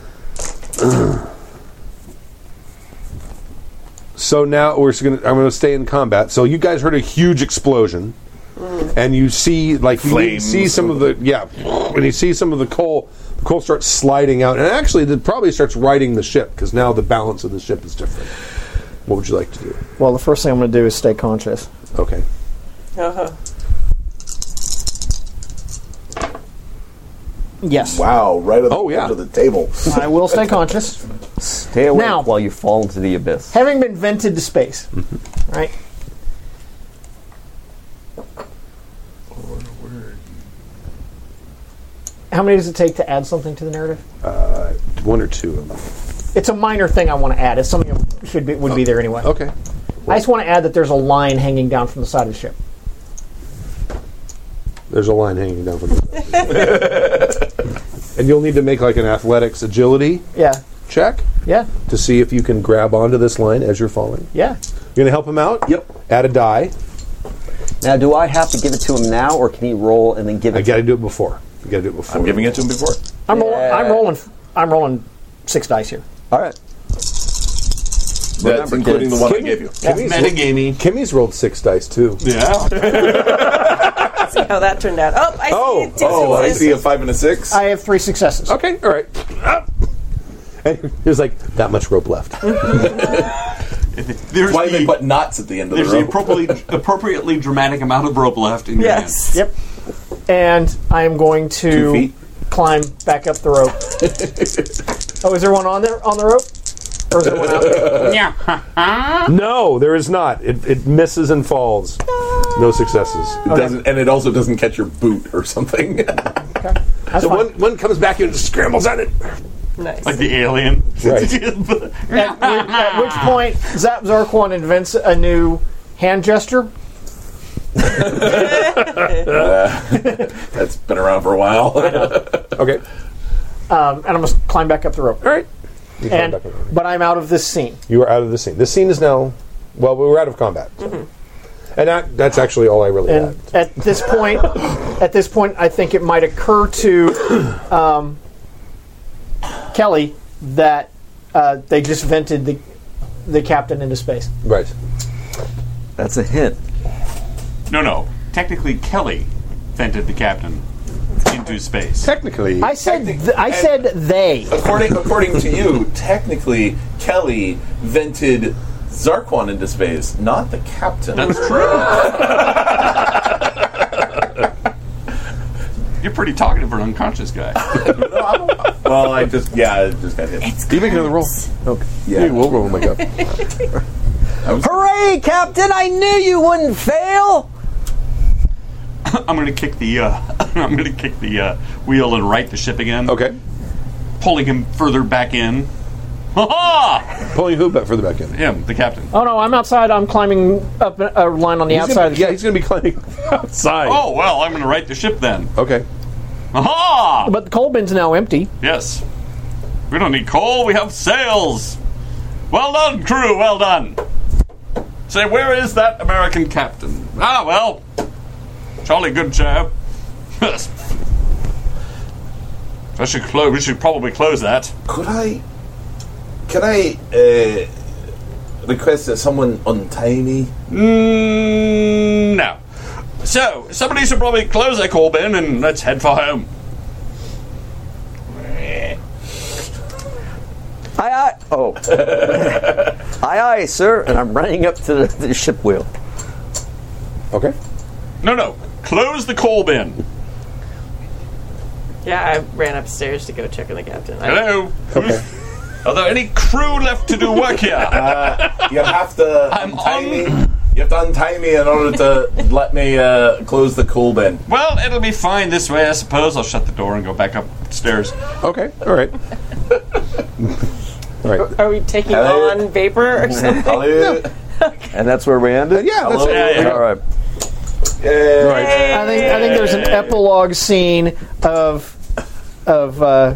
So now we're just gonna. I'm gonna stay in combat. So you guys heard a huge explosion, and you see like you Flames. see some of the yeah, and you see some of the coal. The coal starts sliding out, and actually, it probably starts riding the ship because now the balance of the ship is different. What would you like to do? Well, the first thing I'm going to do is stay conscious. Okay. Uh-huh. Yes. Wow, right at the Oh, yeah. edge of the table. I will stay conscious. Stay awake Now- while you fall into the abyss. Having been vented to space, Mm-hmm. right? How many does it take to add something to the narrative? One or two of them. It's a minor thing I want to add. It's something that should be, would be there anyway. Oh, Okay. I just want to add that there's a line hanging down from the side of the ship. There's a line hanging down from the. <laughs> and you'll need to make like an athletics agility Yeah. check Yeah. to see if you can grab onto this line as you're falling. Yeah. You're gonna help him out. Yep. Add a die. Now, do I have to give it to him now, or can he roll and then give I it? to gotta do it before. You gotta do it before. I'm giving it to him before. I'm, roll- I'm rolling. I'm rolling six dice here. All right. That's including the one I gave you. Kimmy's, Metagaming. Kimmy's rolled six dice too. Yeah. See how that turned out. Oh, I see. Oh, it. Oh, I see a five and a six. I have three successes. Okay, all right. Ah. And <laughs> there's like that much rope left. There's Why do the, they put knots at the end of the there's the rope? appropriately, appropriately dramatic amount of rope left in your hand. Yes. Yep. And I am going Two to feet. climb back up the <laughs> rope. oh, is there one on there on the rope? Or is there one out? <laughs> no, there is not. It, it misses and falls. No successes. It doesn't, and it also doesn't catch your boot or <laughs> something. That's So fine. one, one comes back and scrambles at it. Nice. Like the alien. <laughs> At, whi- at which point, Zap Zarquan invents a new hand gesture. um, That's been around for a while. Okay, Um, and I'm going to climb back up the rope. all right. You, come And back over. but I'm out of this scene. you are out of the scene. The scene is now. Well, we were out of combat. so. And that, that's actually all I really And had. at this point, at this point, I think it might occur to um, Kelly that uh, they just vented the the captain into space. Right. That's a hit. No, no. Technically, Kelly vented the captain into space. Technically, I said th- I said they. according according to you, technically Kelly vented Zarquan into space, not the captain. That's true. You're pretty talkative for an unconscious guy. well, I just yeah, I just got hit. you make another roll. Okay. Yeah, you will roll. Oh my god. Hooray, Captain! I knew you wouldn't fail. <laughs> I'm gonna kick the uh, <laughs> I'm gonna kick the uh, wheel and right the ship again. Okay. Pulling him further back in. Ha ha! Pulling who back for the back end? Him, the captain. Oh no, I'm outside. I'm climbing up a a line on the He's outside. gonna be- yeah, he's going to be climbing outside. Oh well, I'm gonna right the ship then. Okay. Ha ha! But the coal bin's now empty. Yes. We don't need coal, we have sails. Well done, crew, well done. Say, where is that American captain? Ah, well. Jolly good <laughs> chap. Yes. I should close, we should probably close that. Could I? Can I uh, request that someone untie me? Mm, no. So, somebody should probably close their call bin and let's head for home. Aye, aye. Oh. aye, aye, sir. And I'm running up to the, the ship wheel. Okay. No, no. Close the call bin. Yeah, I ran upstairs to go check on the captain. I, Hello? Are there any crew left to do work <laughs> here? Uh, You have to untie me. You have to untie me in order to let me uh, close the cool bin. well, it'll be fine this way, I suppose. I'll shut the door and go back upstairs. Okay. All right. Uh, all right. are we taking Hello? on vapor or something? Hello. And that's where we ended? Yeah, Oh, that's Yeah, yeah. All right. Uh, All right. I think I think there's an epilogue scene of of uh,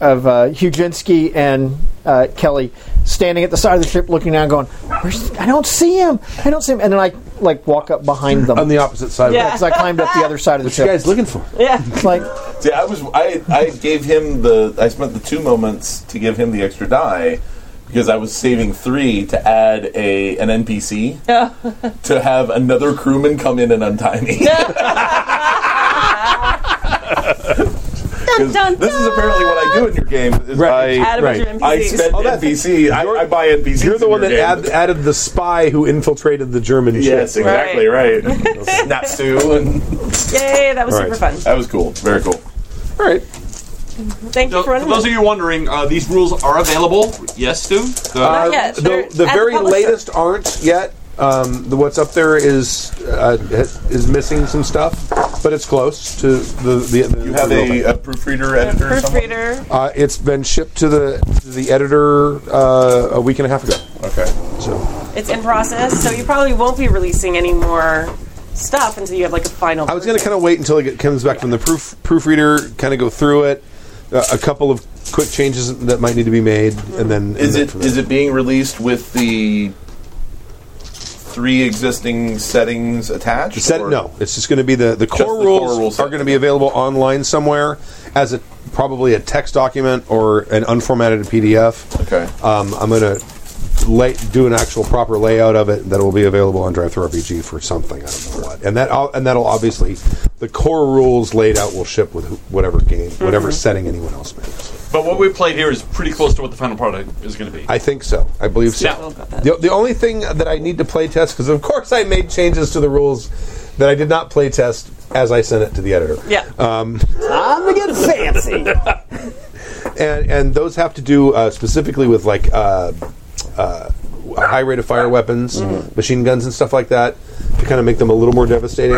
of uh, Huginski and uh, Kelly standing at the side of the ship, looking down, going, Where's, "I don't see him. I don't see him." And then I like walk up behind them On the opposite side of the- Yeah, because I climbed up the other side of the What <laughs> ship. you guys looking for? Yeah, like See, I was I I gave him the I spent the two moments to give him the extra die because I was saving three to add a an <laughs> NPC to have another crewman come in and <laughs> untie me. Dun, dun, This is apparently what I do in your game. Is Right, Oh, I, Add a bunch of I NPCs. spend NPC. I, I buy NPCs. You're the in one your that add, game. added the spy who infiltrated the German Yes, ship. exactly right. <laughs> Natsu and <laughs> Yay, that was All super right. fun. that was cool. Very cool. All right. Thank you So, for for running. those of you wondering, uh, these rules are available. Yes, Stu? The- Uh, yet. They're the at the the very publisher. latest aren't yet. Um, the what's up there is uh, ha- is missing some stuff, but it's close to the the. the You have the real thing. a, a proofreader editor. or someone? proofreader. Uh, it's been shipped to the to the editor uh, a week and a half ago. Okay. So It's in process, so you probably won't be releasing any more stuff until you have like a final. I was going to kind of wait until it get- comes back from the proof proofreader, kind of go through it, uh, a couple of quick changes that might need to be made, and then Is and it is it being released with the three existing settings attached? Set, or- no, it's just going to be the, the core the core rules, rules. are going to be available online somewhere as a probably a text document or an unformatted PDF. Okay. Um, I'm going to lay, do an actual proper layout of it that will be available on Drive Through RPG for something. I don't know what. And that I'll- and that'll obviously the core rules laid out will ship with wh- whatever game, whatever Mm-hmm. setting anyone else makes. But what we played here is pretty close to what the final product is going to be. I think so. I believe so. Oh, Yeah. The, the only thing that I need to play test because of course I made changes to the rules that I did not play test as I sent it to the editor. Yeah. I'm gonna get fancy. and and those have to do uh, specifically with like uh, uh, a high rate of fire weapons, machine guns, and stuff like that to kind of make them a little more devastating.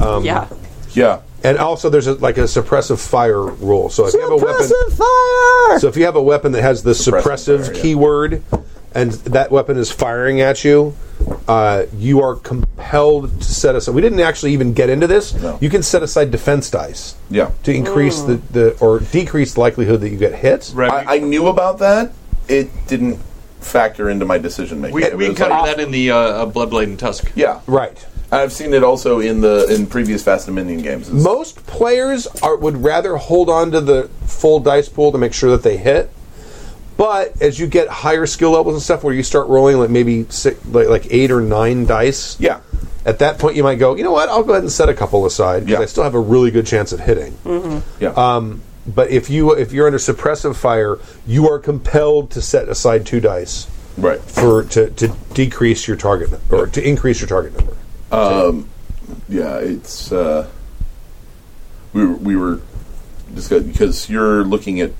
Um, yeah. Yeah. And also, there's a, like a suppressive fire rule. So if you have a weapon, fire. so if you have a weapon that has the suppressive, Suppressive fire, yeah. keyword, and that weapon is firing at you. Uh, you are compelled to set aside. We didn't actually even get into this. No. You can set aside defense dice Yeah. to increase the, the or decrease the likelihood that you get hit. Right. I, I knew about that. It didn't factor into my decision making. we we encountered that in the uh, uh, Bloodblade and Tusk. Yeah. Right. I've seen it also in the in previous Fast and Minion games. It's- most players are, would rather hold on to the full dice pool to make sure that they hit. But as you get higher skill levels and stuff, where you start rolling like maybe six, like, like eight or nine dice, Yeah. At that point, you might go, you know what? I'll go ahead and set a couple aside because Yeah. Mm-hmm. I still have a really good chance of hitting. Yeah. Um, but if you if you're under suppressive fire, you are compelled to set aside two dice right. for to, to decrease your target nu- or to increase your target number. Um, yeah, it's uh, we were, we were discussing because you're looking at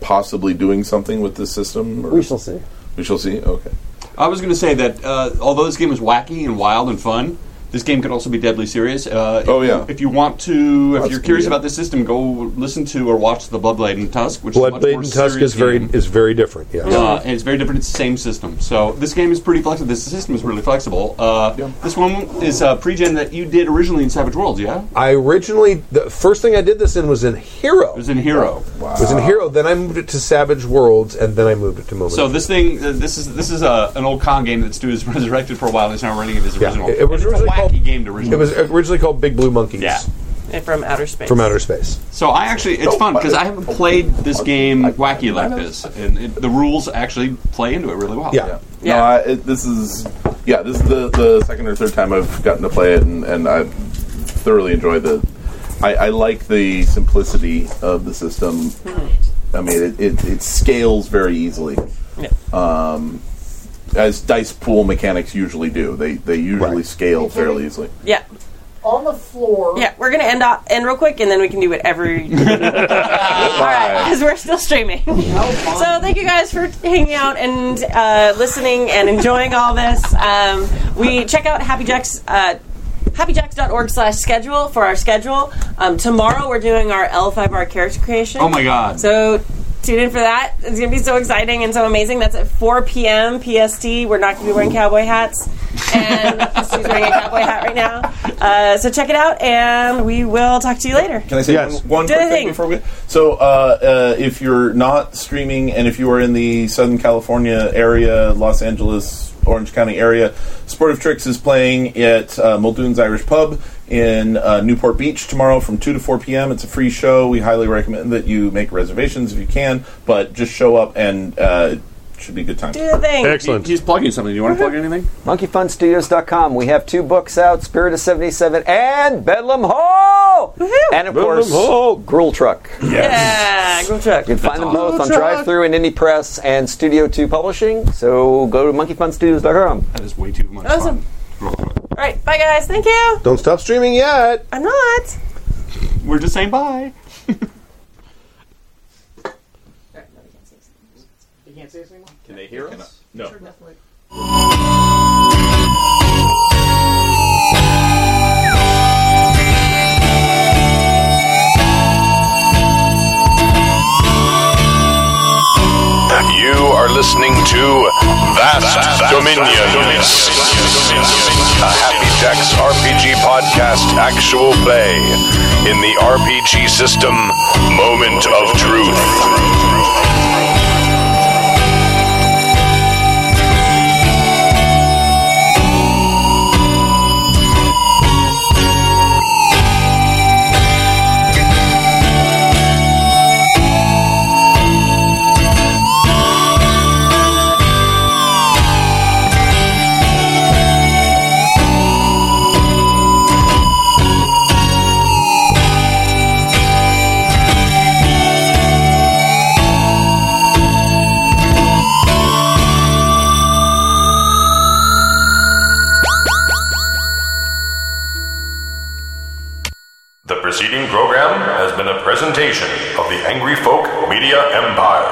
possibly doing something with this system. Or We shall see. We shall see. Okay. I was going to say that uh, although this game is wacky and wild and fun, this game can also be deadly serious. Uh, Oh, if, yeah. If you want to, if That's you're curious good. about this system, go listen to or watch the Bloodblade and Tusk, which is a much Bloodblade more and Tusk serious is very game. is very different. Yes. Uh, and it's very different. It's the same system. So this game is pretty flexible. This system is really flexible. Uh, This one is uh, pre-gen that you did originally in Savage Worlds, yeah? I originally the first thing I did this in was in Hero. It was in Hero. It was in Hero. Then I moved it to Savage Worlds, and then I moved it to Moment. So of this thing, uh, this is this is uh, an old con game that Stu has resurrected for a while. and He's now running it as Yeah, original. it- it was It's a originally wacky called- game to Truth. original. it was originally called Big Blue Monkeys. Yeah. And from outer space. From outer space. So I actually, it's fun because I haven't played this game wacky like this, and it, the rules actually play into it really well. Yeah. Yeah. Yeah. No, I, it, this is yeah. This is the, the second or third time I've gotten to play it, and, and I thoroughly enjoy the. I, I like the simplicity of the system. I mean, it, it, it scales very easily, Yeah. as dice pool mechanics usually do. They they usually Right. scale fairly easily. yeah. On the floor. Yeah, we're gonna end up end real quick, and then we can do whatever. <laughs> You All right, because we're still streaming. so thank you guys for hanging out and uh, listening and enjoying all this. Um, we check out Happy Jacks. Uh, happyjacks.org slash schedule for our schedule um, tomorrow we're doing our l5r character creation Oh my god. so tune in for that. It's going to be so exciting and so amazing. That's at 4 p.m. PST. We're not going to be wearing cowboy hats. And <laughs> she's wearing a cowboy cowboy hat right now. Uh, so check it out, and we will talk to you later. Can I say Yes. one, one Do quick the thing. thing. before we? So, uh, uh, if you're not streaming, and if you are in the Southern California area, Los Angeles, Orange County area, Sportive Tricks is playing at uh, Muldoon's Irish Pub in uh, Newport Beach tomorrow from two to four p.m. It's a free show. We highly recommend that you make reservations if you can, but just show up and uh, it should be a good time. Do the thing. Excellent. He's plugging something. Do you want to plug anything? MonkeyFunStudios.com. We have two books out Spirit of 77 and Bedlam Hall! And Bedlam of course, Hall. Gruel Truck. Yeah, go check. You can find them That's both on awesome. Drive Through and Indie Press and Studio 2 Publishing. So go to monkeyfunstudios.com. That is way too much Awesome. All right, bye guys. Thank you. Don't stop streaming yet. I'm not. We're just saying bye. Can they hear us? No. You are listening to Vast Dominions, a Happy Jacks RPG podcast actual play in the RPG system Moment of Truth. The preceding program has been a presentation of the Angry Folk Media Empire.